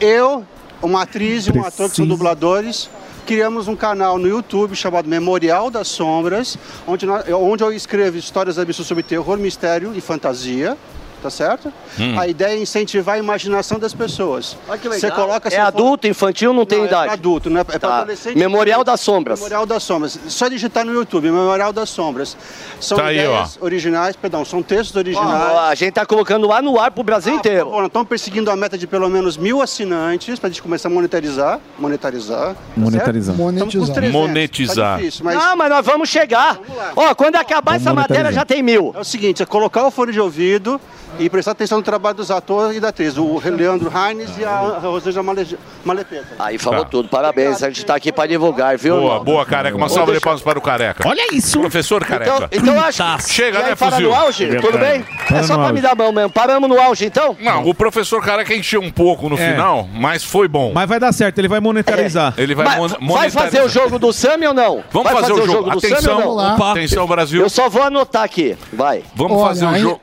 Speaker 25: Eu, uma atriz e um ator que são dubladores, criamos um canal no YouTube chamado Memorial das Sombras, onde, nós- onde eu escrevo histórias absurdas sobre terror, mistério e fantasia. Tá certo?
Speaker 11: Hum.
Speaker 25: A ideia é incentivar a imaginação das pessoas. Olha
Speaker 11: que legal.
Speaker 25: Você coloca
Speaker 11: É adulto, infantil, não tem idade?
Speaker 25: É pra adulto, não é, é pra
Speaker 11: Tá.
Speaker 25: adolescente.
Speaker 11: Memorial das Sombras.
Speaker 25: Memorial das Sombras. Só digitar no YouTube, Memorial das Sombras. São
Speaker 11: Tá aí,
Speaker 25: ideias originais, perdão, são textos originais. Ah,
Speaker 11: Ó, a gente tá colocando lá no ar pro Brasil inteiro.
Speaker 25: Bom, nós estamos perseguindo a meta de pelo menos mil assinantes para a gente começar a monetarizar. Monetarizar. tá
Speaker 7: Monetarizar.
Speaker 25: certo? Estamos com uns 300,
Speaker 6: Monetizar.
Speaker 25: Tá difícil, mas...
Speaker 11: Não, mas nós vamos chegar. Ó, quando acabar essa matéria já tem mil.
Speaker 25: É o seguinte, é colocar o fone de ouvido, e prestar atenção no trabalho dos atores e da atriz, o Leandro Heinz e a Rosângela Male- Malepeta.
Speaker 4: Aí falou tudo. Parabéns, a gente tá aqui pra divulgar, viu?
Speaker 6: Boa,
Speaker 4: irmão?
Speaker 6: boa, careca. Uma
Speaker 4: Vou
Speaker 6: salva de
Speaker 4: deixar-
Speaker 6: palmas para o careca.
Speaker 4: Olha
Speaker 7: isso.
Speaker 6: Professor careca.
Speaker 4: Então, então acho
Speaker 8: Tá.
Speaker 4: que.
Speaker 6: Chega,
Speaker 4: e aí,
Speaker 6: né,
Speaker 4: para
Speaker 6: fuzil?
Speaker 4: no auge, tudo bem? É
Speaker 6: Para
Speaker 4: só
Speaker 6: no
Speaker 4: pra
Speaker 6: auge.
Speaker 4: me dar a mão mesmo. Paramos no auge, então?
Speaker 6: Não, o professor careca encheu um pouco no
Speaker 7: É.
Speaker 6: final, mas foi bom.
Speaker 7: Mas vai dar certo, ele vai monetarizar.
Speaker 6: Ele vai
Speaker 4: Mas
Speaker 6: mon-
Speaker 4: vai
Speaker 6: monetarizar.
Speaker 4: fazer o jogo do Sami ou não?
Speaker 6: Vamos
Speaker 4: Vai
Speaker 6: fazer o jogo.
Speaker 4: do
Speaker 6: Atenção,
Speaker 4: Sami ou não?
Speaker 6: vamos lá. Atenção, Brasil.
Speaker 4: Eu só vou anotar aqui. Vai.
Speaker 6: Vamos fazer o jogo.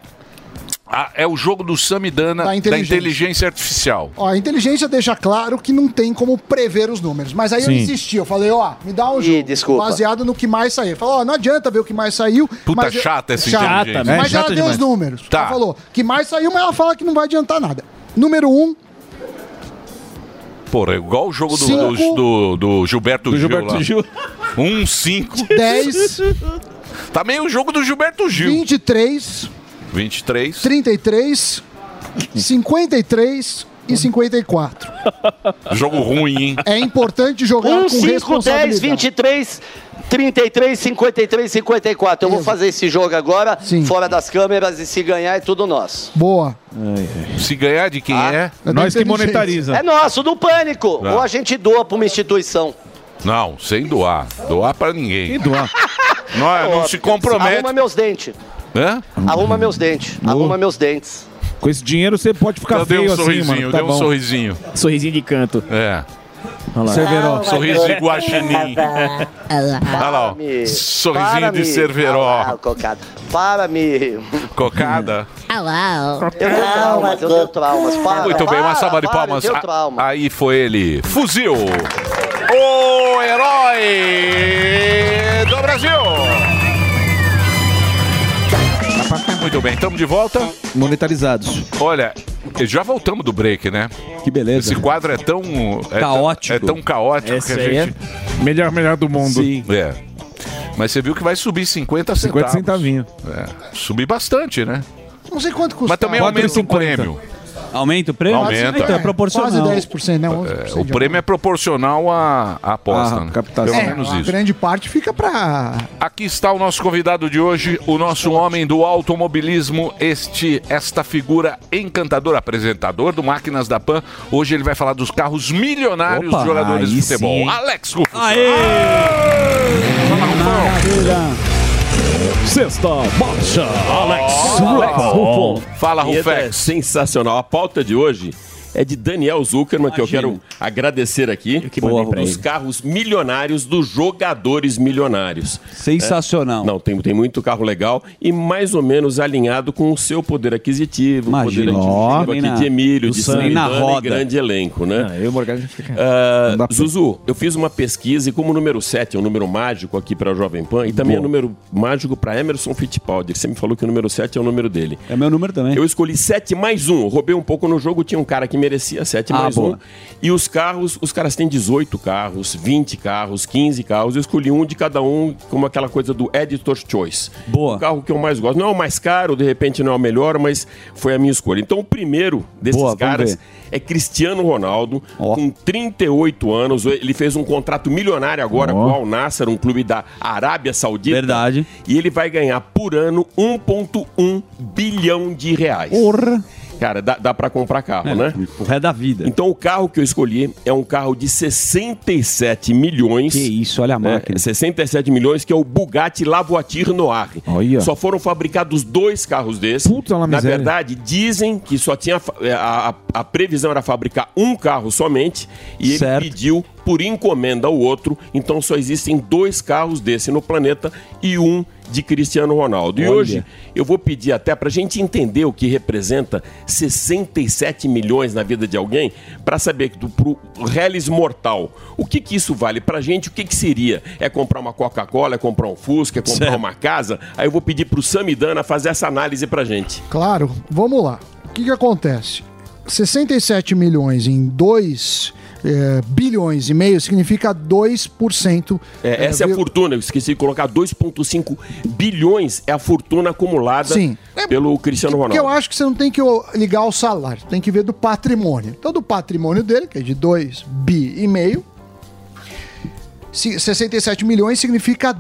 Speaker 6: Ah, é o jogo do Samidana da inteligência,
Speaker 4: inteligência.
Speaker 6: artificial.
Speaker 8: Ó, a inteligência deixa claro que não tem como prever os números. Mas aí eu
Speaker 6: Sim.
Speaker 8: insisti, eu falei, ó, me dá um
Speaker 4: Ih,
Speaker 8: jogo.
Speaker 4: desculpa.
Speaker 8: Baseado no que mais saiu. Falou, ó, não adianta ver o que mais saiu.
Speaker 6: Puta
Speaker 8: mas eu-
Speaker 6: chata essa inteligência.
Speaker 8: Mas
Speaker 6: É, chata
Speaker 8: ela deu
Speaker 6: demais.
Speaker 8: os números.
Speaker 6: Tá.
Speaker 8: Ela falou, que mais saiu, mas ela fala que não vai adiantar nada. Número um,
Speaker 6: Porra, é igual o jogo do,
Speaker 8: Cinco.
Speaker 6: do, do- do Gilberto,
Speaker 8: Do Gilberto
Speaker 6: Gil. lá. Um, cinco.
Speaker 8: 10,
Speaker 6: Tá meio o jogo do Gilberto Gil.
Speaker 8: 23,
Speaker 6: 23.
Speaker 8: 33, 53 e 54.
Speaker 6: Jogo ruim, hein?
Speaker 8: É importante jogar
Speaker 4: 1,
Speaker 8: com
Speaker 4: 5, 10,
Speaker 8: responsabilidade.
Speaker 4: 23, 33, 53, 54. Eu vou fazer esse jogo agora, fora das câmeras, e se ganhar é tudo nosso.
Speaker 8: Boa.
Speaker 6: Se ganhar de quem é?
Speaker 8: Tá
Speaker 4: É nosso, do pânico.
Speaker 6: Ah.
Speaker 4: Ou a gente doa pra uma instituição.
Speaker 6: Não, sem doar. Doar pra ninguém. E
Speaker 7: doar.
Speaker 6: Não, não se compromete.
Speaker 4: Arruma meus dentes.
Speaker 6: Hã?
Speaker 4: Arruma meus dentes. Arruma meus dentes.
Speaker 7: Com esse dinheiro você pode ficar
Speaker 6: Eu dei
Speaker 7: feio
Speaker 6: um
Speaker 7: assim,
Speaker 6: sorrisinho,
Speaker 7: mano.
Speaker 6: eu
Speaker 7: Tá
Speaker 6: dei um
Speaker 7: bom.
Speaker 6: sorrisinho.
Speaker 7: Sorrisinho de canto.
Speaker 6: É.
Speaker 7: Olha lá.
Speaker 6: Cerveró. Sorriso de guaxinim.
Speaker 4: guaxinim.
Speaker 6: Olha lá, ó. Sorrisinho de cerveró.
Speaker 4: Para me.
Speaker 6: Cocada.
Speaker 4: Eu tenho traumas, eu tenho traumas. Para.
Speaker 6: Muito bem, uma
Speaker 4: para,
Speaker 6: salva de
Speaker 4: para,
Speaker 6: palmas.
Speaker 4: Eu
Speaker 6: A-
Speaker 4: tenho traumas.
Speaker 6: aí foi ele. Fuzil. O herói do Brasil. Muito bem, estamos de volta.
Speaker 7: é Monetarizados.
Speaker 6: Olha, já voltamos do break, né?
Speaker 5: Que beleza.
Speaker 6: Esse quadro é tão. É
Speaker 5: Caótico.
Speaker 6: Tão, é tão caótico
Speaker 5: Esse
Speaker 6: que a
Speaker 5: aí é
Speaker 6: gente.
Speaker 7: Melhor, melhor do mundo.
Speaker 5: Sim.
Speaker 6: É. Mas você viu que vai subir 50
Speaker 7: 50
Speaker 6: centavos.
Speaker 7: centavinho.
Speaker 6: É. Subir bastante, né?
Speaker 8: Não sei quanto custa.
Speaker 6: Mas também aumenta o prêmio.
Speaker 5: Aumenta o prêmio?
Speaker 6: Aumenta.
Speaker 5: Então é proporcional.
Speaker 8: Quase 10%, né? 11%.
Speaker 6: É, o prêmio é proporcional à, à aposta,
Speaker 5: Ah,
Speaker 6: né? Pelo
Speaker 8: É,
Speaker 6: menos
Speaker 8: a
Speaker 6: isso.
Speaker 8: grande parte fica pra...
Speaker 6: Aqui está o nosso convidado de hoje, o nosso homem do automobilismo, este esta figura encantadora, apresentador do Máquinas da Pan. Hoje ele vai falar dos carros milionários
Speaker 5: Opa,
Speaker 6: dos jogadores de
Speaker 5: aí
Speaker 6: futebol.
Speaker 5: sim, hein?
Speaker 6: Alex Rufus.
Speaker 29: Sexta marcha, Alex
Speaker 6: Ruffo. Fala,
Speaker 29: Rufex. É sensacional. A pauta de hoje é de Daniel Zuckerman, que eu quero agradecer aqui. Que
Speaker 5: mandei pra
Speaker 29: dos
Speaker 5: ele.
Speaker 29: carros milionários dos jogadores milionários.
Speaker 5: Sensacional.
Speaker 29: É? Não, tem, tem muito carro legal e mais ou menos alinhado com o seu poder aquisitivo, o poder
Speaker 5: Imagina. Ó,
Speaker 29: aquisitivo
Speaker 5: nem
Speaker 29: aqui
Speaker 5: na-
Speaker 29: de Emílio,
Speaker 5: do
Speaker 29: de
Speaker 5: Sam, nem na
Speaker 29: Samidana e
Speaker 5: roda.
Speaker 29: grande elenco, né?
Speaker 9: Ah, eu e o Morgado já fica.
Speaker 29: Ah, Zuzu, eu fiz uma pesquisa e como o número 7 é um número mágico aqui para Jovem Pan e também é um número mágico para Emerson Fittipaldi. Você me falou que o número 7 é o número dele.
Speaker 5: É meu número também.
Speaker 29: Eu escolhi 7 mais 1. Roubei um pouco no jogo, tinha um cara que merecia 7
Speaker 5: Ah,
Speaker 29: mais
Speaker 5: boa.
Speaker 29: 1. E os carros, os caras têm 18 carros, 20 carros, 15 carros. Eu escolhi um de cada um, como aquela coisa do Editor's Choice. Boa. O carro que eu mais gosto. Não é o mais caro, de repente não é o melhor, mas foi a minha escolha. Então o primeiro desses
Speaker 5: Boa, vamos
Speaker 29: caras
Speaker 5: ver.
Speaker 29: é Cristiano Ronaldo, com 38 anos. Ele fez um contrato milionário agora com o Al Nassr, um clube da Arábia Saudita. Verdade. E ele vai ganhar por ano 1,1 bilhão de reais. Porra! Cara, dá, dá para comprar carro, né? O ré da vida. Então o carro que eu escolhi é um carro de 67 milhões. né? Que isso, olha a máquina. 67 milhões, que é o Bugatti Lavoisier Noir. Só foram fabricados dois carros desses. Puta
Speaker 7: lá,
Speaker 29: Na
Speaker 7: miséria.
Speaker 29: verdade, verdade, dizem que só tinha fa- é, a, a- a previsão era fabricar um carro somente e ele pediu por encomenda o outro, então só existem dois carros desse no planeta e um de Cristiano Ronaldo. E
Speaker 5: Olha.
Speaker 29: hoje eu vou pedir até para a gente entender o que representa 67 milhões na vida de alguém, para saber que do pro reles mortal, o que que isso vale para gente? O que que seria? É comprar uma Coca-Cola? É comprar um Fusca? É comprar
Speaker 8: Certo.
Speaker 29: uma casa? Aí eu vou pedir para o Samidana fazer essa análise para gente.
Speaker 8: Claro, vamos lá. O que, que acontece? 67 milhões em 2 bilhões e meio significa 2%.
Speaker 29: É, essa é a fortuna, eu esqueci de colocar 2,5 bilhões é a fortuna acumulada
Speaker 8: Sim.
Speaker 29: pelo Cristiano
Speaker 8: Porque eu
Speaker 29: Ronaldo.
Speaker 8: acho que você não tem que ó, ligar o salário, tem que ver do patrimônio. Então, do patrimônio dele, que é de 2 bi e meio, se- 67 milhões significa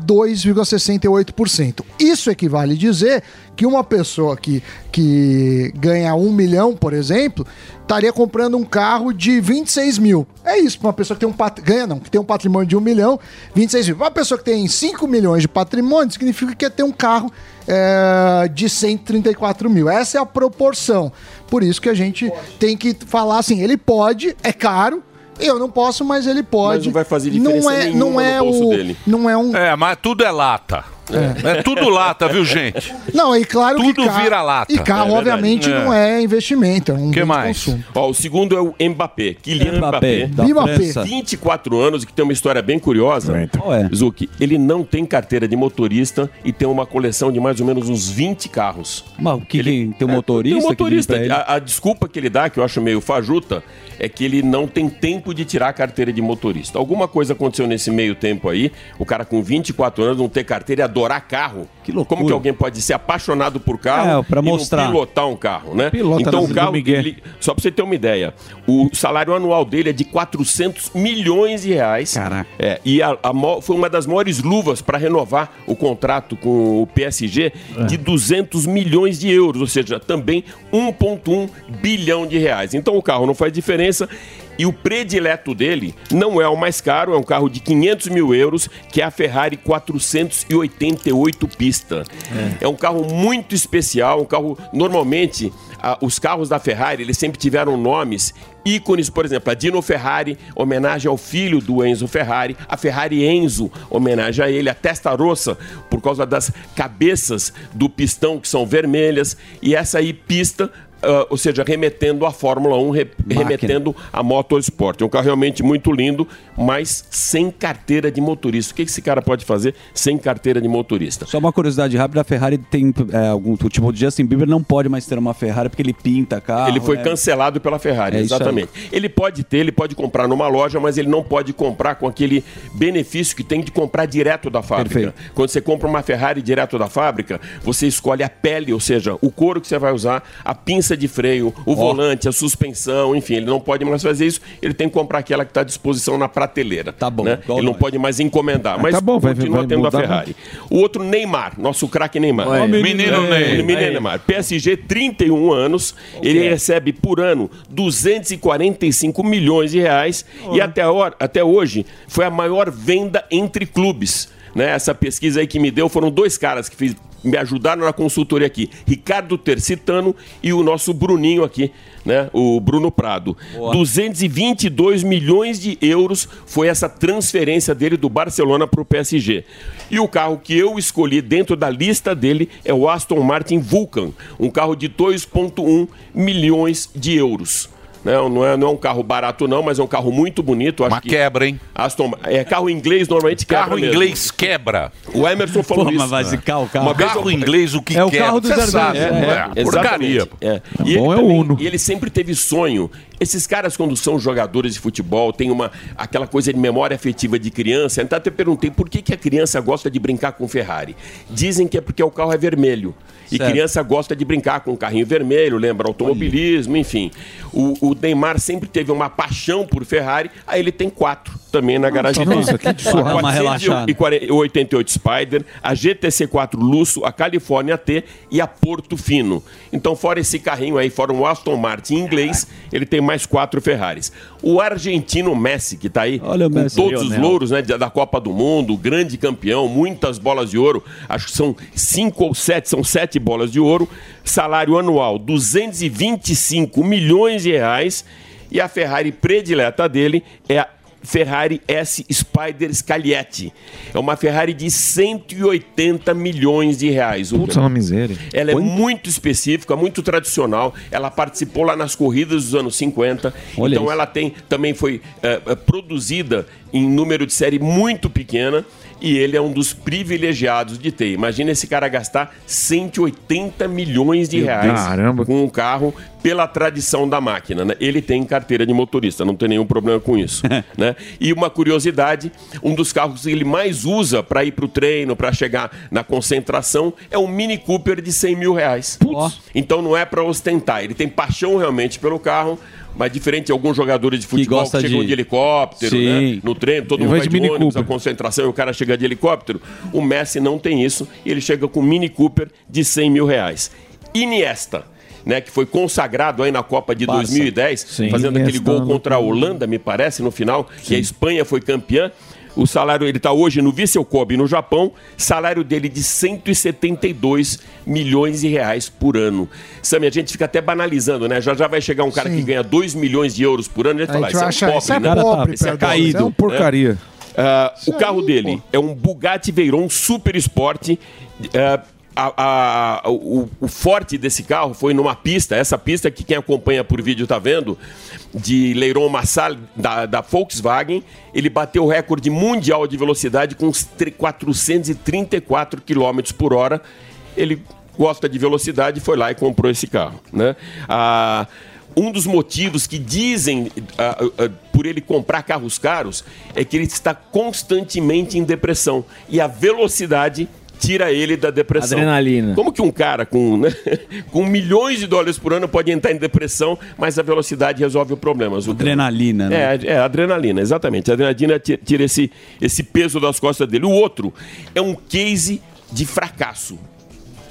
Speaker 8: 2,68%. Isso equivale a dizer que uma pessoa que, que ganha 1 milhão, por exemplo, estaria comprando um carro de 26 mil. É isso, para uma pessoa que tem um pat... ganha não, que tem um patrimônio de 1 milhão, 26 mil. Pra Uma pessoa que tem 5 milhões de patrimônio, significa que ia ter um carro é, de 134 mil. Essa é a proporção. Por isso que a gente tem que falar assim, ele pode, é caro, eu não posso, mas ele pode.
Speaker 29: Mas não vai fazer diferença
Speaker 8: não é, não
Speaker 29: nenhuma
Speaker 8: é
Speaker 29: no bolso
Speaker 8: o,
Speaker 29: dele.
Speaker 8: Não é um.
Speaker 6: É, mas tudo é lata. É, tudo lata, viu, gente?
Speaker 8: Não, e claro
Speaker 6: Tudo
Speaker 8: que. carro-
Speaker 6: vira lata.
Speaker 8: E carro,
Speaker 6: É verdade.
Speaker 8: obviamente,
Speaker 6: É.
Speaker 8: não é investimento. É um bem
Speaker 29: que
Speaker 8: de
Speaker 29: mais?
Speaker 8: consumo.
Speaker 29: Ó, o segundo é o Mbappé, Kylian
Speaker 8: Mbappé,
Speaker 29: Mbappé.
Speaker 8: da Mbappé. França.
Speaker 29: 24 anos e que tem uma história bem curiosa. Zuki, ele não tem carteira de motorista e tem uma coleção de mais ou menos uns 20 carros.
Speaker 5: Mas o que, que tem um
Speaker 29: Tem
Speaker 5: motorista?
Speaker 29: um
Speaker 5: que
Speaker 29: motorista.
Speaker 5: vem pra ele?
Speaker 29: A, a desculpa que ele dá, que eu acho meio fajuta, é que ele não tem tempo de tirar a carteira de motorista. Alguma coisa aconteceu nesse meio tempo aí, o cara com 24 anos não ter carteira e adorar carro. Que loucura. Como que alguém pode ser apaixonado por carro
Speaker 10: É, pra mostrar.
Speaker 29: e não pilotar um carro, né?
Speaker 10: Pilota
Speaker 29: então
Speaker 10: na-
Speaker 29: o
Speaker 10: do
Speaker 29: carro,
Speaker 10: Miguel.
Speaker 29: ele- só pra você ter uma ideia, o salário anual dele é de 400 milhões de reais. Caraca. É, e a, a mo- foi uma das maiores luvas para renovar o contrato com o PSG
Speaker 10: É.
Speaker 29: de 200 milhões de euros, ou seja, também 1,1 bilhão de reais. Então o carro não faz diferença. E o predileto dele não é o mais caro, é um carro de 500 mil euros, que é a Ferrari 488 pista. É um carro muito especial, um carro normalmente a- os carros da Ferrari, eles sempre tiveram nomes ícones, por exemplo, a Dino Ferrari, homenagem ao filho do Enzo Ferrari, a Ferrari Enzo, homenagem a ele, a Testarossa, por causa das cabeças do pistão que são vermelhas, e essa aí pista ah, ou seja, remetendo à Fórmula 1, re- remetendo à Motorsport. É um carro realmente muito lindo, mas sem carteira de motorista. O que que esse cara pode fazer sem carteira de motorista?
Speaker 5: Só uma curiosidade rápida, a Ferrari tem é, algum tipo de Justin Bieber não pode mais ter uma Ferrari porque ele pinta carro.
Speaker 29: ele foi
Speaker 5: né?
Speaker 29: cancelado pela Ferrari,
Speaker 5: É isso aí.
Speaker 29: exatamente. Ele pode ter, ele pode comprar numa loja, mas ele não pode comprar com aquele benefício que tem de comprar direto da fábrica. Quando você compra uma Ferrari direto da fábrica, você escolhe a pele, ou seja, o couro que você vai usar, a pinça de freio, o volante, a suspensão, enfim, ele não pode mais fazer isso, ele tem que comprar aquela que está à disposição na prateleira. Tá bom. Ele não pode mais encomendar, mas
Speaker 12: tá bom, vai-
Speaker 29: continua
Speaker 12: vai
Speaker 29: tendo a
Speaker 12: mudar
Speaker 29: Ferrari. O outro Neymar, nosso craque Neymar.
Speaker 12: Olha aí. Menino Ney.
Speaker 29: Menino
Speaker 12: Olha aí.
Speaker 29: Neymar. Neymar. PSG, 31 anos. Ele recebe por ano 245 milhões de reais. E até, a hora- até hoje foi a maior venda entre clubes. Né? Essa pesquisa aí que me deu foram dois caras que fiz- me ajudaram na consultoria aqui, Ricardo Tercitano e o nosso Bruninho aqui, né? O Bruno Prado. 222 milhões de euros foi essa transferência dele do Barcelona para o PSG. E o carro que eu escolhi dentro da lista dele é o Aston Martin Vulcan, um carro de 2,1 milhões de euros. né? Não é, não é um carro barato, não, mas é um carro muito bonito. Acho Uma
Speaker 6: quebra, hein?
Speaker 29: Aston, é carro inglês, normalmente quebra.
Speaker 6: Carro
Speaker 29: mesmo.
Speaker 6: inglês quebra.
Speaker 29: O Emerson falou
Speaker 6: Pô,
Speaker 29: isso.
Speaker 6: mas vai zicar o carro.
Speaker 29: Uma vez
Speaker 6: Carro
Speaker 29: eu-
Speaker 6: inglês, o que É o quebra, carro dos você hermanos, sabe,
Speaker 29: É,
Speaker 6: né?
Speaker 29: é,
Speaker 6: É, porcaria.
Speaker 29: exatamente. É. E, ele também- e ele sempre teve sonho. Esses caras, quando são jogadores de futebol, tem uma, aquela coisa de memória afetiva de criança. Então, até perguntei por que, que a criança gosta de brincar com Ferrari. Dizem que é porque o carro é vermelho. E
Speaker 5: Certo.
Speaker 29: criança gosta de brincar com um carrinho vermelho, lembra automobilismo, enfim. O, o Neymar sempre teve uma paixão por Ferrari, aí ele tem quatro também na garagem dele.
Speaker 5: nossa, que surra. Dá uma relaxada.
Speaker 29: E 88 Spider, a GTC4 Lusso, a Califórnia T e a Porto Fino. Então, fora esse carrinho aí, fora um Aston Martin inglês, ele tem mais quatro Ferraris. O argentino Messi, que tá aí,
Speaker 5: Olha o
Speaker 29: com
Speaker 5: Messi.
Speaker 29: todos os
Speaker 5: Lionel.
Speaker 29: louros né, da da Copa do Mundo, grande campeão, muitas bolas de ouro, acho que são cinco ou sete, são sete bolas de ouro, salário anual 225 milhões de reais e a Ferrari predileta dele é a Ferrari S Spider Scaglietti. É uma Ferrari de 180 milhões de reais.
Speaker 7: Putz, é uma miséria.
Speaker 29: Ela é muito específica, muito tradicional. Ela participou lá nas corridas dos anos 50.
Speaker 5: Olha
Speaker 29: então
Speaker 5: isso.
Speaker 29: ela tem também foi eh, eh, produzida em número de série muito pequena. E ele é um dos privilegiados de ter. Imagina esse cara gastar 180 milhões de
Speaker 7: Meu
Speaker 29: reais
Speaker 7: Deus. Caramba.
Speaker 29: com um carro pela tradição da máquina. né? Ele tem carteira de motorista, não tem nenhum problema com isso. né? E uma curiosidade: um dos carros que ele mais usa para ir para o treino, para chegar na concentração, é um Mini Cooper de 100 mil reais. Então não é para ostentar. Ele tem paixão realmente pelo carro. Mas diferente de alguns jogadores de futebol que,
Speaker 10: gosta
Speaker 29: chegam de,
Speaker 10: de-
Speaker 29: helicóptero,
Speaker 10: Sim.
Speaker 29: né? No treino, todo
Speaker 10: Eu
Speaker 29: mundo
Speaker 10: vou
Speaker 29: vai
Speaker 10: de
Speaker 29: de
Speaker 10: Mini
Speaker 29: ônibus, a
Speaker 10: Cooper.
Speaker 29: concentração e o cara chega de helicóptero. O Messi não tem isso. Ele chega com um Mini Cooper de 100 mil reais. Iniesta, né? Que foi consagrado aí na Copa de
Speaker 10: Barça.
Speaker 29: 2010,
Speaker 10: Sim.
Speaker 29: fazendo aquele
Speaker 10: Iniesta,
Speaker 29: gol
Speaker 10: né?
Speaker 29: contra a Holanda, me parece, no final, que a Espanha foi campeã. O salário, ele está hoje no Vissel Kobe, no Japão, salário dele de 172 milhões de reais por ano. Sammy, a gente fica até banalizando, né? Já já vai chegar um cara que ganha 2 milhões de euros por ano, a gente
Speaker 7: A
Speaker 29: fala,
Speaker 7: gente
Speaker 29: "Esse
Speaker 7: vai achar,
Speaker 29: é
Speaker 7: "Esse é
Speaker 29: pobre, né?
Speaker 7: pobre,
Speaker 29: Esse é
Speaker 7: Pedro,
Speaker 29: caído.
Speaker 7: isso é uma porcaria."
Speaker 29: né? Ah, o carro dele é um Bugatti Veyron Super Sport. ah, a- a- o, o forte desse carro foi numa pista, essa pista que quem acompanha por vídeo tá vendo, de Leiron Massal, da, da Volkswagen, ele bateu o recorde mundial de velocidade com uns tre- 434 km por hora. Ele gosta de velocidade e foi lá e comprou esse carro. Né? Ah, um dos motivos que dizem ah, ah, ah, por ele comprar carros caros é que ele está constantemente em depressão. E a velocidade tira ele da depressão.
Speaker 13: Adrenalina.
Speaker 29: Como que um cara com, né, com milhões de dólares por ano pode entrar em depressão, mas a velocidade resolve o problema? Zuckerman?
Speaker 5: Adrenalina, né?
Speaker 29: É, é, adrenalina, exatamente. A adrenalina ti- tira esse, esse peso das costas dele. O outro é um case de fracasso.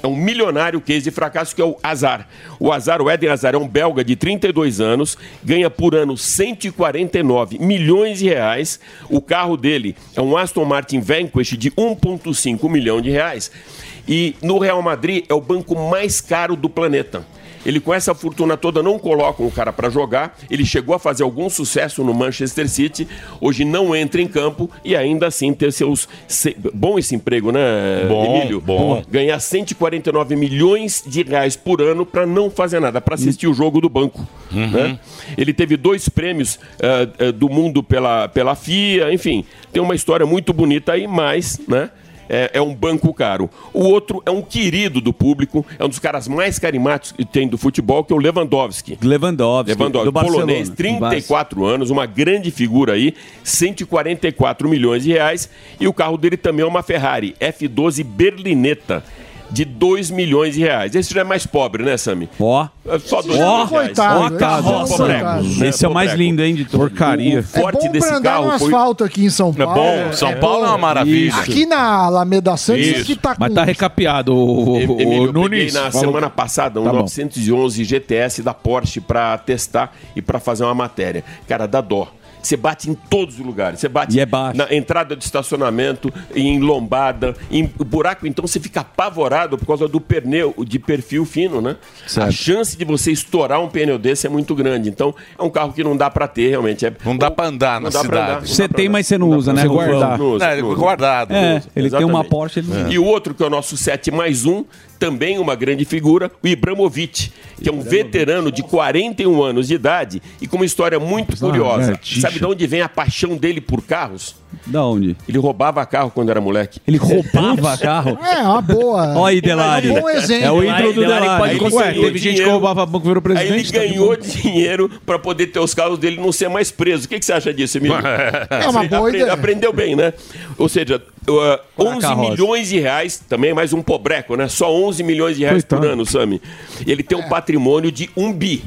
Speaker 29: É um milionário case de fracasso que é o Azar. O Azar, o Eden Azar, é um belga de 32 anos, ganha por ano 149 milhões de reais. O carro dele é um Aston Martin Vanquish de 1,5 milhão de reais. E no Real Madrid é o banco mais caro do planeta. Ele com essa fortuna toda não coloca um cara para jogar. Ele chegou a fazer algum sucesso no Manchester City. Hoje não entra em campo e ainda assim ter seus se- bom esse emprego, né,
Speaker 6: Bom,
Speaker 29: Emílio?
Speaker 6: bom.
Speaker 29: Ganhar 149 milhões de reais por ano para não fazer nada, para assistir o jogo do banco. né? Ele teve dois prêmios ah, ah, do mundo pela, pela FIA, enfim, tem uma história muito bonita aí, mas, né? É, é um banco caro. O outro é um querido do público, é um dos caras mais carimatos que tem do futebol, que é o Lewandowski.
Speaker 5: Lewandowski, do Barcelona.
Speaker 29: polonês,
Speaker 5: Do
Speaker 29: 34 anos, uma grande figura aí, 144 milhões de reais. E o carro dele também é uma Ferrari F12 Berlineta. De 2 milhões de reais. Esse já é mais pobre, né, Sami?
Speaker 5: Ó.
Speaker 29: Só
Speaker 5: Esse
Speaker 29: 2
Speaker 5: já é
Speaker 29: milhões de reais.
Speaker 5: coitado, esse já é coitado. Esse é o mais lindo,
Speaker 29: hein, de Porcaria. O
Speaker 8: É
Speaker 29: forte
Speaker 8: bom
Speaker 29: desse
Speaker 8: pra andar
Speaker 29: carro
Speaker 8: no
Speaker 29: foi...
Speaker 8: asfalto aqui em São Paulo.
Speaker 6: bom, São Paulo é uma maravilha.
Speaker 8: Aqui na Alameda Santos, isso que tá com...
Speaker 7: Mas tá recapeado o, o,
Speaker 29: Em-
Speaker 7: o
Speaker 29: Emílio, eu
Speaker 7: Nunes.
Speaker 29: peguei na
Speaker 7: falou-
Speaker 29: semana passada um
Speaker 7: Tá bom.
Speaker 29: 911 GTS da Porsche para testar e para fazer uma matéria. Cara, dá dó. Você bate em todos os lugares. Você bate na entrada do estacionamento, em lombada, em buraco. Então você fica apavorado por causa do pneu de perfil fino, né? A chance de você estourar um pneu desse é muito grande. Então é um carro que não dá para ter realmente. É um não dá para andar
Speaker 6: na cidade.
Speaker 5: Você tem, mas você não usa, né?
Speaker 29: Você
Speaker 5: Rufão?
Speaker 29: guardar. Não usa, não usa.
Speaker 5: É,
Speaker 29: Não usa.
Speaker 5: ele tem uma
Speaker 29: Exatamente.
Speaker 5: Porsche, ele não
Speaker 29: E o outro, que é o nosso 7 mais um, também uma grande figura, o Ibramovic, que é um veterano de 41 anos de idade e com uma história muito curiosa.
Speaker 5: lagartixa.
Speaker 29: Sabe de onde vem a paixão dele por carros?
Speaker 5: né? Da onde?
Speaker 29: Ele roubava carro quando era moleque.
Speaker 5: Ele roubava carro?
Speaker 8: É, uma boa.
Speaker 5: Ó aí,
Speaker 8: Delari. É um bom exemplo. É o ídolo do Delari. é?
Speaker 7: Pode conseguir.
Speaker 29: Ué,
Speaker 7: Teve gente que roubava banco e virou presidente,
Speaker 29: Aí ele
Speaker 7: tá de
Speaker 29: ganhou dinheiro para poder ter os carros dele e não ser mais preso. O que, que você acha disso, Emílio?
Speaker 6: É uma boa ideia.
Speaker 29: Aprendeu bem, né? Ou seja, uh, 11
Speaker 6: carroça.
Speaker 29: milhões de reais, também mais um pobreco, né? Só 11 milhões de reais por
Speaker 6: Coitado.
Speaker 29: ano, Sami. Ele
Speaker 8: É.
Speaker 29: tem um patrimônio de um bi.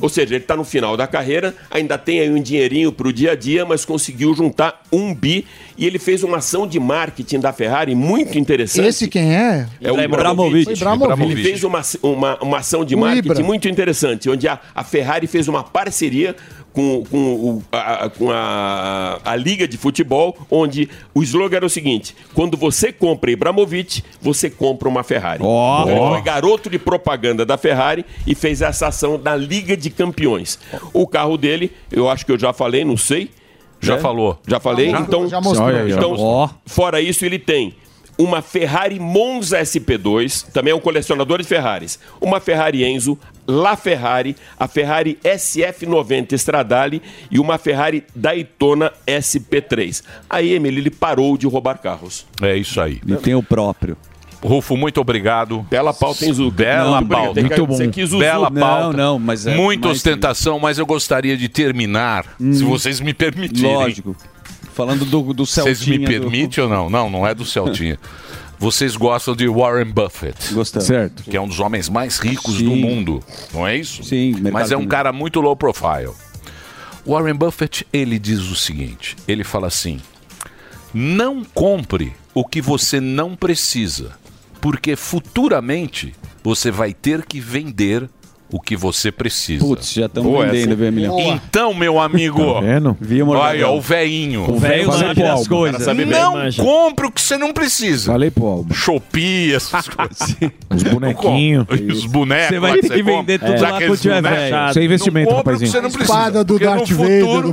Speaker 29: Ou seja, ele está no final da carreira, ainda tem aí um dinheirinho para o dia a dia, mas conseguiu juntar um bi e ele fez uma ação de marketing da Ferrari muito interessante.
Speaker 8: Esse quem é?
Speaker 29: É o
Speaker 8: Ibrahimovic. O
Speaker 29: Ibrahimovic.
Speaker 8: Ibrahimovic.
Speaker 29: Ele fez uma, uma, uma ação de
Speaker 8: O
Speaker 29: marketing
Speaker 8: Ibra.
Speaker 29: muito interessante, onde a, a Ferrari fez uma parceria com, com, o- a, a- com a, a Liga de Futebol, onde o slogan era o seguinte: quando você compra Ibrahimovic, você compra uma Ferrari. Então, ele foi garoto de propaganda da Ferrari e fez essa ação da Liga de Campeões. O carro dele, eu acho que eu já falei, não sei.
Speaker 6: Já
Speaker 29: né?
Speaker 6: falou.
Speaker 29: Já falei?
Speaker 6: Já?
Speaker 29: então,
Speaker 6: Já mostrou. Olha aí, ó.
Speaker 29: então,
Speaker 6: Ó.
Speaker 29: Fora isso, ele tem uma Ferrari Monza SP2, também é um colecionador de Ferraris, uma Ferrari Enzo, La Ferrari, a Ferrari SF90 Stradale e uma Ferrari Daytona SP3. Aí, Emily, ele parou de roubar carros.
Speaker 6: É isso aí.
Speaker 5: E tem o próprio.
Speaker 6: Rufo, muito obrigado.
Speaker 29: Bela pauta, hein, Zuzu?
Speaker 6: Bela
Speaker 29: Não,
Speaker 6: pauta.
Speaker 29: tem que- é Muito bom. você quis Zuzu.
Speaker 6: Bela
Speaker 29: Não,
Speaker 6: pauta.
Speaker 5: não, mas é-
Speaker 6: Muita
Speaker 5: mas-
Speaker 6: ostentação, mas eu gostaria de terminar,
Speaker 5: Hum.
Speaker 6: se vocês me permitirem.
Speaker 5: Lógico. Falando do, do
Speaker 6: Vocês
Speaker 5: Celtinha
Speaker 6: me
Speaker 5: do-
Speaker 6: permitem ou não? Não, não é do Celtinha. Vocês gostam de Warren Buffett.
Speaker 5: Gostamos.
Speaker 6: Certo. Que é um dos homens mais ricos do mundo. Não é isso?
Speaker 5: Sim.
Speaker 6: Mas é
Speaker 7: Tá
Speaker 6: um
Speaker 5: financeiro.
Speaker 6: cara muito low profile. Warren Buffett, ele diz o seguinte. Ele fala assim. Não compre o que você não precisa. Porque futuramente você vai ter que vender o que você precisa. Putz,
Speaker 5: já estão
Speaker 6: Boa,
Speaker 5: vendendo,
Speaker 6: essa.
Speaker 5: viu, Emiliano?
Speaker 6: Então, meu amigo.
Speaker 5: Tá vendo? Vi uma
Speaker 6: Olha,
Speaker 5: olhada.
Speaker 6: o veinho.
Speaker 5: O véio sabe das coisas.
Speaker 6: Cara sabe bem.
Speaker 5: Não
Speaker 6: Não compre o que você não precisa.
Speaker 7: Falei pro Alba.
Speaker 6: Shopee, essas coisas.
Speaker 7: Os bonequinhos.
Speaker 6: Os bonecos.
Speaker 7: Você vai
Speaker 6: lá
Speaker 7: ter que
Speaker 6: compra.
Speaker 7: vender tudo
Speaker 6: Já
Speaker 7: lá quando
Speaker 6: aqueles
Speaker 7: tiver
Speaker 6: bonecos.
Speaker 7: velho. Isso é investimento,
Speaker 6: não compra o que
Speaker 7: rapazinho.
Speaker 6: você não precisa.
Speaker 8: Espada do
Speaker 6: porque no
Speaker 8: Darth
Speaker 6: futuro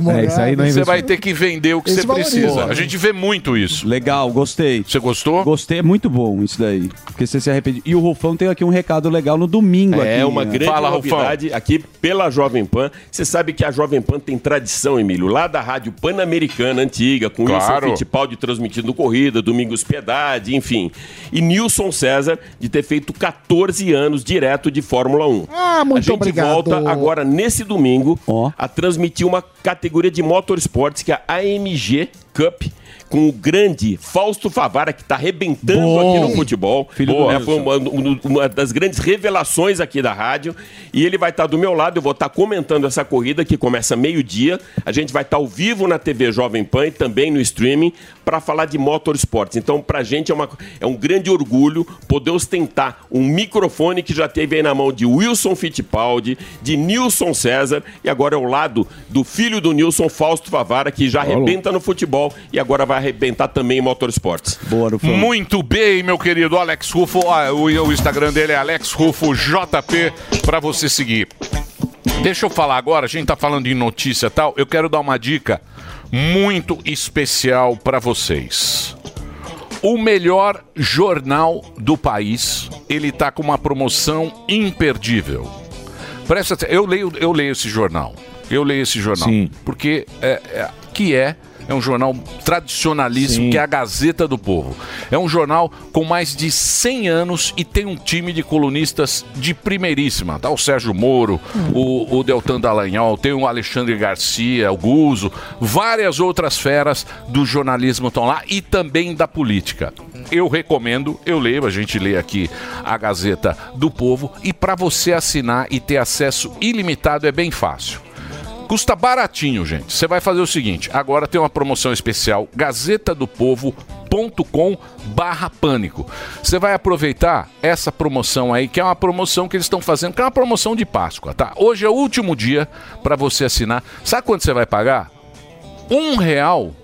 Speaker 8: Vader, do
Speaker 7: É, isso aí não é
Speaker 6: Você
Speaker 7: investimento.
Speaker 6: vai ter que vender o que
Speaker 7: Esse
Speaker 6: você
Speaker 7: valoriza.
Speaker 6: precisa. A gente vê muito isso.
Speaker 5: Legal, gostei.
Speaker 6: Você gostou?
Speaker 5: Gostei, é muito bom isso daí. Porque você se arrepende. E o Rufão tem aqui um recado legal no domingo aqui.
Speaker 29: É uma
Speaker 5: né?
Speaker 29: grande novidade aqui pela Jovem Pan. Você sabe que a Jovem Pan tem tradição, Emílio, lá da Rádio Pan-Americana antiga, com
Speaker 6: Claro.
Speaker 29: Wilson Fittipaldi transmitindo corrida, Domingos Piedade, enfim. E Nilson César de ter feito 14 anos direto de Fórmula 1.
Speaker 8: Ah, muito
Speaker 29: a gente
Speaker 8: obrigado.
Speaker 29: volta agora nesse domingo a transmitir uma categoria de motorsports que é a AMG Cup com o grande Fausto Favara que está arrebentando aqui no futebol.
Speaker 5: Filho do
Speaker 29: Boa.
Speaker 5: Wilson.
Speaker 29: Foi uma, um- uma das grandes revelações aqui da rádio. E ele vai estar do meu lado, eu vou estar comentando essa corrida que começa meio-dia. A gente vai estar ao vivo na TV Jovem Pan e também no streaming para falar de motorsports. Então, para a gente é, uma- é um grande orgulho poder ostentar um microfone que já teve aí na mão de Wilson Fittipaldi, de Nilson César e agora é ao lado do filho do Nilson, Fausto Favara, que já arrebenta no futebol e agora vai arrebentar também em motorsports.
Speaker 5: Boa,
Speaker 6: Muito bem, meu querido Alex Rufo. Ah, o, o Instagram dele é Alex Rufo JP para você seguir. Deixa eu falar agora, a gente tá falando em notícia e tal. Eu quero dar uma dica muito especial para vocês. O melhor jornal do país, ele tá com uma promoção imperdível. Presta atenção, eu leio, eu leio esse jornal. Eu leio esse jornal.
Speaker 12: Sim.
Speaker 6: Porque é, é- que é, é um jornal tradicionalíssimo,
Speaker 12: Sim.
Speaker 6: que é a Gazeta do Povo. É um jornal com mais de 100 anos e tem um time de colunistas de primeiríssima. Tá o Sérgio Moro,
Speaker 12: Hum.
Speaker 6: o, o Deltan Dallagnol, tem o Alexandre Garcia, o Guzo, várias outras feras do jornalismo estão lá e também da política. Eu recomendo, eu leio, a gente lê aqui a Gazeta do Povo e para você assinar e ter acesso ilimitado é bem fácil. Custa baratinho, gente. Você vai fazer o seguinte: agora tem uma promoção especial gazetadopovo.com barra pânico. Você vai aproveitar essa promoção aí, que é uma promoção que eles estão fazendo, que é uma promoção de Páscoa, tá? Hoje é o último dia para você assinar. Sabe quanto você vai pagar? um real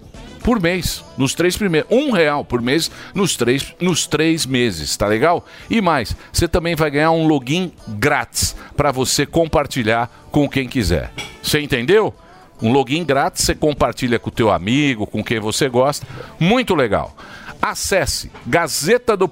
Speaker 6: por mês, nos três primeiros. Um real por mês nos três, nos três meses, tá legal? E mais, você também vai ganhar um login grátis para você compartilhar com quem quiser. Você entendeu? Um login grátis, você compartilha com o teu amigo, com quem você gosta. Muito legal. Acesse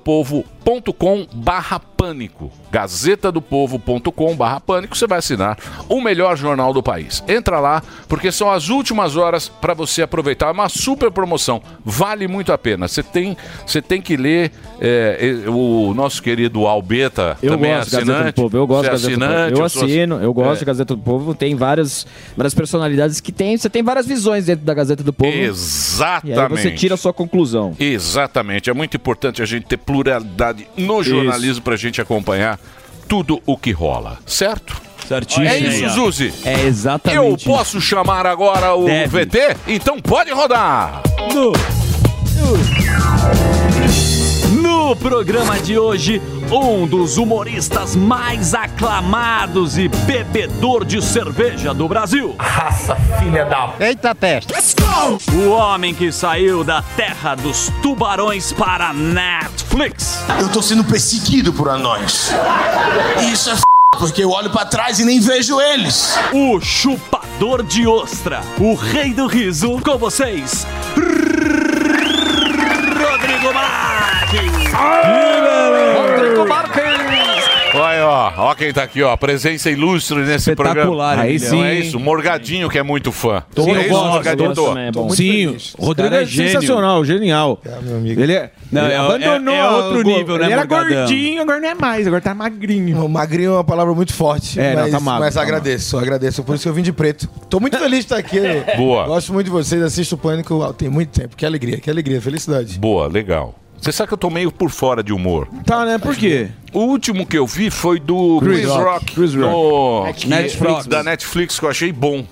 Speaker 6: gazetadopovo.com barra pânico. Gazetadopovo.com barra pânico. Você vai assinar o melhor jornal do país. Entra lá, porque são as últimas horas para você aproveitar. É uma super promoção. Vale muito a pena. Você tem, você tem que ler é, é, o nosso querido Albeta,
Speaker 9: Eu
Speaker 6: também é
Speaker 9: gosto de Gazeta do
Speaker 6: assinante.
Speaker 9: Povo, eu
Speaker 6: Você
Speaker 9: gosto de
Speaker 6: é
Speaker 9: Gazeta do Povo.
Speaker 6: assinante,
Speaker 9: Eu
Speaker 6: sou assi-
Speaker 9: assino, eu gosto
Speaker 6: É.
Speaker 9: de Gazeta do Povo, tem várias, várias personalidades que tem, você tem várias visões dentro da Gazeta do Povo.
Speaker 6: Exatamente.
Speaker 9: E aí você tira a sua conclusão.
Speaker 6: Exatamente. É muito importante a gente ter pluralidade no
Speaker 9: Isso.
Speaker 6: jornalismo para a gente acompanhar tudo o que rola, certo?
Speaker 5: Certíssimo.
Speaker 6: É isso, Zuzi.
Speaker 5: É exatamente
Speaker 6: Eu
Speaker 5: isso.
Speaker 6: posso chamar agora o
Speaker 5: Deve.
Speaker 6: VT? Então pode rodar.
Speaker 10: No programa de hoje, um dos humoristas mais aclamados e bebedor de cerveja do Brasil. Raça filha da.
Speaker 22: Eita testa!
Speaker 10: O homem que saiu da terra dos tubarões para Netflix.
Speaker 1: Eu tô sendo perseguido por anões. Isso é f... porque eu olho pra trás e nem vejo eles.
Speaker 10: O chupador de ostra, o rei do riso, com vocês, Rodrigo Marques. Rodrigo Marques.
Speaker 6: Olha, ó, ó quem tá aqui, ó. Presença ilustre nesse
Speaker 7: Espetacular,
Speaker 6: programa.
Speaker 7: Aí Emiliano. sim.
Speaker 6: É isso, Morgadinho que é muito fã.
Speaker 7: Tô,
Speaker 6: Sim,
Speaker 7: eu
Speaker 6: é isso,
Speaker 7: gosto,
Speaker 6: Morgadinho?
Speaker 7: gosto
Speaker 6: Tô.
Speaker 7: também, é bom. Sim, o Rodrigo
Speaker 6: Cara,
Speaker 7: é,
Speaker 6: é gênio.
Speaker 7: sensacional, genial. Ele é.
Speaker 5: Não,
Speaker 7: ele
Speaker 5: é-
Speaker 7: abandonou.
Speaker 5: é- é outro
Speaker 7: a-
Speaker 5: nível, né,
Speaker 7: Ele era
Speaker 5: Morgadão?
Speaker 7: gordinho, agora não é mais, agora tá magrinho.
Speaker 22: magrinho é uma palavra muito forte.
Speaker 7: É, não,
Speaker 22: mas,
Speaker 7: tá magro,
Speaker 22: mas
Speaker 7: tá
Speaker 22: agradeço, agradeço. Por isso que eu vim de preto. Tô muito feliz de estar aqui.
Speaker 6: Boa.
Speaker 22: Gosto muito de vocês, assisto o Pânico há- tem muito tempo. Que alegria, que alegria, felicidade.
Speaker 6: Boa, legal. Você sabe que eu tô meio por fora de humor.
Speaker 7: Tá, né? Por quê?
Speaker 6: O último que eu vi foi do
Speaker 7: Chris
Speaker 6: Chris,
Speaker 7: Rock.
Speaker 6: Rock.
Speaker 7: Chris Rock.
Speaker 6: no-
Speaker 7: Netflix.
Speaker 6: Da Netflix que eu achei bom.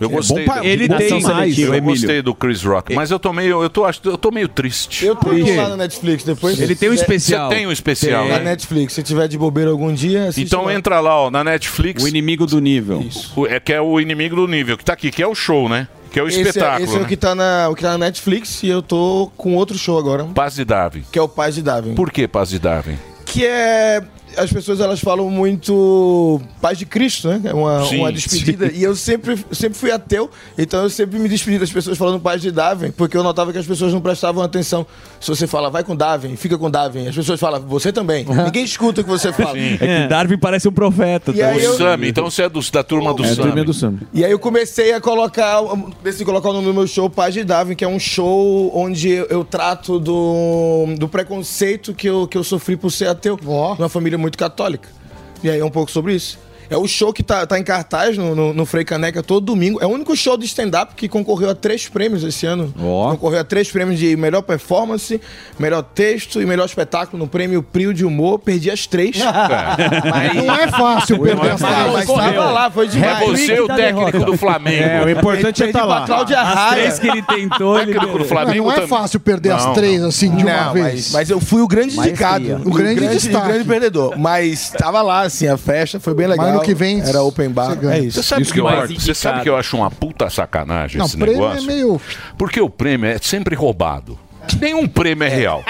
Speaker 6: Eu
Speaker 7: É bom
Speaker 6: gostei.
Speaker 7: pra-
Speaker 6: dele.
Speaker 7: ele tem
Speaker 6: Ação
Speaker 7: mais,
Speaker 6: seletiva,
Speaker 7: o
Speaker 6: Eu
Speaker 7: Emílio.
Speaker 6: gostei do Chris Rock, mas eu tô meio, eu tô, acho- eu tô meio triste. Eu
Speaker 22: Põe lá na Netflix depois.
Speaker 6: Ele tem um
Speaker 22: Se-
Speaker 6: especial. Você tem um especial,
Speaker 22: Na
Speaker 6: né?
Speaker 22: Netflix. Se tiver de bobeira algum dia, assiste
Speaker 6: Então
Speaker 22: lá.
Speaker 6: entra lá, ó, na Netflix. O
Speaker 5: inimigo do nível.
Speaker 6: é que é o inimigo do nível, que tá aqui, que é o show, né? Que é o
Speaker 22: Esse
Speaker 6: espetáculo.
Speaker 22: Esse é o
Speaker 6: né?
Speaker 22: que, tá na, o que tá na Netflix e eu tô com outro show agora.
Speaker 6: né? Paz de Darwin.
Speaker 22: Que é o Paz de Darwin.
Speaker 6: Por que Paz de Darwin?
Speaker 22: Que é. As pessoas elas falam muito paz de Cristo, né? É uma,
Speaker 6: Sim,
Speaker 22: uma despedida.
Speaker 6: sim.
Speaker 22: E eu sempre, sempre fui ateu, então eu sempre me despedi das pessoas falando paz de Davin, porque eu notava que as pessoas não prestavam atenção. Se você fala, vai com Davin, fica com Davin, as pessoas falam, você também. Ninguém escuta o que você fala.
Speaker 5: É que Darwin parece um profeta.
Speaker 22: E aí
Speaker 6: o
Speaker 22: eu-
Speaker 6: Sami, então você é dos- da turma do Sami.
Speaker 22: E aí eu comecei a colocar, decidi colocar o nome do meu show Paz de Darwin, que é um show onde eu trato do, do preconceito que eu, que eu sofri por ser ateu, numa família muito católica. E aí é um pouco sobre isso. É o show que tá, tá em cartaz no, no, no Frei Caneca todo domingo. É o único show de stand-up que concorreu a três prêmios esse ano. Concorreu a três prêmios de melhor performance, melhor texto e melhor espetáculo no prêmio Prio de Humor. Perdi as três.
Speaker 6: Mas
Speaker 8: não é fácil
Speaker 22: Não é
Speaker 8: perder as
Speaker 22: fácil,
Speaker 8: três.
Speaker 22: mas tava lá, foi demais.
Speaker 6: É você o
Speaker 22: Da
Speaker 6: técnico
Speaker 22: derrota.
Speaker 6: do Flamengo.
Speaker 22: É, o importante é
Speaker 6: Perdi
Speaker 22: tá
Speaker 6: pra
Speaker 22: lá.
Speaker 6: Cláudia
Speaker 22: As
Speaker 6: Raia.
Speaker 22: três que ele
Speaker 6: tentou, ele técnico do Flamengo
Speaker 8: Não é
Speaker 6: também.
Speaker 8: fácil perder
Speaker 22: Não,
Speaker 8: as três, assim, de uma
Speaker 22: Não,
Speaker 8: vez.
Speaker 22: Mas, mas eu fui o grande
Speaker 8: Maestria.
Speaker 22: indicado.
Speaker 8: O grande destaque.
Speaker 22: O grande perdedor. Mas tava lá, assim, a festa foi bem legal.
Speaker 8: Mas no que vem,
Speaker 22: Era open bar. É isso.
Speaker 6: Você sabe, que eu, acho- você sabe que eu acho uma puta sacanagem
Speaker 22: Não,
Speaker 6: esse
Speaker 22: prêmio
Speaker 6: negócio?
Speaker 22: é meio-
Speaker 6: Porque o prêmio é sempre roubado. Nenhum prêmio é real.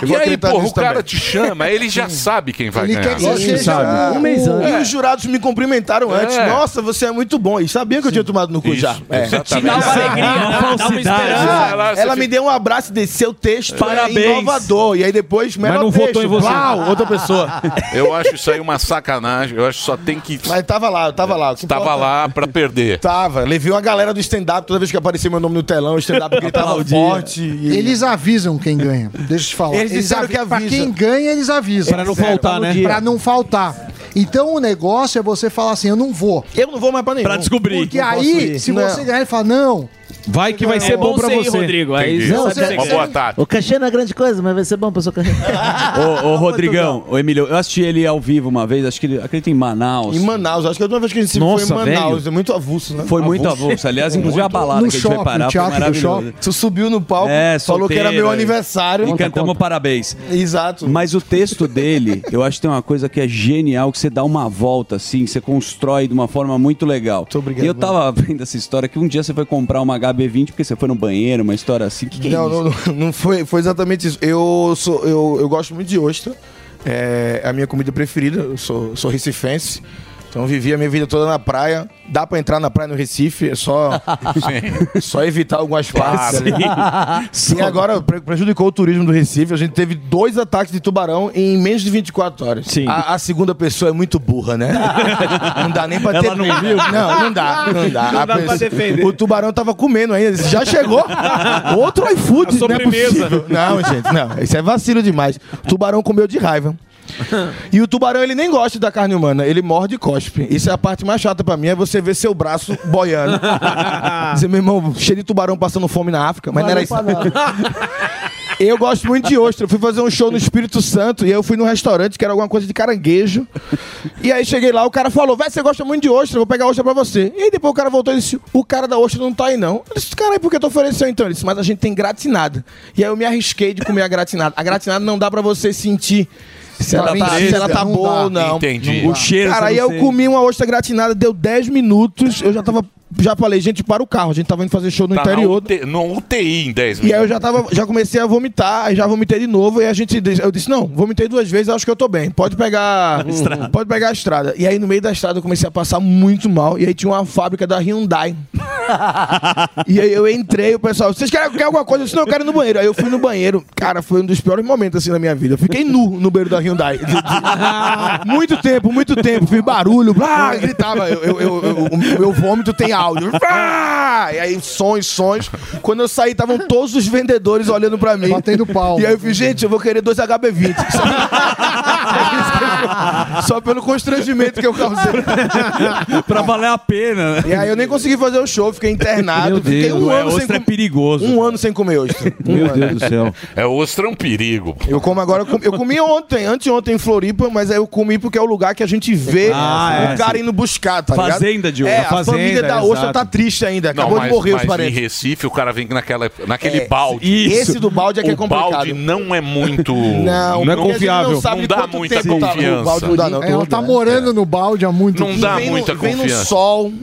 Speaker 22: Eu
Speaker 6: E
Speaker 22: vou
Speaker 6: aí,
Speaker 22: acreditar
Speaker 6: porra,
Speaker 22: nisso
Speaker 6: o cara
Speaker 22: também.
Speaker 6: te chama, ele já sabe quem vai
Speaker 22: Ele
Speaker 6: ganhar.
Speaker 22: quer que você seja um mês antes. E os jurados me cumprimentaram antes.
Speaker 6: É.
Speaker 22: Nossa, você é muito bom. E sabia que eu tinha tomado no cu
Speaker 6: Isso,
Speaker 22: já. É.
Speaker 6: exatamente. Dá uma alegria,
Speaker 5: né?
Speaker 6: dá uma
Speaker 22: Dá
Speaker 6: falsidade.
Speaker 22: esperança.
Speaker 6: Vai lá, você
Speaker 22: Ela me
Speaker 6: fica-
Speaker 22: deu um abraço e desceu o texto. É
Speaker 6: Parabéns.
Speaker 22: Inovador. E aí depois,
Speaker 6: Mas
Speaker 22: melhor
Speaker 6: não
Speaker 22: texto.
Speaker 6: votou em você.
Speaker 22: Blau, outra pessoa.
Speaker 6: Eu acho isso aí uma sacanagem. Eu acho que só tem que.
Speaker 22: Mas tava lá, eu tava lá. O que
Speaker 6: Tava
Speaker 22: importa-
Speaker 6: lá pra perder.
Speaker 22: Tava, levei uma galera do stand-up, toda vez que aparecia meu nome no telão, o stand-up gritava
Speaker 8: Aplaudia.
Speaker 22: forte. e-
Speaker 8: Eles avisam quem ganha. Deixa eu te falar.
Speaker 22: Eles disseram
Speaker 8: avi-
Speaker 22: que
Speaker 8: Pra
Speaker 22: avisa.
Speaker 8: quem ganha, eles avisam.
Speaker 22: Pra não Sério, faltar,
Speaker 8: pra no
Speaker 22: né?
Speaker 8: dia. Pra não faltar. Então o negócio é você falar assim: eu não vou.
Speaker 22: Eu não vou mais pra nenhum.
Speaker 8: Pra
Speaker 7: descobrir.
Speaker 8: Porque
Speaker 7: Não posso
Speaker 8: aí,
Speaker 7: ir.
Speaker 8: se
Speaker 7: Não.
Speaker 8: você ganhar, ele fala: não.
Speaker 7: Vai que vai
Speaker 8: Não,
Speaker 7: ser
Speaker 8: é
Speaker 7: bom
Speaker 8: bom
Speaker 7: pra
Speaker 8: você ir,
Speaker 7: você.
Speaker 8: Rodrigo, aí
Speaker 6: Entendi.
Speaker 8: Não, você-
Speaker 6: Uma boa tarde.
Speaker 5: O
Speaker 20: cachê não é grande coisa, mas vai ser bom pra sua carreira.
Speaker 5: Ô, ô, Rodrigão, ô, Emílio, eu assisti ele ao vivo uma vez, acho que ele acredito em Manaus.
Speaker 22: Em Manaus, acho que a última vez que a gente se
Speaker 5: Nossa,
Speaker 22: foi em Manaus,
Speaker 5: velho.
Speaker 22: é muito avulso, né?
Speaker 5: Foi muito avulso, aliás, inclusive a balada que a gente vai parar foi maravilhosa.
Speaker 22: Tu subiu no palco,
Speaker 5: É,
Speaker 22: falou que era
Speaker 5: solteira,
Speaker 22: meu
Speaker 5: é.
Speaker 22: aniversário.
Speaker 5: E cantamos parabéns.
Speaker 22: Exato.
Speaker 5: Mas o texto dele, eu acho que tem uma coisa que é genial, que você dá uma volta, assim, você constrói de uma forma muito legal.
Speaker 22: obrigado,
Speaker 5: e eu tava vendo essa história que um dia você foi comprar uma HB20 porque você foi no banheiro, uma história assim. Que que é
Speaker 22: não,
Speaker 5: isso?
Speaker 22: não, não, não foi, foi exatamente isso. Eu, sou, eu, eu gosto muito de ostra. É a minha comida preferida. Eu sou, sou recifense. Então eu vivi a minha vida toda na praia. Dá pra entrar na praia no Recife, é só, só evitar
Speaker 5: É,
Speaker 22: algumas partes.
Speaker 5: Claro.
Speaker 22: Sim. E agora pre- prejudicou o turismo do Recife. A gente teve dois ataques de tubarão em menos de 24 horas. A, a segunda pessoa é muito burra, né? não dá nem pra
Speaker 14: Ela
Speaker 22: ter.
Speaker 14: não viu?
Speaker 7: né?
Speaker 22: Não, não dá. Não dá.
Speaker 14: Não
Speaker 22: A
Speaker 14: dá pra defender.
Speaker 22: O tubarão tava comendo ainda. Já chegou. Outro iFood,
Speaker 14: A
Speaker 22: não é
Speaker 14: sobremesa.
Speaker 22: possível. Não, gente, não. Isso é vacilo demais. O tubarão comeu de raiva. E o tubarão, ele nem gosta da carne humana, ele morde e cospe. Isso é a parte mais chata pra mim, é você ver seu braço boiando. Dizer, meu irmão, cheio de tubarão passando fome na África, mas não era isso. Eu gosto muito de ostra. Eu fui fazer um show no Espírito Santo e aí eu fui num restaurante que era alguma coisa de caranguejo. E aí cheguei lá, o cara falou: Véi, você gosta muito de ostra, eu vou pegar ostra pra você. E aí depois o cara voltou e disse: O cara da ostra não tá aí não. Eu disse: Caralho, por que tu ofereceu então? Ele disse: Mas a gente tem gratinada. E aí eu me arrisquei de comer a gratinada. A gratinada não dá pra você sentir. Se
Speaker 6: Não
Speaker 22: ela,
Speaker 6: dá
Speaker 22: tá,
Speaker 6: fresca,
Speaker 22: se ela tá
Speaker 6: não
Speaker 22: boa
Speaker 6: dá.
Speaker 22: ou não.
Speaker 6: Entendi.
Speaker 22: Não
Speaker 6: O
Speaker 22: dá.
Speaker 6: cheiro
Speaker 22: Cara,
Speaker 6: você
Speaker 22: aí
Speaker 6: não
Speaker 22: eu
Speaker 6: sente.
Speaker 22: comi uma ostra gratinada, deu 10 minutos. Eu já tava. Já falei, gente, para o carro. A gente tava indo fazer show no
Speaker 6: Tá
Speaker 22: interior.
Speaker 6: na UTI, no UTI em 10
Speaker 22: E aí eu
Speaker 6: minutos.
Speaker 22: já tava, já comecei a vomitar, aí já vomitei de novo, e a gente disse- eu disse: "Não, vomitei duas vezes, acho que eu tô bem. Pode pegar,
Speaker 14: Estrada.
Speaker 22: pode pegar a estrada". E aí no meio da estrada eu comecei a passar muito mal, e aí tinha uma fábrica da Hyundai. e aí eu entrei, o pessoal, vocês querem, querem alguma coisa? Eu disse, não, eu quero ir no banheiro. Aí eu fui no banheiro. Cara, foi um dos piores momentos assim na minha vida. Eu fiquei nu no banheiro da Hyundai. De- de- muito tempo, muito tempo. Fiz barulho, blá, gritava. Eu, eu, eu- eu- o meu vômito tem áudio. Vá! E aí, sons, sons. Quando eu saí, estavam todos os vendedores olhando pra mim. Batendo pau. E aí eu fiz, gente, eu vou querer dois HB20. Só- Só pelo constrangimento que eu causei.
Speaker 5: pra valer a pena, né?
Speaker 22: E aí eu nem consegui fazer o show, fiquei internado.
Speaker 5: Meu
Speaker 22: fiquei
Speaker 5: Deus,
Speaker 22: um
Speaker 5: é,
Speaker 22: ano sem
Speaker 5: ostra é
Speaker 22: com-
Speaker 5: perigoso.
Speaker 22: Um ano sem comer ostra. Um ano.
Speaker 6: É ostra é um perigo.
Speaker 22: Eu como agora, eu comi, eu comi ontem, anteontem em Floripa, mas aí eu comi porque é o lugar que a gente vê
Speaker 6: Ah,
Speaker 22: o
Speaker 6: é,
Speaker 22: cara
Speaker 6: sim.
Speaker 22: indo buscar, tá ligado?
Speaker 6: Fazenda de ostra.
Speaker 22: É, a
Speaker 6: Fazenda,
Speaker 22: família da ostra
Speaker 6: exato.
Speaker 22: tá triste ainda,
Speaker 6: Não,
Speaker 22: acabou
Speaker 6: mas-
Speaker 22: de morrer os
Speaker 6: mas
Speaker 22: parentes.
Speaker 6: Em Recife, o cara vem naquela, naquele
Speaker 22: É,
Speaker 6: balde.
Speaker 22: esse do balde é que é
Speaker 6: O
Speaker 22: complicado.
Speaker 6: balde não é muito. é
Speaker 22: Não, porque a gente não sabe
Speaker 6: Não dá
Speaker 22: quanto
Speaker 6: muita
Speaker 22: tempo tá no
Speaker 6: confiança.
Speaker 22: balde, não dá, não.
Speaker 5: É
Speaker 8: Ela tá morando no balde há muito
Speaker 6: Não
Speaker 8: tempo.
Speaker 6: dá muita confiança.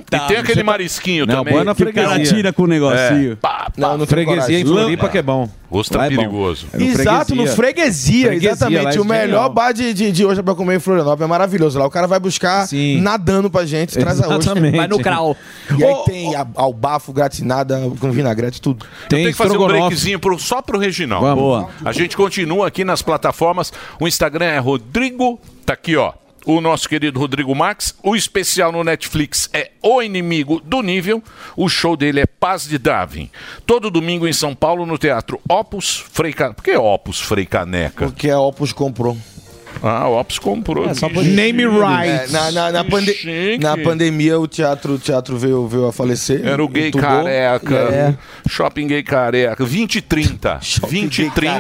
Speaker 22: tá,
Speaker 6: E tem aquele marisquinho
Speaker 5: Não,
Speaker 6: também.
Speaker 5: boa na Que o cara freguesia. tira com o
Speaker 6: É,
Speaker 5: negocinho.
Speaker 22: não,
Speaker 6: no
Speaker 5: Freguesia em Floripa que é bom.
Speaker 6: Gosto
Speaker 5: Lá
Speaker 6: é
Speaker 5: é bom.
Speaker 6: perigoso.
Speaker 5: É no
Speaker 22: Exato, no freguesia,
Speaker 5: Freguesia, lá
Speaker 22: exatamente.
Speaker 5: é
Speaker 22: O melhor
Speaker 5: genial.
Speaker 22: bar de, de, de ostra pra comer em Florianópolis é maravilhoso. Lá o cara vai buscar nadando pra gente, traz a ostra.
Speaker 6: Exatamente. Vai no crawl.
Speaker 22: E aí tem a- ao bafo, gratinada, com vinagrete, tudo.
Speaker 6: Tem que fazer um breakzinho pro- só pro Reginaldo.
Speaker 22: Vamos. Boa.
Speaker 6: A gente continua aqui nas plataformas. O Instagram é Rodrigo. Tá aqui, ó. O nosso querido Rodrigo Max. O especial no Netflix é O Inimigo do Nível. O show dele é Paz de Darwin. Todo domingo em São Paulo, no Teatro Opus Frei Caneca. Por que Opus Frei Caneca?
Speaker 22: Porque a Opus comprou.
Speaker 6: Ah, o Opus comprou.
Speaker 22: É, na, na, na, pande-
Speaker 6: chique.
Speaker 22: na pandemia, o teatro, o teatro veio, veio a falecer.
Speaker 6: Era o gay
Speaker 22: entubou.
Speaker 6: careca.
Speaker 22: É.
Speaker 6: Shopping gay careca. 20 e 30. 20 e 30.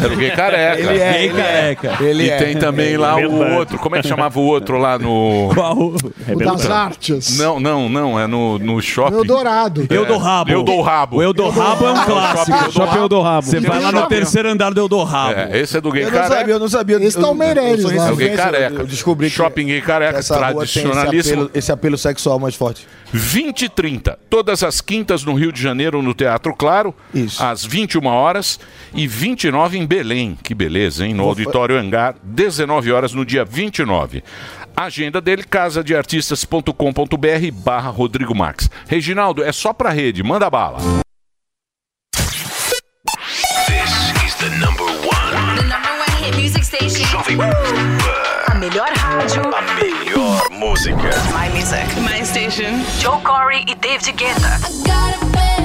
Speaker 6: Era o gay careca.
Speaker 22: Ele é, Gay ele é. careca. Ele
Speaker 6: e
Speaker 22: é.
Speaker 6: tem também lá
Speaker 22: Verdade.
Speaker 6: o outro. Como é que chamava o outro lá no.
Speaker 5: Qual?
Speaker 8: O das artes.
Speaker 6: Não, não, não. É no, no shopping.
Speaker 8: Eldorado.
Speaker 6: É,
Speaker 5: Eldorrabo.
Speaker 6: Eldorrabo.
Speaker 5: O Eldorrabo é um clássico.
Speaker 6: Shopping Eldorrabo.
Speaker 5: Você vai lá no terceiro andar do Eldorrabo.
Speaker 6: É, esse é do gay
Speaker 22: Eu não
Speaker 6: careca.
Speaker 22: sabia, eu não sabia.
Speaker 8: Esse tá o Meirelles lá.
Speaker 6: É o gay careca.
Speaker 22: Eu descobri que
Speaker 6: Shopping gay careca,
Speaker 22: essa rua tem esse
Speaker 6: tradicionalíssimo.
Speaker 22: apelo, esse apelo sexual mais forte.
Speaker 6: 20 e 30, todas as quintas no Rio de Janeiro, no Teatro Claro, às 21 horas e 29 em Belém. Que beleza, hein? No Auditório Hangar, 19 horas no dia 29. Agenda dele, casadeartistas.com.br barra Rodrigo Max. Reginaldo, é só pra rede, manda bala.
Speaker 2: The number one hit music station. A melhor rádio. A melhor música. My music. My station. Joe Corey e David Guetta.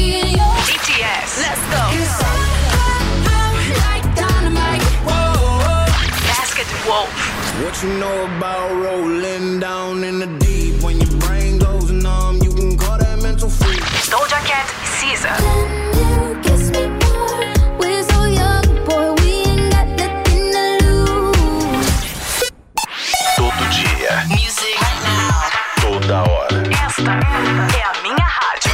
Speaker 2: BTS. Let's go. Basket Wolf.
Speaker 14: What you know about rolling down in the deep? When your brain goes numb, you can call that mental freak.
Speaker 2: Doja Cat Caesar.
Speaker 14: Todo dia. Music right now. Toda hora.
Speaker 2: Esta é a minha rádio.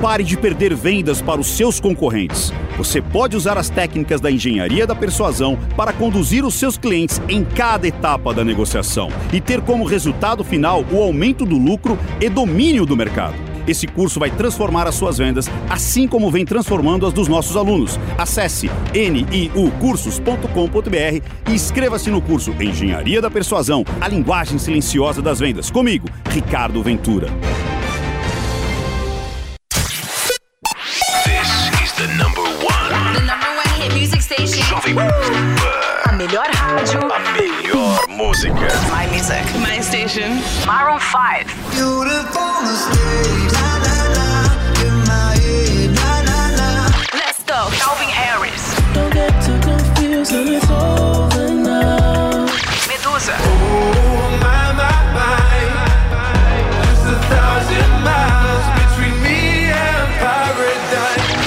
Speaker 26: Pare de perder vendas para os seus concorrentes. Você pode usar as técnicas da engenharia da persuasão para conduzir os seus clientes em cada etapa da negociação e ter como resultado final o aumento do lucro e domínio do mercado. Esse curso vai transformar as suas vendas, assim como vem transformando as dos nossos alunos. Acesse niucursos.com.br e inscreva-se no curso Engenharia da Persuasão, a linguagem silenciosa das vendas. Comigo, Ricardo Ventura.
Speaker 2: The number one hit music station. A melhor rádio. A melhor música. My music. My station. Maroon 5. Let's go. Calvin Harris. Medusa. oh,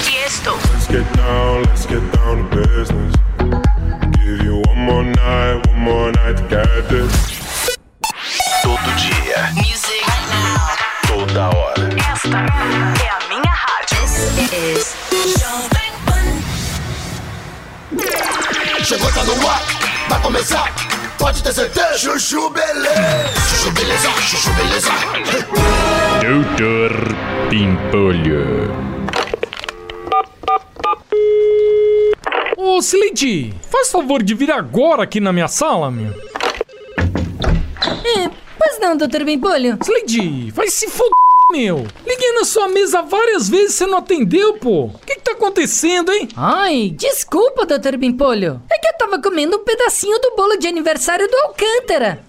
Speaker 2: Tiesto.
Speaker 21: Let's get down, let's get down to business. Give you one more night, one more night to get this. Todo dia.
Speaker 14: Music right now.
Speaker 21: Toda hora.
Speaker 2: Esta é a minha rádio.
Speaker 14: Chegou, tá no ar, vai começar. Pode ter certeza. Chuchu beleza. Chuchu beleza, chuchu beleza.
Speaker 23: Doutor Pimpolho.
Speaker 30: Ô, Slade, faz favor de vir agora aqui na minha sala, meu.
Speaker 31: É, pois não, doutor Bembolho?
Speaker 30: Slade, vai se foder, meu? Liguei na sua mesa várias vezes e você não atendeu, pô. O que, que tá acontecendo, hein?
Speaker 28: Ai, desculpa, doutor Bimpolho. É que eu tava comendo um pedacinho do bolo de aniversário do Alcântara.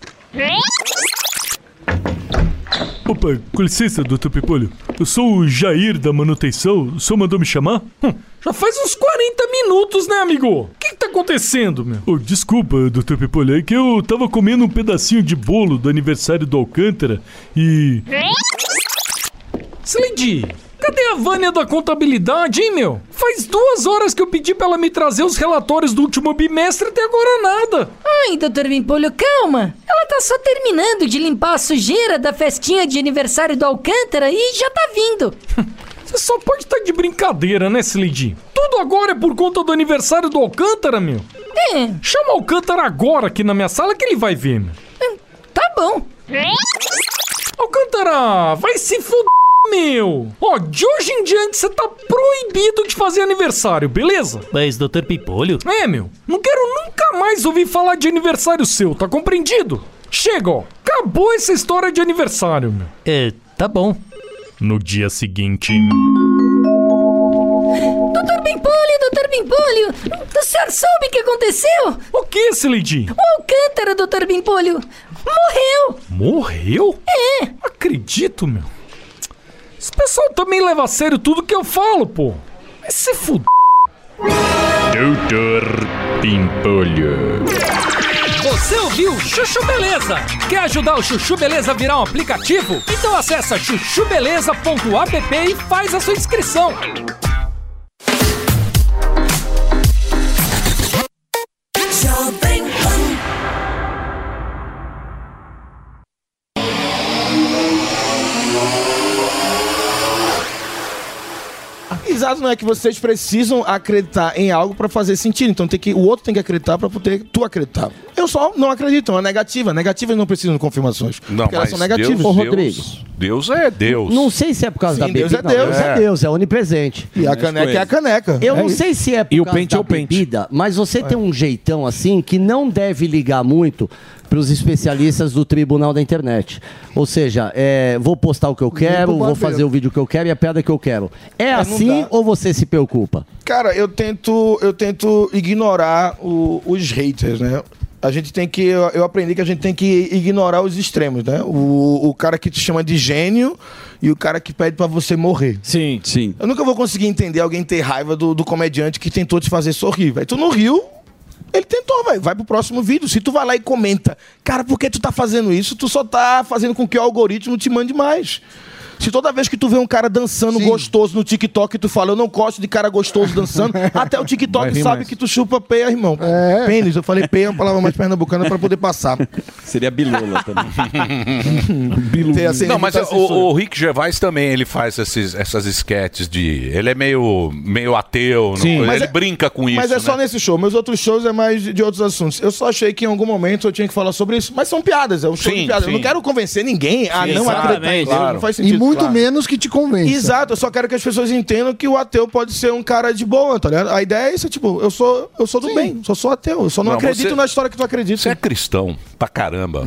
Speaker 11: Opa, com licença, doutor Pipolho. Eu sou o Jair da manutenção. O senhor mandou me chamar? Hum,
Speaker 30: Já faz uns 40 minutos, né, amigo? O que, que tá acontecendo, meu?
Speaker 11: Oh, desculpa, doutor Pipolho, é que eu tava comendo um pedacinho de bolo do aniversário do Alcântara e.
Speaker 30: Slidy, cadê a Vânia da contabilidade, hein, meu? Faz duas horas que eu pedi pra ela me trazer os relatórios do último bimestre e até agora nada.
Speaker 28: Ai, doutor Bimpolho, calma. Ela tá só terminando de limpar a sujeira da festinha de aniversário do Alcântara e já tá vindo.
Speaker 30: Você só pode estar de brincadeira, né, Slidy? Tudo agora é por conta do aniversário do Alcântara, meu.
Speaker 28: É.
Speaker 30: Chama o Alcântara agora aqui na minha sala que ele vai ver, meu.
Speaker 28: Tá bom.
Speaker 30: Alcântara, vai se fuder, meu. Ó, de hoje em diante você tá proibido de fazer aniversário, beleza?
Speaker 18: Mas, doutor Pipolho,
Speaker 30: É, meu. Não quero nunca mais ouvir falar de aniversário seu, tá compreendido? Chega, ó. Acabou essa história de aniversário, meu.
Speaker 18: é, tá bom. No dia seguinte.
Speaker 28: Doutor Bimpolho, doutor Bimpolho, o senhor soube o que aconteceu?
Speaker 30: O que, Slidy?
Speaker 28: O Alcântara, doutor Bimpolho, morreu.
Speaker 30: Morreu?
Speaker 28: É.
Speaker 30: Acredito, meu. Esse pessoal também leva a sério tudo que eu falo, pô. Vai se fuder.
Speaker 23: Doutor Pimpolho.
Speaker 30: Você ouviu Chuchu Beleza? Quer ajudar o Chuchu Beleza a virar um aplicativo? Então acessa chuchubeleza.app e faz a sua inscrição.
Speaker 22: Exato, não é que vocês precisam acreditar em algo pra fazer sentido. Então tem que o outro tem que acreditar pra poder tu acreditar. Eu só não acredito, é uma negativa. Negativas não precisam de confirmações.
Speaker 6: Não,
Speaker 22: porque elas
Speaker 6: mas
Speaker 22: são negativas.
Speaker 6: Deus, Deus, Deus é Deus.
Speaker 20: Não sei se é por causa
Speaker 22: Sim,
Speaker 20: da bebida.
Speaker 22: Deus é Deus.
Speaker 20: Não, é
Speaker 22: É.
Speaker 20: Deus, é onipresente.
Speaker 22: E a caneca é a caneca.
Speaker 20: Eu
Speaker 22: É
Speaker 20: não
Speaker 22: isso. É.
Speaker 20: sei se é por
Speaker 22: E o
Speaker 20: causa
Speaker 22: pente
Speaker 20: da
Speaker 22: é o pente.
Speaker 20: bebida, mas você tem um jeitão assim que não deve ligar muito para os especialistas do tribunal da internet. Ou seja, é, vou postar o que eu quero, vou
Speaker 22: barbeiro.
Speaker 20: fazer o vídeo que eu quero e a piada que eu quero. É,
Speaker 22: É, não
Speaker 20: assim
Speaker 22: dá.
Speaker 20: ou você se preocupa?
Speaker 22: Cara, eu tento, eu tento ignorar o- os haters, né? A gente tem que. Eu eu aprendi que a gente tem que ignorar os extremos, né? O, o cara que te chama de gênio e o cara que pede pra você morrer.
Speaker 5: Sim. Sim.
Speaker 22: Eu nunca vou conseguir entender alguém ter raiva do, do comediante que tentou te fazer sorrir, velho. Tu não riu, ele tentou, velho. Vai pro próximo vídeo. Se tu vai lá e comenta, cara, por que tu tá fazendo isso? Tu só tá fazendo com que o algoritmo te mande mais. Se toda vez que tu vê um cara dançando gostoso no TikTok, tu fala, eu não gosto de cara gostoso dançando, até o
Speaker 5: Vai
Speaker 22: TikTok
Speaker 5: rir
Speaker 22: sabe
Speaker 5: mais.
Speaker 22: que tu chupa peia, irmão. Pênis, eu falei peia, é uma palavra mais pernambucana pra poder passar.
Speaker 5: Seria Bilula também.
Speaker 22: assim,
Speaker 6: Não, mas
Speaker 22: tá
Speaker 6: o, o Rick Gervais também ele faz esses, essas esquetes de. Ele é meio, meio ateu,
Speaker 22: Sim.
Speaker 6: não-
Speaker 22: Mas
Speaker 6: ele
Speaker 22: é-
Speaker 6: brinca com isso.
Speaker 22: Mas é
Speaker 6: né?
Speaker 22: só nesse show. Meus outros shows é mais de de outros assuntos. Eu só achei que em algum momento eu tinha que falar sobre isso. Mas são piadas, é um show
Speaker 6: Sim,
Speaker 22: de piadas. Eu
Speaker 6: sim.
Speaker 22: não quero convencer ninguém a
Speaker 6: Sim,
Speaker 22: não acreditar. em
Speaker 6: exatamente.
Speaker 22: Deus. Não
Speaker 6: Claro.
Speaker 22: faz
Speaker 6: E
Speaker 22: sentido.
Speaker 6: muito
Speaker 22: menos
Speaker 8: que te convença.
Speaker 22: Exato, eu só quero que as pessoas entendam que o ateu pode ser um cara de boa, tá ligado? A ideia é isso, tipo, eu sou, eu sou do bem, só sou ateu. Eu só não,
Speaker 6: Não,
Speaker 22: acredito
Speaker 6: você-
Speaker 22: na história que tu acredita.
Speaker 6: Você é cristão pra caramba.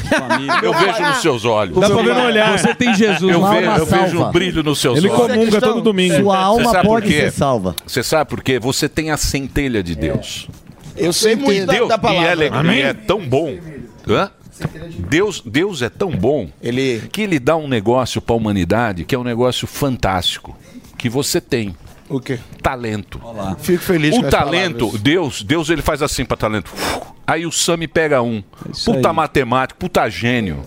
Speaker 6: Eu vejo nos seus olhos.
Speaker 22: ah, Dá pra ver no olhar. Você tem Jesus.
Speaker 6: Eu
Speaker 22: Uma
Speaker 6: vejo,
Speaker 22: alma
Speaker 6: eu vejo
Speaker 22: salva.
Speaker 6: um brilho nos seus
Speaker 22: Ele
Speaker 6: olhos.
Speaker 22: comunga Você é cristão? todo domingo. Sua
Speaker 6: Você
Speaker 22: alma
Speaker 6: sabe por
Speaker 22: pode
Speaker 6: quê?
Speaker 22: ser salva.
Speaker 6: Você sabe por quê? Você tem a centelha de Deus.
Speaker 22: Eu sei muito da,
Speaker 6: Deus,
Speaker 22: da
Speaker 6: E
Speaker 22: palavra.
Speaker 6: é alegria, é tão bom. Hã? Deus, Deus é tão bom que ele dá um negócio para a humanidade que é um negócio fantástico que você tem.
Speaker 22: O quê?
Speaker 6: Talento.
Speaker 22: Fico feliz com
Speaker 6: O
Speaker 22: as
Speaker 6: talento,
Speaker 22: palavras.
Speaker 6: Deus, Deus ele faz assim para talento. Aí o Sami pega um.
Speaker 22: É
Speaker 6: Puta
Speaker 22: aí.
Speaker 6: matemático, puta gênio.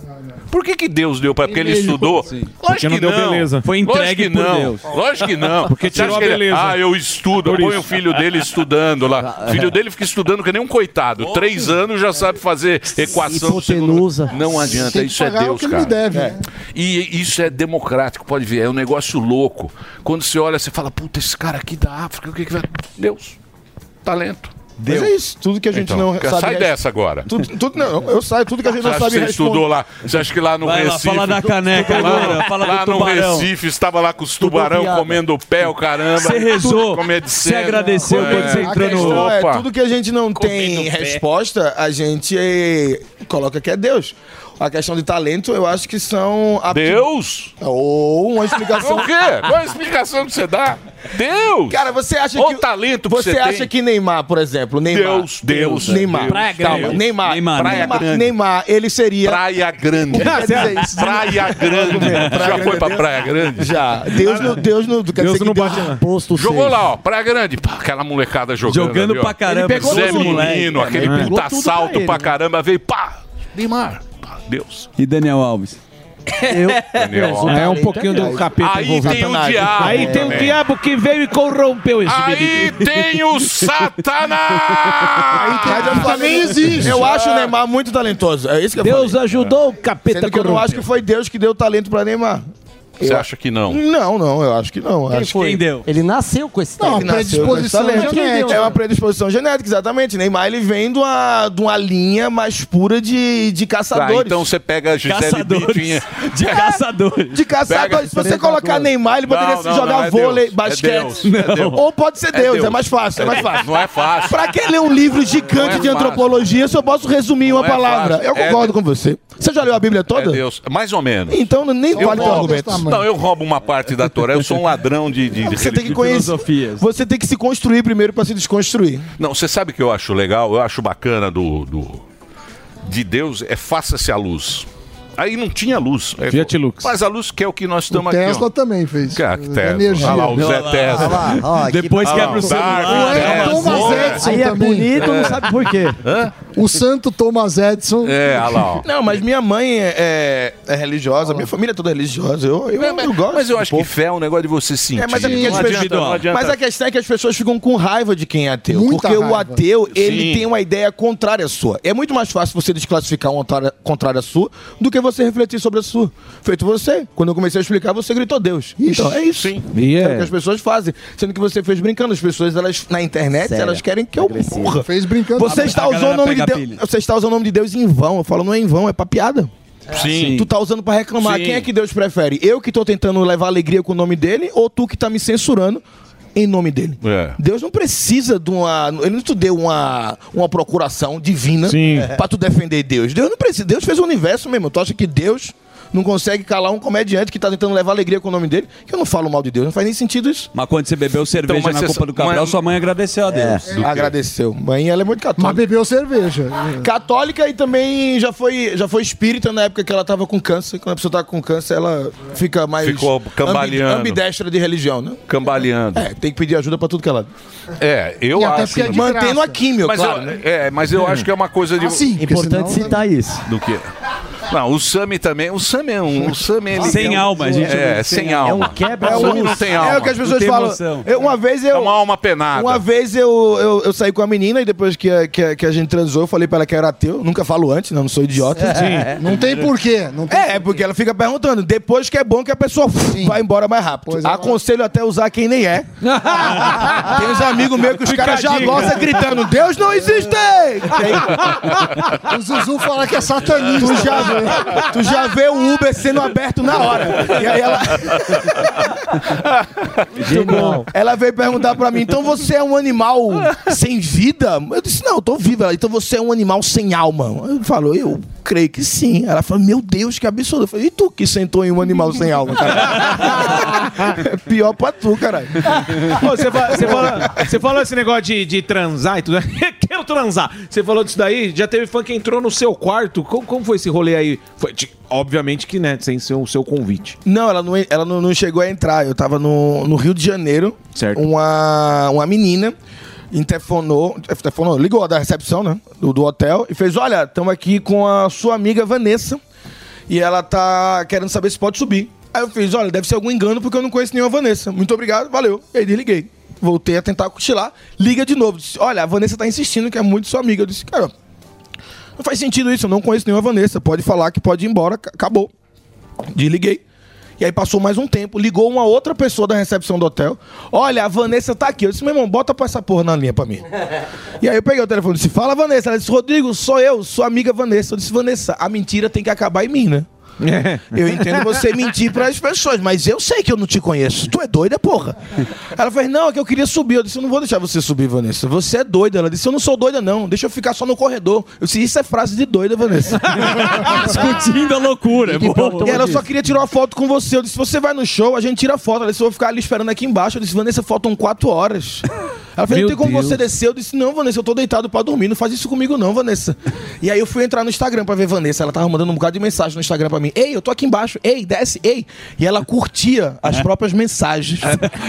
Speaker 6: Por que, que Deus deu para porque ele
Speaker 22: Ele-
Speaker 6: estudou?
Speaker 22: Sim.
Speaker 6: Lógico
Speaker 22: Porque não
Speaker 6: que
Speaker 22: deu beleza. Foi
Speaker 6: Lógico
Speaker 22: entregue
Speaker 6: que
Speaker 22: por
Speaker 6: não.
Speaker 22: Deus.
Speaker 6: Lógico que não.
Speaker 22: Porque
Speaker 6: Você
Speaker 22: tirou
Speaker 6: acha
Speaker 22: a
Speaker 6: que ele-
Speaker 22: beleza.
Speaker 6: Ah, eu estudo.
Speaker 22: Por
Speaker 6: Põe
Speaker 22: isso. É.
Speaker 6: o filho dele estudando lá.
Speaker 22: Ah,
Speaker 6: O filho dele fica estudando que nem um coitado. Três anos já sabe fazer equação.
Speaker 20: Hipotenusa.
Speaker 6: Não adianta,
Speaker 20: Tem que
Speaker 6: isso é
Speaker 20: pagar o
Speaker 6: Deus,
Speaker 20: que ele
Speaker 6: cara.
Speaker 20: me deve,
Speaker 6: É.
Speaker 20: né?
Speaker 6: E isso é democrático, pode ver, é um negócio louco. Quando você olha, você fala, puta, esse cara aqui da África, o que que vai... Deus, talento.
Speaker 22: Mas é isso, tudo que a gente
Speaker 6: Então,
Speaker 22: não
Speaker 6: cara,
Speaker 22: sabe.
Speaker 6: Sai
Speaker 22: res-
Speaker 6: dessa agora.
Speaker 22: Tudo, tudo- não, eu saio tudo que a gente
Speaker 6: Você
Speaker 22: não
Speaker 6: acha que
Speaker 22: sabe
Speaker 6: você
Speaker 22: responder.
Speaker 6: estudou lá? Você acha que lá no
Speaker 22: Vai lá,
Speaker 6: Recife.
Speaker 22: fala da caneca
Speaker 6: lá,
Speaker 22: agora, fala do
Speaker 6: lá no
Speaker 22: tubarão.
Speaker 6: Recife, estava lá com os tubarão
Speaker 22: Tudo viado.
Speaker 6: comendo o pé, o caramba.
Speaker 22: Você rezou,
Speaker 6: Comia de
Speaker 22: você
Speaker 6: cena.
Speaker 22: agradeceu
Speaker 6: É.
Speaker 22: A questão é,
Speaker 6: Opa.
Speaker 22: tudo que a gente não tem
Speaker 6: Comendo pé.
Speaker 22: resposta, a gente eh, coloca que é Deus. A questão de talento, eu acho que são...
Speaker 6: Deus?
Speaker 22: Ou uma explicação...
Speaker 6: O quê? Qual é a explicação que você dá? Deus!
Speaker 22: Cara, você acha
Speaker 6: Ou
Speaker 22: que...
Speaker 6: talento que
Speaker 22: Você,
Speaker 6: você
Speaker 22: acha
Speaker 6: tem.
Speaker 22: que Neymar, por exemplo, Neymar...
Speaker 6: Deus, Deus,
Speaker 22: Neymar.
Speaker 6: Deus. Praia Grande.
Speaker 22: Calma, Neymar.
Speaker 6: Neymar, Praia
Speaker 22: Neymar,
Speaker 6: Grande.
Speaker 22: Neymar, ele seria...
Speaker 6: Praia Grande.
Speaker 22: Não, você acha isso? né?
Speaker 6: Praia Grande. Já foi pra Praia Grande?
Speaker 22: Já. Deus no... Deus é no... quer dizer que
Speaker 20: Posto
Speaker 6: Jogou lá, ó, Praia Grande. Pá, aquela molecada jogando.
Speaker 22: Jogando
Speaker 6: ali, ó.
Speaker 22: pra caramba,
Speaker 6: Ele pegou Zé
Speaker 22: todos os
Speaker 6: Menino,
Speaker 22: moleques,
Speaker 6: aquele
Speaker 5: né? Pegou
Speaker 6: puta
Speaker 5: tudo pra
Speaker 6: salto pra,
Speaker 5: ele, né?
Speaker 6: caramba, veio pá! Neymar. Pá, Deus.
Speaker 5: E Daniel Alves?
Speaker 7: Eu. É um pouquinho do capeta
Speaker 6: Aí tem um né? o diabo.
Speaker 7: Aí
Speaker 22: um
Speaker 7: tem o
Speaker 6: também.
Speaker 7: diabo que veio e corrompeu esse
Speaker 6: Aí tem o Satanás!
Speaker 22: Mas eu falei,
Speaker 7: Nem existe.
Speaker 22: Eu acho o Neymar muito talentoso. É isso que eu
Speaker 7: Deus
Speaker 22: falei.
Speaker 7: ajudou o capeta
Speaker 22: Sendo que eu não
Speaker 7: corrompeu.
Speaker 22: acho que foi Deus que deu talento pra Neymar.
Speaker 6: Você acha que não?
Speaker 22: Não, não, eu acho que não.
Speaker 20: Quem
Speaker 22: acho
Speaker 20: foi?
Speaker 22: que...
Speaker 20: deu? Ele nasceu com esse
Speaker 22: Não,
Speaker 20: talento.
Speaker 22: predisposição
Speaker 20: Mas quem
Speaker 22: genética.
Speaker 20: deu?
Speaker 22: É uma predisposição genética, exatamente. Neymar ele vem de uma, de uma linha mais pura de, de
Speaker 6: Tá,
Speaker 22: caçadores.
Speaker 6: então você pega a Gisele
Speaker 22: Caçadores.
Speaker 6: Bündchen.
Speaker 22: De
Speaker 5: caçadores.
Speaker 22: de caçadores. Se você colocar Neymar, ele poderia
Speaker 6: Não,
Speaker 22: se
Speaker 6: não,
Speaker 22: jogar
Speaker 6: não, é
Speaker 22: vôlei,
Speaker 6: Deus. É
Speaker 22: basquete.
Speaker 6: Deus. É Deus.
Speaker 22: Ou pode ser
Speaker 6: É
Speaker 22: Deus, é,
Speaker 6: Deus.
Speaker 22: mais fácil, é mais fácil.
Speaker 6: Não é fácil.
Speaker 22: Pra quem lê um livro gigante
Speaker 6: Não é
Speaker 22: de
Speaker 6: fácil.
Speaker 22: antropologia, se eu posso resumir em uma
Speaker 6: Não é
Speaker 22: palavra.
Speaker 6: fácil.
Speaker 22: eu
Speaker 6: É
Speaker 22: concordo
Speaker 6: Deus.
Speaker 22: com você. Você já leu a Bíblia
Speaker 6: É
Speaker 22: toda?
Speaker 6: Deus. Mais ou menos.
Speaker 22: Então nem
Speaker 6: Eu
Speaker 22: vale ter
Speaker 6: roubo-
Speaker 22: argumentos.
Speaker 6: Não, eu roubo uma parte da Torá. Eu sou um ladrão de, de, de
Speaker 22: Você tem que
Speaker 6: religi-
Speaker 22: conhecer. Você tem que se construir primeiro pra se desconstruir.
Speaker 6: Não, você sabe o que eu acho legal? Eu acho bacana do. do- de Deus é faça-se a luz. Aí não tinha luz. É,
Speaker 7: Fiat Lux.
Speaker 6: Faz a luz que é o que
Speaker 8: O
Speaker 6: nós estamos aqui.
Speaker 8: Tesla
Speaker 6: ó.
Speaker 8: também fez.
Speaker 6: Cara, que é Tesla.
Speaker 8: Energia.
Speaker 6: Olha lá, o Zé
Speaker 8: Olha lá,
Speaker 6: Tesla.
Speaker 8: olha lá, ó, que-
Speaker 5: Depois
Speaker 6: Olha lá,
Speaker 5: quebra o
Speaker 6: Dark
Speaker 5: celular.
Speaker 8: O Eric
Speaker 6: Tesla.
Speaker 8: Thomas
Speaker 6: É.
Speaker 8: Edison também.
Speaker 6: Hã?
Speaker 8: O santo Thomas Edison.
Speaker 6: É, olha lá, ó.
Speaker 22: Não, mas minha mãe é, é religiosa, minha família é toda religiosa. Eu, eu, eu gosto.
Speaker 6: Mas eu acho que fé é um negócio de você sentir.
Speaker 22: É, mas, é porque as
Speaker 6: Não
Speaker 22: pessoas-
Speaker 6: adianta, não adianta.
Speaker 22: mas a questão é que as pessoas ficam com raiva de quem é ateu.
Speaker 6: Muita
Speaker 22: porque o
Speaker 6: raiva.
Speaker 22: ateu, ele
Speaker 6: Sim.
Speaker 22: tem uma ideia contrária à sua. É muito mais fácil você desclassificar uma otária- contrária à sua do que você refletir sobre a sua. Feito você. Quando eu comecei a explicar, você gritou Deus. Então, é isso.
Speaker 7: E
Speaker 22: É o que as pessoas fazem. Sendo que você fez brincando. As pessoas, elas, na internet,
Speaker 20: Sério.
Speaker 22: elas querem que eu
Speaker 20: Agressivo.
Speaker 22: morra.
Speaker 8: Fez brincando.
Speaker 22: Você
Speaker 8: A-
Speaker 22: está
Speaker 8: a
Speaker 22: usando o
Speaker 8: galera
Speaker 22: nome de
Speaker 8: pega
Speaker 22: Deus.
Speaker 8: pilha.
Speaker 22: Você está usando o nome de Deus em vão. Eu falo, não é em vão, é pra piada.
Speaker 6: Sim. assim.
Speaker 22: Tu tá usando pra reclamar.
Speaker 6: Sim.
Speaker 22: Quem é que Deus prefere? Eu que tô tentando levar alegria com o nome dele ou tu que tá me censurando em nome dele?
Speaker 6: É.
Speaker 22: Deus não precisa de uma. Ele não te deu uma, uma procuração divina É.
Speaker 7: Sim.
Speaker 22: pra tu defender Deus. Deus não precisa. Deus fez o universo mesmo. Tu acha que Deus não consegue calar um comediante que tá tentando levar alegria com o nome dele? Que eu não falo mal de Deus. Não faz nem sentido isso.
Speaker 5: Mas quando você bebeu cerveja
Speaker 22: mas
Speaker 5: na
Speaker 22: você
Speaker 5: Copa
Speaker 22: só-
Speaker 5: do Cabral,
Speaker 22: mas-
Speaker 5: sua mãe agradeceu a Deus.
Speaker 22: É, Do quê? Agradeceu. Mãe, ela é muito católica.
Speaker 8: Mas bebeu cerveja.
Speaker 22: Católica e também já foi, já foi espírita na época que ela tava com câncer. Quando a pessoa tá com câncer, ela fica mais.
Speaker 6: Ficou cambaleando.
Speaker 22: ambi- Ambidestra de religião, né?
Speaker 6: Cambaleando.
Speaker 22: É, tem que pedir ajuda pra tudo que ela.
Speaker 6: É, eu
Speaker 22: E até
Speaker 6: acho.
Speaker 22: porque é de Mantendo graça. a químio,
Speaker 6: mas
Speaker 22: claro,
Speaker 6: eu,
Speaker 22: né?
Speaker 6: É, mas eu acho que é uma coisa de.
Speaker 22: Ah, sim, porque Importante senão- citar
Speaker 6: isso. Do que? Não, o Sami também. O Sami é um. O Sami, ele
Speaker 5: Sem
Speaker 6: é um-
Speaker 5: alma, a gente chama
Speaker 6: É,
Speaker 5: de
Speaker 6: sem
Speaker 5: sem
Speaker 6: alma.
Speaker 5: alma. É um quebra-
Speaker 6: O Sami não tem alma.
Speaker 22: É o que as pessoas
Speaker 6: Não tem
Speaker 22: falam.
Speaker 6: emoção.
Speaker 22: Eu- uma vez eu.
Speaker 6: É uma alma penada.
Speaker 22: Uma vez eu, eu, eu saí com a menina e depois que a, que, a, que a gente transou, eu falei pra ela que era ateu. Nunca falo antes, né? não, não sou idiota.
Speaker 8: Sim. Não tem porquê. Não tem
Speaker 22: é, é porque ela fica perguntando. Depois que é bom que a pessoa vai embora mais rápido.
Speaker 8: é.
Speaker 22: Aconselho até usar quem nem é. Tem uns amigos meus que os
Speaker 8: Fica
Speaker 22: caras
Speaker 8: a
Speaker 22: já
Speaker 8: dica.
Speaker 22: gostam gritando: Deus não existe!
Speaker 8: O Zuzu fala que é satanista.
Speaker 22: Tu já, vê- tu já vê o Uber sendo aberto na hora. E aí ela.
Speaker 14: Genial.
Speaker 22: Ela veio perguntar pra mim: então você é um animal sem vida? Eu disse: não, eu tô viva. Ela, então você é um animal sem alma? Eu falo: eu creio que sim. Ela falou: meu Deus, que absurdo. Eu falei: e tu que sentou em um animal sem alma, cara? É Pior pra tu, caralho.
Speaker 7: Ô, Você fa- você fala- você falou esse negócio de, de transar e tudo. Quero transar. Você falou disso daí, já teve fã que entrou no seu quarto. Como, como foi esse rolê aí? Foi, ti- obviamente que, né, sem ser o seu convite.
Speaker 22: Não, ela não, ela não, não chegou a entrar. Eu tava no, no Rio de Janeiro. Certo. Uma, uma menina interfonou, interfonou, ligou da recepção, né? Do, do hotel e fez: Olha, estamos aqui com a sua amiga Vanessa e ela tá querendo saber se pode subir. Aí eu fiz: Olha, deve ser algum engano porque eu não conheço nenhuma Vanessa. Muito obrigado, valeu. E aí desliguei. Voltei a tentar cochilar. Liga de novo. Disse, Olha, a Vanessa tá insistindo que é muito sua amiga. Eu disse: Cara, não faz sentido isso. Eu não conheço nenhuma Vanessa. Pode falar que pode ir embora. ac- Acabou. Desliguei. E aí passou mais um tempo, ligou uma outra pessoa da recepção do hotel. Olha, a Vanessa tá aqui. Eu disse, meu irmão, bota pra essa porra na linha pra mim. E aí eu peguei o telefone e disse, fala Vanessa. Ela disse, Rodrigo, sou eu, sua amiga Vanessa. Eu disse, Vanessa, a mentira tem que acabar em mim, né? Eu entendo você mentir para as pessoas, mas eu sei que eu não te conheço. Tu é doida, porra. Ela fez, não, é que eu queria subir. Eu disse, eu não vou deixar você subir, Vanessa. Você é doida. Ela disse, eu não sou doida, não. Deixa eu ficar só no corredor. Eu disse, isso é frase de doida, Vanessa.
Speaker 10: Discutindo a loucura. é bom.
Speaker 22: E ela só queria tirar uma foto com você. Eu disse, você vai no show, a gente tira a foto. Ela disse, eu vou ficar ali esperando aqui embaixo. Eu disse, Vanessa, faltam quatro horas. Ela falou, não
Speaker 10: Meu
Speaker 22: tem como
Speaker 10: Deus.
Speaker 22: você descer. Eu disse, não, Vanessa, eu tô deitado pra dormir. Não faz isso comigo não, Vanessa. E aí eu fui entrar no Instagram pra ver Vanessa. Ela tava mandando um bocado de mensagem no Instagram pra mim. Ei, eu tô aqui embaixo. Ei, desce, ei. E ela curtia as próprias mensagens.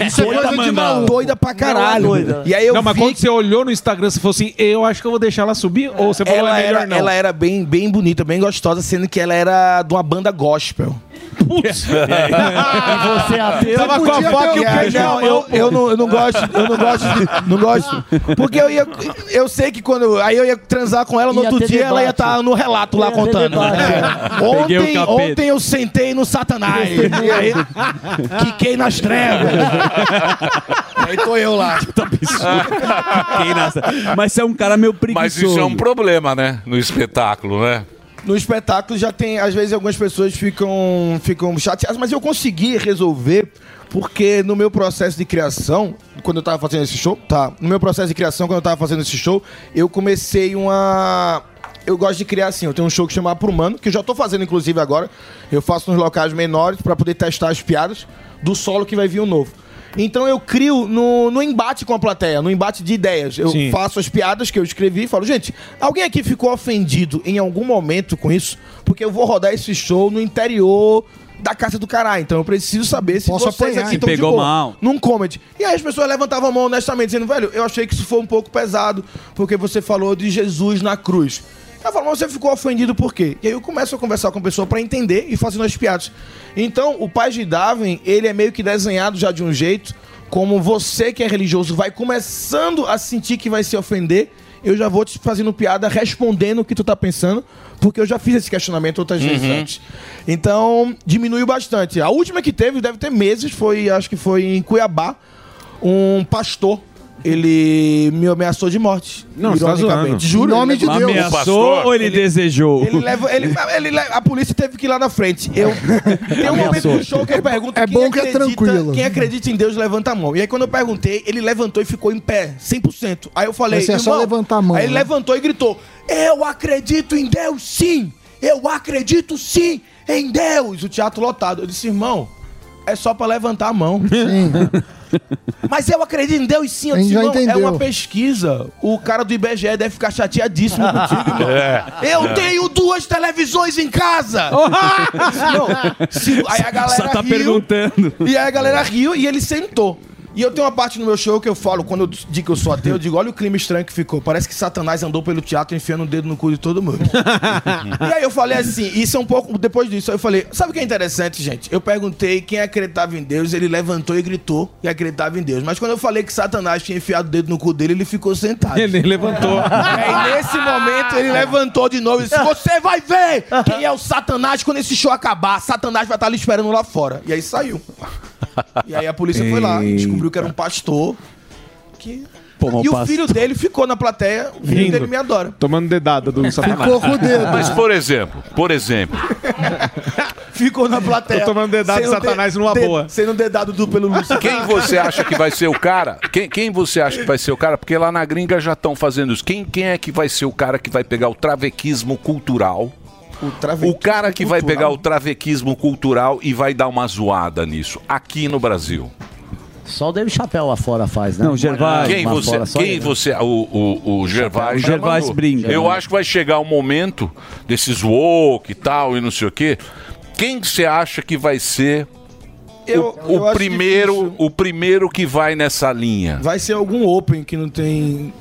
Speaker 7: Isso é coisa de maluco. é
Speaker 22: Doida pra caralho. E aí eu
Speaker 7: Não, mas
Speaker 22: vi
Speaker 7: quando você olhou no Instagram, você falou assim, eu acho que eu vou deixar ela subir, ou você falou,
Speaker 22: ela
Speaker 7: é melhor
Speaker 22: era,
Speaker 7: não.
Speaker 22: ela era bem, bem bonita, bem gostosa, sendo que ela era de uma banda gospel. Putz.
Speaker 5: É.
Speaker 7: E você ateu? Ah, Tava com a faca
Speaker 22: um
Speaker 7: e o queijo na
Speaker 22: Não,
Speaker 7: mão,
Speaker 22: eu,
Speaker 7: pô.
Speaker 22: eu, não, eu não gosto, eu não gosto, de- não gosto. Porque eu ia, eu sei que quando, aí eu ia transar com ela, no
Speaker 7: Ia
Speaker 22: outro
Speaker 7: ter
Speaker 22: dia ela ia
Speaker 7: debate.
Speaker 22: estar no relato lá
Speaker 7: Ia ter
Speaker 22: contando.
Speaker 7: debate,
Speaker 22: É.
Speaker 7: é. Peguei o
Speaker 22: Ontem,
Speaker 7: capeta.
Speaker 22: ontem eu sentei no satanás, e aí, quiquei nas trevas. aí tô eu lá.
Speaker 7: Tá
Speaker 5: Quem nasce- Mas você é um cara meio preguiçoso.
Speaker 6: Mas isso é um problema, né? No espetáculo, né?
Speaker 22: no espetáculo já tem, às vezes algumas pessoas ficam, ficam chateadas, mas eu consegui resolver porque no meu processo de criação, quando eu tava fazendo esse show, tá, no meu processo de criação, quando eu tava fazendo esse show, eu comecei uma eu gosto de criar assim, eu tenho um show que chama Pro Mano, que eu já tô fazendo inclusive agora. Eu faço nos locais menores pra poder testar as piadas do solo que vai vir o novo. Então eu crio no, no embate com a plateia, no embate de ideias. Eu
Speaker 7: Sim.
Speaker 22: faço faço as piadas que eu escrevi e falo, gente, alguém aqui ficou ofendido em algum momento com isso? Porque eu vou rodar esse show no interior da casa do caralho. Então eu preciso saber se
Speaker 8: Posso
Speaker 22: vocês
Speaker 8: apanhar,
Speaker 22: aqui
Speaker 8: hein?
Speaker 22: estão
Speaker 8: Pegou
Speaker 22: de boa.
Speaker 8: mal.
Speaker 22: Num comedy. E aí as pessoas levantavam a mão honestamente, dizendo, velho, eu achei que isso foi um pouco pesado, porque você falou de Jesus na cruz. Ela falou, mas você ficou ofendido por quê? E aí eu começo a conversar com a pessoa pra entender e fazendo as piadas. Então, o pai de Daven, ele é meio que desenhado já de um jeito como você que é religioso vai começando a sentir que vai se ofender, eu já vou te fazendo piada respondendo o que tu tá pensando, porque eu já fiz esse questionamento outras vezes
Speaker 13: Uhum.
Speaker 22: antes. Então, diminuiu bastante. A última que teve, deve ter meses, foi, acho que foi em Cuiabá, um pastor ele me ameaçou de morte.
Speaker 7: Não, você tá zoando.
Speaker 22: ironicamente. Juro.
Speaker 7: Em nome
Speaker 22: ele
Speaker 7: de
Speaker 22: levou-
Speaker 7: Deus. Ameaçou ou ele desejou?
Speaker 22: Ele leva, ele, ele leva- a polícia teve que ir lá na frente. Eu, tem um momento do show que eu pergunto. É
Speaker 8: bom que é tranquilo.
Speaker 22: Quem acredita em Deus levanta a mão. E aí quando eu perguntei, ele levantou e ficou em pé, 100%. Aí eu falei,
Speaker 8: Mas é só
Speaker 22: "Irmão",
Speaker 8: levantar a mão,
Speaker 22: Aí ele
Speaker 8: né?
Speaker 22: levantou e gritou: "Eu acredito em Deus, sim. Eu acredito sim em Deus". O teatro lotado. Eu disse: "Irmão, é só pra levantar a mão". Mas eu acredito em Deus sim, eu
Speaker 8: A gente
Speaker 22: disse,
Speaker 8: já
Speaker 22: "Irmão, é
Speaker 8: entendeu."
Speaker 22: uma pesquisa. O cara do IBGE deve ficar chateadíssimo contigo, irmão.
Speaker 14: É.
Speaker 22: Eu tenho duas televisões em casa! Não, se- aí a galera
Speaker 5: Só tá
Speaker 22: riu,
Speaker 5: perguntando.
Speaker 22: E aí a galera riu e ele sentou. E eu tenho uma parte no meu show que eu falo, quando eu digo que eu sou ateu, eu digo, olha o clima estranho que ficou. Parece que Satanás andou pelo teatro enfiando o dedo no cu de todo mundo. e aí eu falei assim, isso é um pouco depois disso. Eu falei, sabe o que é interessante, gente? Eu perguntei quem acreditava em Deus, ele levantou e gritou que acreditava em Deus. Mas quando eu falei que Satanás tinha enfiado o dedo no cu dele, ele ficou sentado.
Speaker 7: Ele levantou.
Speaker 22: Aí nesse momento ele levantou de novo e disse: Você vai ver quem é o Satanás quando esse show acabar. Satanás vai estar ali esperando lá fora. E aí saiu. E aí a polícia foi lá, descobriu que era um pastor. Que...
Speaker 7: Pô, mas
Speaker 22: e
Speaker 7: o
Speaker 22: o
Speaker 7: pastor-
Speaker 22: filho dele ficou na plateia. O filho
Speaker 7: Rindo.
Speaker 22: dele me adora.
Speaker 7: Tomando dedada do satanás.
Speaker 6: Mas, por exemplo, por exemplo,
Speaker 22: Ficou na plateia. um
Speaker 7: Tô tomando dedado de
Speaker 22: Sendo
Speaker 7: Satanás numa boa.
Speaker 22: Sendo um dedado do pelo Lúcio.
Speaker 6: quem você acha que vai ser o cara? Quem, quem você acha que vai ser o cara? Porque lá na gringa já estão fazendo isso. Quem, quem é que vai ser o cara que vai pegar o travequismo cultural?
Speaker 22: O,
Speaker 6: cara que vai pegar o travequismo cultural e vai dar uma zoada nisso, aqui no Brasil.
Speaker 20: Só o David Chapéu lá fora faz, né?
Speaker 6: Quem
Speaker 20: Lá
Speaker 6: você,
Speaker 20: fora, só
Speaker 6: quem
Speaker 20: ele.
Speaker 6: você, o, o, o Gervais,
Speaker 20: O Gervais
Speaker 6: mandou.
Speaker 20: brinca. né?
Speaker 6: Eu acho que vai chegar o momento desses woke e tal e não sei o quê. Quem que você acha que vai ser o, o primeiro, o primeiro que vai nessa linha?
Speaker 22: Vai ser algum open que não tem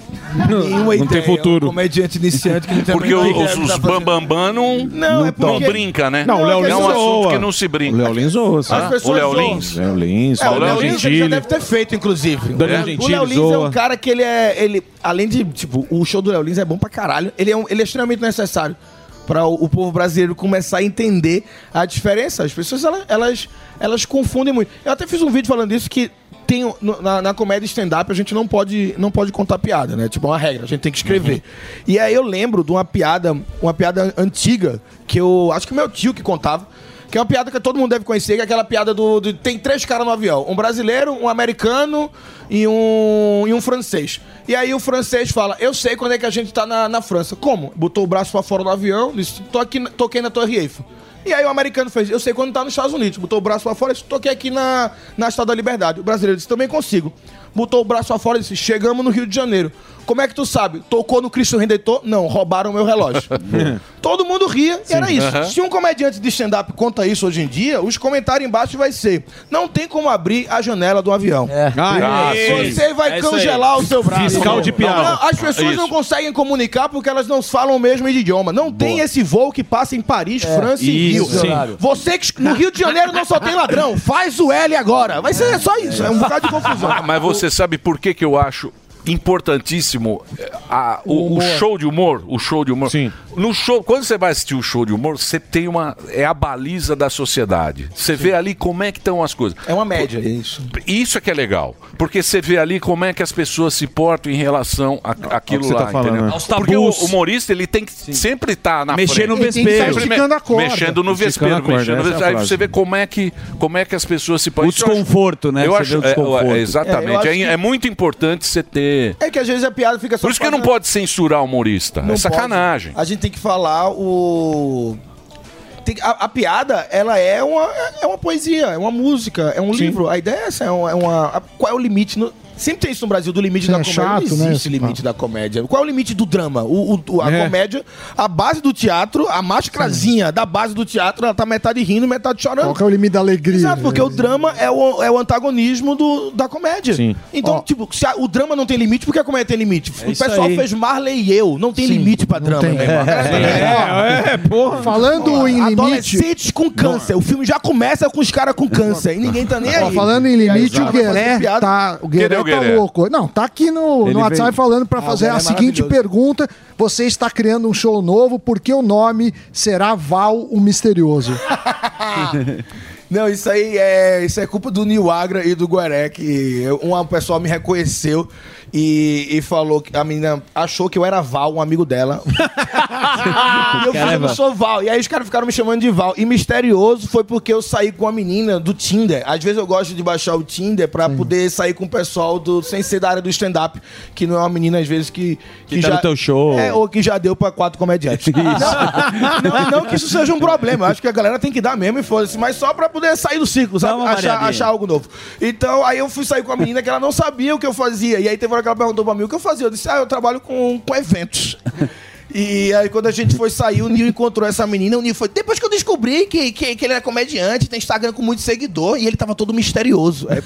Speaker 22: nenhuma ideia.
Speaker 6: não tem futuro.
Speaker 22: Um comediante iniciante que não tem
Speaker 6: Porque
Speaker 22: a menor
Speaker 6: os,
Speaker 22: ideia
Speaker 6: os,
Speaker 22: do que tá fazendo.
Speaker 6: bambambam não,
Speaker 22: Não, é
Speaker 6: não
Speaker 22: porque-
Speaker 6: brinca, né?
Speaker 22: Não, o Léo
Speaker 6: é
Speaker 22: Lins
Speaker 6: um assunto
Speaker 22: zoa.
Speaker 6: que não se brinca.
Speaker 7: O Léo Lins zoa. sabe?
Speaker 6: Hã? O Léo Lins?
Speaker 7: Léo Lins,
Speaker 22: É,
Speaker 7: o Léo
Speaker 22: Lins ele já
Speaker 7: Gentili.
Speaker 22: deve ter feito, inclusive.
Speaker 7: Daniel
Speaker 22: É.
Speaker 7: Gentili
Speaker 22: o Léo Lins é
Speaker 7: zoa.
Speaker 22: um cara que ele é. Ele, além de, tipo, o show do Léo Lins é bom pra caralho. Ele é, um- ele é extremamente necessário. para o, o povo brasileiro começar a entender a diferença. As pessoas elas, elas, elas confundem muito. Eu até fiz um vídeo falando isso que tem o- no- na, na comédia stand-up a gente não pode não pode contar piada, né? Tipo é uma regra, a gente tem que escrever. E aí eu lembro de uma piada, uma piada antiga que eu acho que meu tio que contava. Que é uma piada que todo mundo deve conhecer, que é aquela piada do, do- tem três caras no avião: um brasileiro, um americano e um, e um francês. E aí o francês fala: Eu sei quando é que a gente tá na, na França. Como? Botou o braço pra fora do avião, disse: Tô aqui, na- toquei na Torre Eiffel. E aí o americano fez, eu sei quando tá nos Estados Unidos. Botou o braço pra fora e disse, toquei aqui na, na Estátua da Liberdade. O brasileiro disse, também consigo. Botou o braço pra fora e disse, chegamos no Rio de Janeiro. Como é que tu sabe? Tocou no Cristo Redentor? Não, roubaram meu relógio. Todo mundo ria e era isso.
Speaker 12: Aham.
Speaker 22: Se um comediante de stand-up conta isso hoje em dia, os comentários embaixo vai ser, não tem como abrir a janela do avião.
Speaker 12: Ah, sim.
Speaker 22: Você vai
Speaker 12: É isso aí.
Speaker 22: congelar o seu braço.
Speaker 12: Fiscal de piada.
Speaker 22: Não, não, as pessoas
Speaker 12: Isso.
Speaker 22: não conseguem comunicar porque elas não falam o mesmo idioma. Não tem esse voo que passa em Paris, França e Rio.
Speaker 12: Isso, sim.
Speaker 22: Você que no Rio de Janeiro não só tem ladrão, faz o L agora. Vai ser só isso, é um bocado de confusão.
Speaker 6: Ah, mas você sabe por que, que eu acho importantíssimo eh, a- o, o show de humor? O show de humor. Sim. No show, quando você vai assistir o show de humor, você tem uma. É a baliza da sociedade. Você vê ali como é que estão as coisas.
Speaker 22: É uma média, isso.
Speaker 6: Isso é que é legal. Porque você vê ali como é que as pessoas se portam em relação a, àquilo
Speaker 12: você
Speaker 6: lá,
Speaker 12: tá falando,
Speaker 6: entendeu?
Speaker 12: né? Aos
Speaker 6: Porque o
Speaker 12: tabus.
Speaker 6: humorista, ele tem que sempre estar na
Speaker 12: Mexer
Speaker 6: frente.
Speaker 12: no Ele tem que vespeiro. estar esticando a corda.
Speaker 6: Mexendo
Speaker 12: Esticando
Speaker 6: no
Speaker 12: a
Speaker 6: vespeiro.
Speaker 12: corda,
Speaker 6: mexendo no
Speaker 12: essa é a
Speaker 6: vespeiro. Aí
Speaker 12: frase.
Speaker 6: você vê como é que, como é que as pessoas se
Speaker 5: O
Speaker 6: Isso eu acho-
Speaker 5: desconforto, né? Você
Speaker 6: Eu
Speaker 5: vê
Speaker 6: acho,
Speaker 5: o desconforto.
Speaker 6: é,
Speaker 22: É,
Speaker 6: é,
Speaker 22: eu
Speaker 6: exatamente.
Speaker 22: acho
Speaker 6: É,
Speaker 22: que-
Speaker 6: é muito importante você ter.
Speaker 22: É que às vezes a piada fica só
Speaker 6: Por isso que não pode censurar o humorista.
Speaker 22: Não
Speaker 6: é
Speaker 22: pode.
Speaker 6: sacanagem.
Speaker 22: A gente tem que falar o. tem que- a, a piada, ela é uma, é uma poesia, é uma música, é um livro. A ideia é essa, é uma. é uma- a- qual é o limite? no- sempre tem isso no Brasil do limite
Speaker 8: É
Speaker 22: da comédia.
Speaker 8: chato,
Speaker 22: não
Speaker 8: né,
Speaker 22: existe
Speaker 8: esse
Speaker 22: limite da comédia. Qual é o limite do drama? O, o- a
Speaker 8: É.
Speaker 22: comédia, a base do teatro, a máscarazinha da base do teatro, ela tá metade rindo, metade chorando.
Speaker 8: Qual que é o limite da alegria? né?
Speaker 22: Exato, porque o drama é o, é o antagonismo do, da comédia.
Speaker 8: Sim.
Speaker 22: Então, tipo, se a- o drama não tem limite, por que a comédia tem limite?
Speaker 8: É
Speaker 22: o
Speaker 8: isso
Speaker 22: pessoal
Speaker 8: aí.
Speaker 22: fez Marley e eu. Não tem limite pra drama,
Speaker 8: tem.
Speaker 22: meu irmão.
Speaker 8: É,
Speaker 22: porra.
Speaker 8: Falando em limite-
Speaker 22: Adolescentes com câncer. O filme já começa com os caras com câncer. E ninguém tá nem
Speaker 8: Ó,
Speaker 22: aí.
Speaker 8: falando em limite, o
Speaker 22: Exato.
Speaker 8: Gueré tá, o Gueré
Speaker 22: Cadê o
Speaker 8: tá
Speaker 22: Gueré?
Speaker 8: louco. Não, tá aqui no,
Speaker 22: Ele
Speaker 8: no WhatsApp
Speaker 22: veio.
Speaker 8: falando pra
Speaker 22: Ah, o
Speaker 8: fazer
Speaker 22: Gueré
Speaker 8: a
Speaker 22: é
Speaker 8: seguinte
Speaker 22: maravilhoso.
Speaker 8: pergunta. Você está criando um show novo, por que o nome será Val o Misterioso?
Speaker 22: Não, isso aí é, isso é culpa do Nil Agra e do Guaré, que eu- uma pessoa me reconheceu e, e falou que a menina achou que eu era Val, um amigo dela. e Ah, eu fiz, eu
Speaker 12: Caramba.
Speaker 22: não sou Val. E aí os caras ficaram me chamando de Val. E misterioso foi porque eu saí com a menina do Tinder. Às vezes eu gosto de baixar o Tinder pra poder sair com o pessoal do, sem ser da área do stand-up, que não é uma menina, às vezes, que.
Speaker 5: Que tá no teu show.
Speaker 22: É, ou que já deu pra quatro comediantes. Não, não, não que isso seja um problema. Eu acho que a galera tem que dar mesmo e foda-se, mas só pra poder sair do ciclo, sabe?
Speaker 5: uma
Speaker 22: Achar,
Speaker 5: variadinha.
Speaker 22: achar algo novo. Então, aí eu fui sair com a menina que ela não sabia o que eu fazia. E aí teve uma hora que ela perguntou pra mim o que eu fazia. Eu disse, ah, eu trabalho com, com eventos. E aí, quando a gente foi sair, o Nil encontrou essa menina. O Nil foi. Depois que eu descobri que, que, que ele era comediante, tem Instagram com muito seguidor, e ele tava todo misterioso. Aí,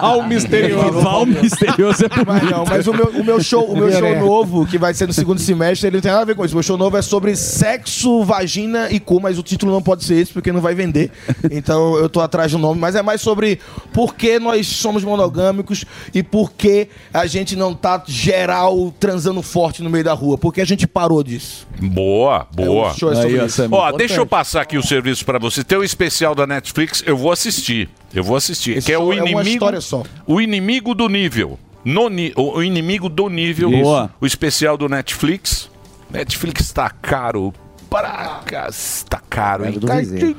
Speaker 12: Val misterioso.
Speaker 22: Val
Speaker 5: misterioso é
Speaker 22: Ah, mas não, mas o meu, o meu show, o meu show novo, que vai ser no segundo semestre, ele não tem nada a ver com isso. O meu show novo é sobre sexo, vagina e cu, mas o título não pode ser esse, porque não vai vender. Então eu tô atrás do nome, mas é mais sobre por que nós somos monogâmicos e por que a gente não tá geral transando forte no meio da rua. Porque a gente parou disso.
Speaker 6: Boa, boa.
Speaker 22: show é sobre Aí, isso. essa é
Speaker 6: Ó,
Speaker 22: importante.
Speaker 6: deixa eu passar aqui o serviço pra você. Tem um especial da Netflix, eu vou assistir. Eu vou assistir. que é o
Speaker 22: é uma
Speaker 6: inimigo.
Speaker 22: história só.
Speaker 6: O inimigo do nível. No ni- o o inimigo do nível.
Speaker 5: Isso. Boa.
Speaker 6: O especial do Netflix. Netflix tá caro. Para cas- tá caro, hein?
Speaker 5: do vizinho.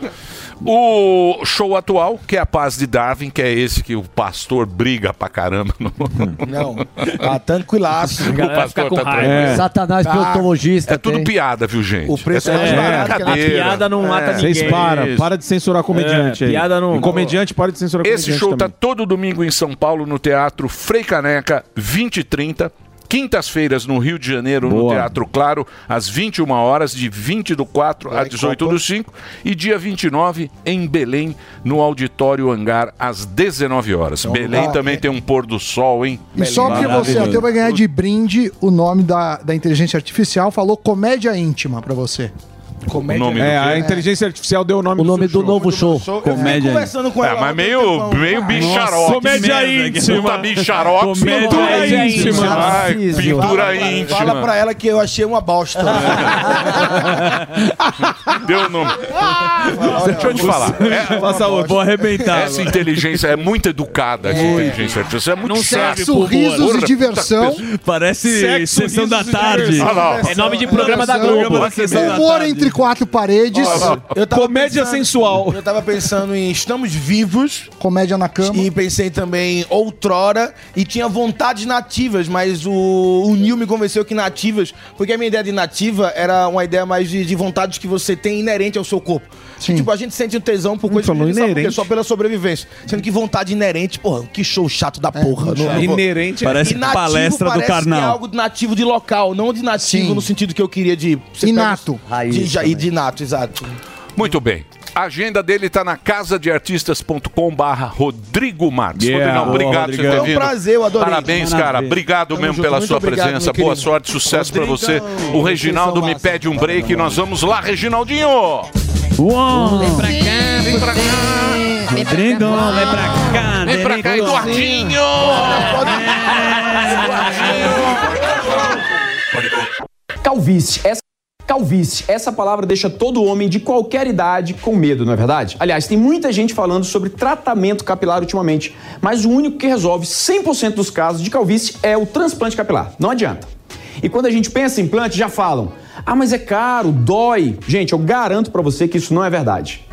Speaker 6: O show atual, que é a paz de Darwin, que é esse que o pastor briga pra caramba. No...
Speaker 22: Não, tá tranquilaço.
Speaker 6: O pastor tá tranquilo.
Speaker 20: Satanás
Speaker 6: Tá.
Speaker 20: proctologista.
Speaker 6: É tudo piada, viu, gente?
Speaker 20: O preço
Speaker 6: é
Speaker 20: é mais
Speaker 6: tudo
Speaker 20: barato que a
Speaker 6: brincadeira.
Speaker 20: piada não mata
Speaker 6: É.
Speaker 7: Vocês param,
Speaker 6: Isso.
Speaker 7: para de censurar comediante
Speaker 6: É,
Speaker 7: aí.
Speaker 6: piada não-
Speaker 7: E comediante, para de censurar comediante.
Speaker 6: Esse show
Speaker 7: também.
Speaker 6: tá todo domingo em São Paulo, no Teatro Frei Caneca, 20 e 30. Quintas-feiras no Rio de Janeiro, no
Speaker 5: Boa.
Speaker 6: Teatro Claro, às 21 horas, de 20 do 4 a 18 do 5. E dia 29, em Belém, no Auditório Hangar, às 19 horas. Belém
Speaker 8: tá.
Speaker 6: também tem um pôr do sol, hein?
Speaker 8: E só porque você até vai ganhar de brinde o nome da, da inteligência artificial, falou comédia íntima pra você.
Speaker 6: Comédia. O nome
Speaker 7: é,
Speaker 6: do
Speaker 7: a
Speaker 6: quê?
Speaker 7: inteligência artificial deu o nome o do nome do novo show.
Speaker 6: Comédia.
Speaker 7: Conversando com
Speaker 6: É,
Speaker 7: ela.
Speaker 6: mas meio, meio bicharote.
Speaker 7: Nossa, comédia íntima.
Speaker 6: Puta bicharote.
Speaker 7: Comédia
Speaker 6: Pintura
Speaker 7: íntima.
Speaker 6: íntima. Ai,
Speaker 22: Narciso.
Speaker 6: pintura
Speaker 22: Fala pra-
Speaker 6: íntima.
Speaker 22: Fala pra ela que eu achei uma bosta. né?
Speaker 6: Deu nome. Deixa eu te falar. É,
Speaker 7: Passa outro.
Speaker 6: Vou arrebentar. Essa inteligência é muito educada, essa inteligência artificial. É muito
Speaker 8: Não serve
Speaker 6: sábio.
Speaker 8: sorrisos e
Speaker 6: Porra, puta
Speaker 8: diversão.
Speaker 6: que-
Speaker 10: Parece sessão da tarde.
Speaker 6: Ah, não.
Speaker 10: É nome de programa da Globo. Sessão da
Speaker 8: Humor
Speaker 10: tarde.
Speaker 8: entre quatro paredes.
Speaker 22: Comédia sensual. Eu tava pensando em Estamos Vivos.
Speaker 8: Comédia na cama.
Speaker 22: E pensei também Outrora. E tinha vontades nativas, mas o, o Nil me convenceu que nativas. Porque a minha ideia de nativa era uma ideia mais de, de vontades que você tem inerente ao seu corpo. Tipo, a gente sente o tesão
Speaker 8: Hum,
Speaker 22: por coisas que a gente sabe por quê, só pela sobrevivência. Sendo que vontade inerente, porra, que show chato
Speaker 8: É,
Speaker 22: da porra. não- não vou-
Speaker 7: Inerente é- Parece
Speaker 22: Inativo
Speaker 7: palestra do
Speaker 22: parece que
Speaker 7: Karnal.
Speaker 22: é algo nativo de local, não de nativo no sentido que eu queria de... você pega os-
Speaker 6: Inato. Raiz
Speaker 22: De, já-
Speaker 6: também.
Speaker 22: e de inato, exato.
Speaker 6: Muito bem. A agenda dele tá na casadeartistas.com barra Rodrigo Marques.
Speaker 22: Yeah,
Speaker 6: Rodrigão,
Speaker 22: boa,
Speaker 6: obrigado por você
Speaker 22: Rodrigão.
Speaker 6: ter
Speaker 22: Foi um
Speaker 6: vindo.
Speaker 22: prazer, eu adorei.
Speaker 6: Parabéns,
Speaker 22: Maravilha.
Speaker 6: cara. Obrigado
Speaker 22: Tamo
Speaker 6: mesmo
Speaker 22: junto,
Speaker 6: pela
Speaker 22: muito
Speaker 6: sua
Speaker 22: obrigado,
Speaker 6: presença.
Speaker 22: meu
Speaker 6: Boa
Speaker 22: querido.
Speaker 6: sorte, sucesso pra você. O
Speaker 22: Rodrigão,
Speaker 6: Reginaldo me pede um break. Nós vamos lá, Reginaldinho.
Speaker 10: Vem
Speaker 6: pra
Speaker 10: cá,
Speaker 6: vem pra
Speaker 10: cá. Rodrigo, vem pra cá.
Speaker 6: Vem pra cá,
Speaker 10: Rodrigo.
Speaker 6: Eduardinho.
Speaker 13: Calvície. Essa calvície, essa palavra deixa todo homem de qualquer idade com medo, não é verdade? Aliás, tem muita gente falando sobre tratamento capilar ultimamente, mas o único que resolve 100% dos casos de calvície é o transplante capilar. Não adianta. E quando a gente pensa em implante, já falam: "Ah, mas é caro, dói". Gente, eu garanto pra você que isso não é verdade.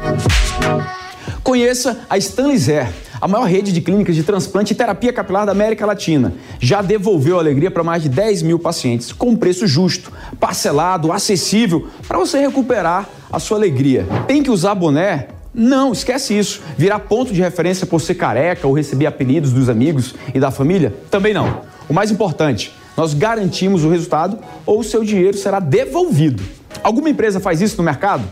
Speaker 13: Conheça a Stanliser, a maior rede de clínicas de transplante e terapia capilar da América Latina. Já devolveu alegria para mais de 10 mil pacientes, com preço justo, parcelado, acessível, para você recuperar a sua alegria. Tem que usar boné? Não, esquece isso. Virar ponto de referência por ser careca ou receber apelidos dos amigos e da família? Também não. O mais importante, nós garantimos o resultado ou o seu dinheiro será devolvido. Alguma empresa faz isso no mercado?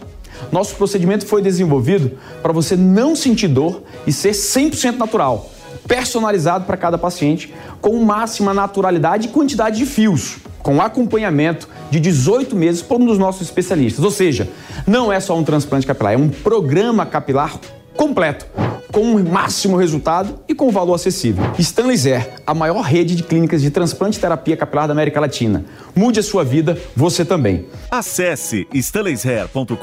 Speaker 13: Nosso procedimento foi desenvolvido para você não sentir dor e ser 100% natural, personalizado para cada paciente, com máxima naturalidade e quantidade de fios, com acompanhamento de 18 meses por um dos nossos especialistas. Ou seja, não é só um transplante capilar, é um programa capilar completo, com o máximo resultado e com valor acessível. Stanley Zer, a maior rede de clínicas de transplante e terapia capilar da América Latina. Mude a sua vida, você também.
Speaker 4: Acesse stanleyshair.com.br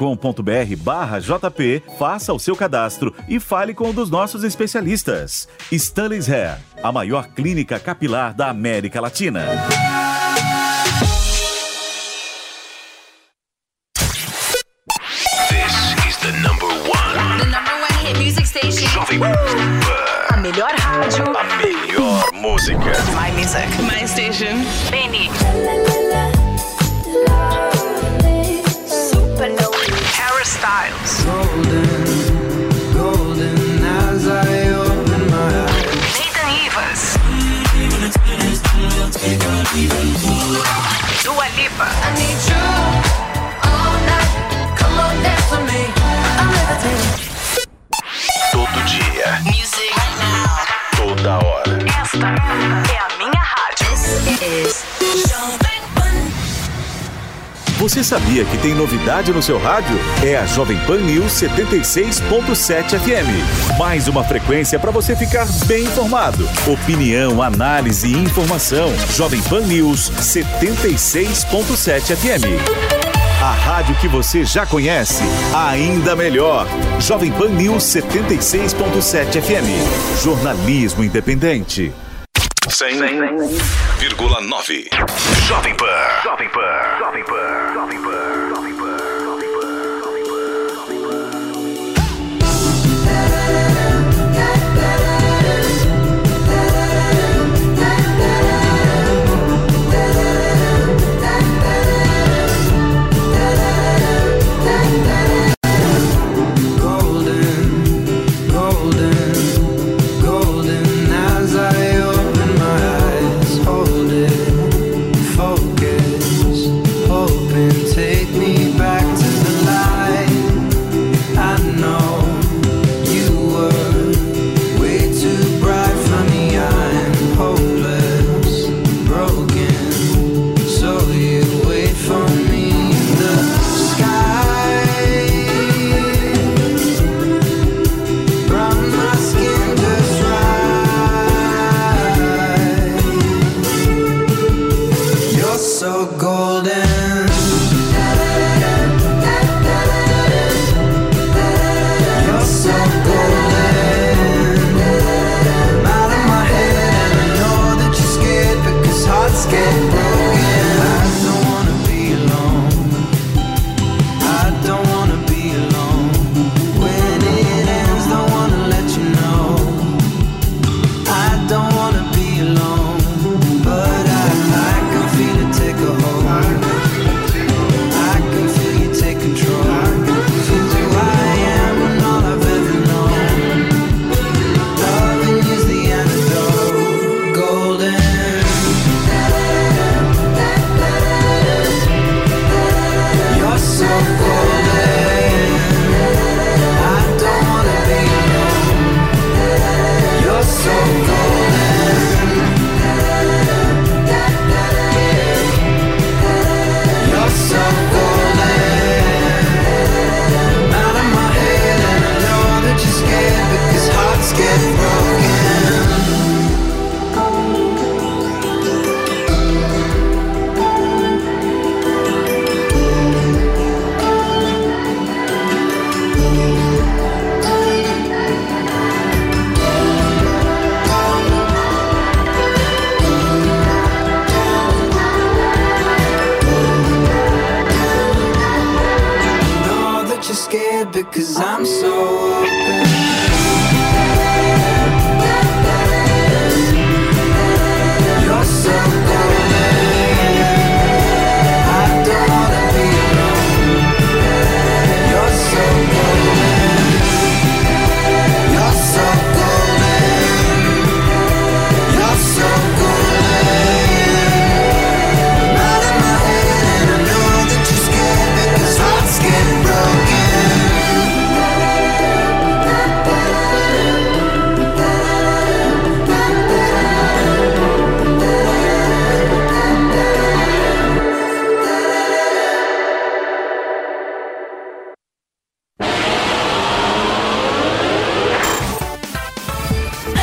Speaker 4: barra JP, faça o seu cadastro e fale com um dos nossos especialistas. Stanley's Hair, a maior clínica capilar da América Latina.
Speaker 2: The number one hit music station. Jovem A melhor rádio. A melhor música. My music. My station. Benny. Supernova. Harry Styles. Nathan Evans. Dua Lipa. I need you all night. Come on, dance with me. I'm levitating.
Speaker 14: Todo dia.
Speaker 2: Music
Speaker 14: Toda hora.
Speaker 2: Esta é a minha rádio. This is Jovem
Speaker 4: Você sabia que tem novidade no seu rádio? É a Jovem Pan News 76.7 FM. Mais uma frequência para você ficar bem informado. Opinião, análise e informação. Jovem Pan News 76.7 FM. A rádio que você já conhece, ainda melhor. Jovem Pan News 76.7 FM. Jornalismo independente.
Speaker 23: 100,9. Jovem Pan. Jovem Pan. Jovem Pan. Jovem Pan. Jovem Pan.
Speaker 14: Golden as I open my eyes, hold it, focus, hope and take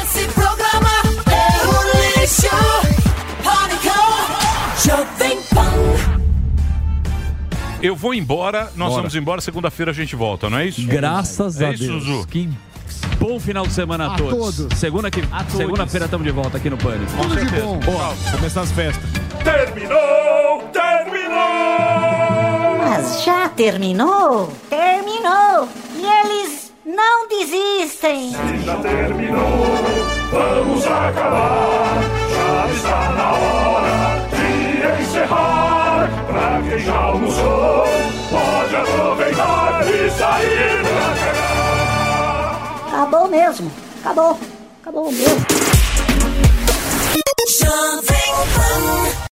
Speaker 14: Esse programa é um lixo. Pânico, Jovem Pan.
Speaker 6: Eu vou embora, nós
Speaker 5: Bora.
Speaker 6: vamos embora, segunda-feira a gente volta, não é isso?
Speaker 5: Graças
Speaker 6: é
Speaker 5: a
Speaker 6: isso,
Speaker 5: Deus.
Speaker 6: Zuzu.
Speaker 5: Que bom final de semana a,
Speaker 6: A
Speaker 5: todos.
Speaker 6: todos.
Speaker 5: Segunda que segunda-feira estamos de volta aqui no Pânico.
Speaker 6: Com Tudo de certeza. bom.
Speaker 5: Boa. Começar as festas.
Speaker 14: Terminou, terminou.
Speaker 2: Mas já terminou? Terminou! E eles não desistem!
Speaker 14: Já terminou, vamos acabar. Já está na hora de encerrar. Pra quem já almoçou, pode aproveitar e sair pra cá.
Speaker 2: Acabou mesmo! Acabou! Acabou mesmo!
Speaker 14: Jovem Pan.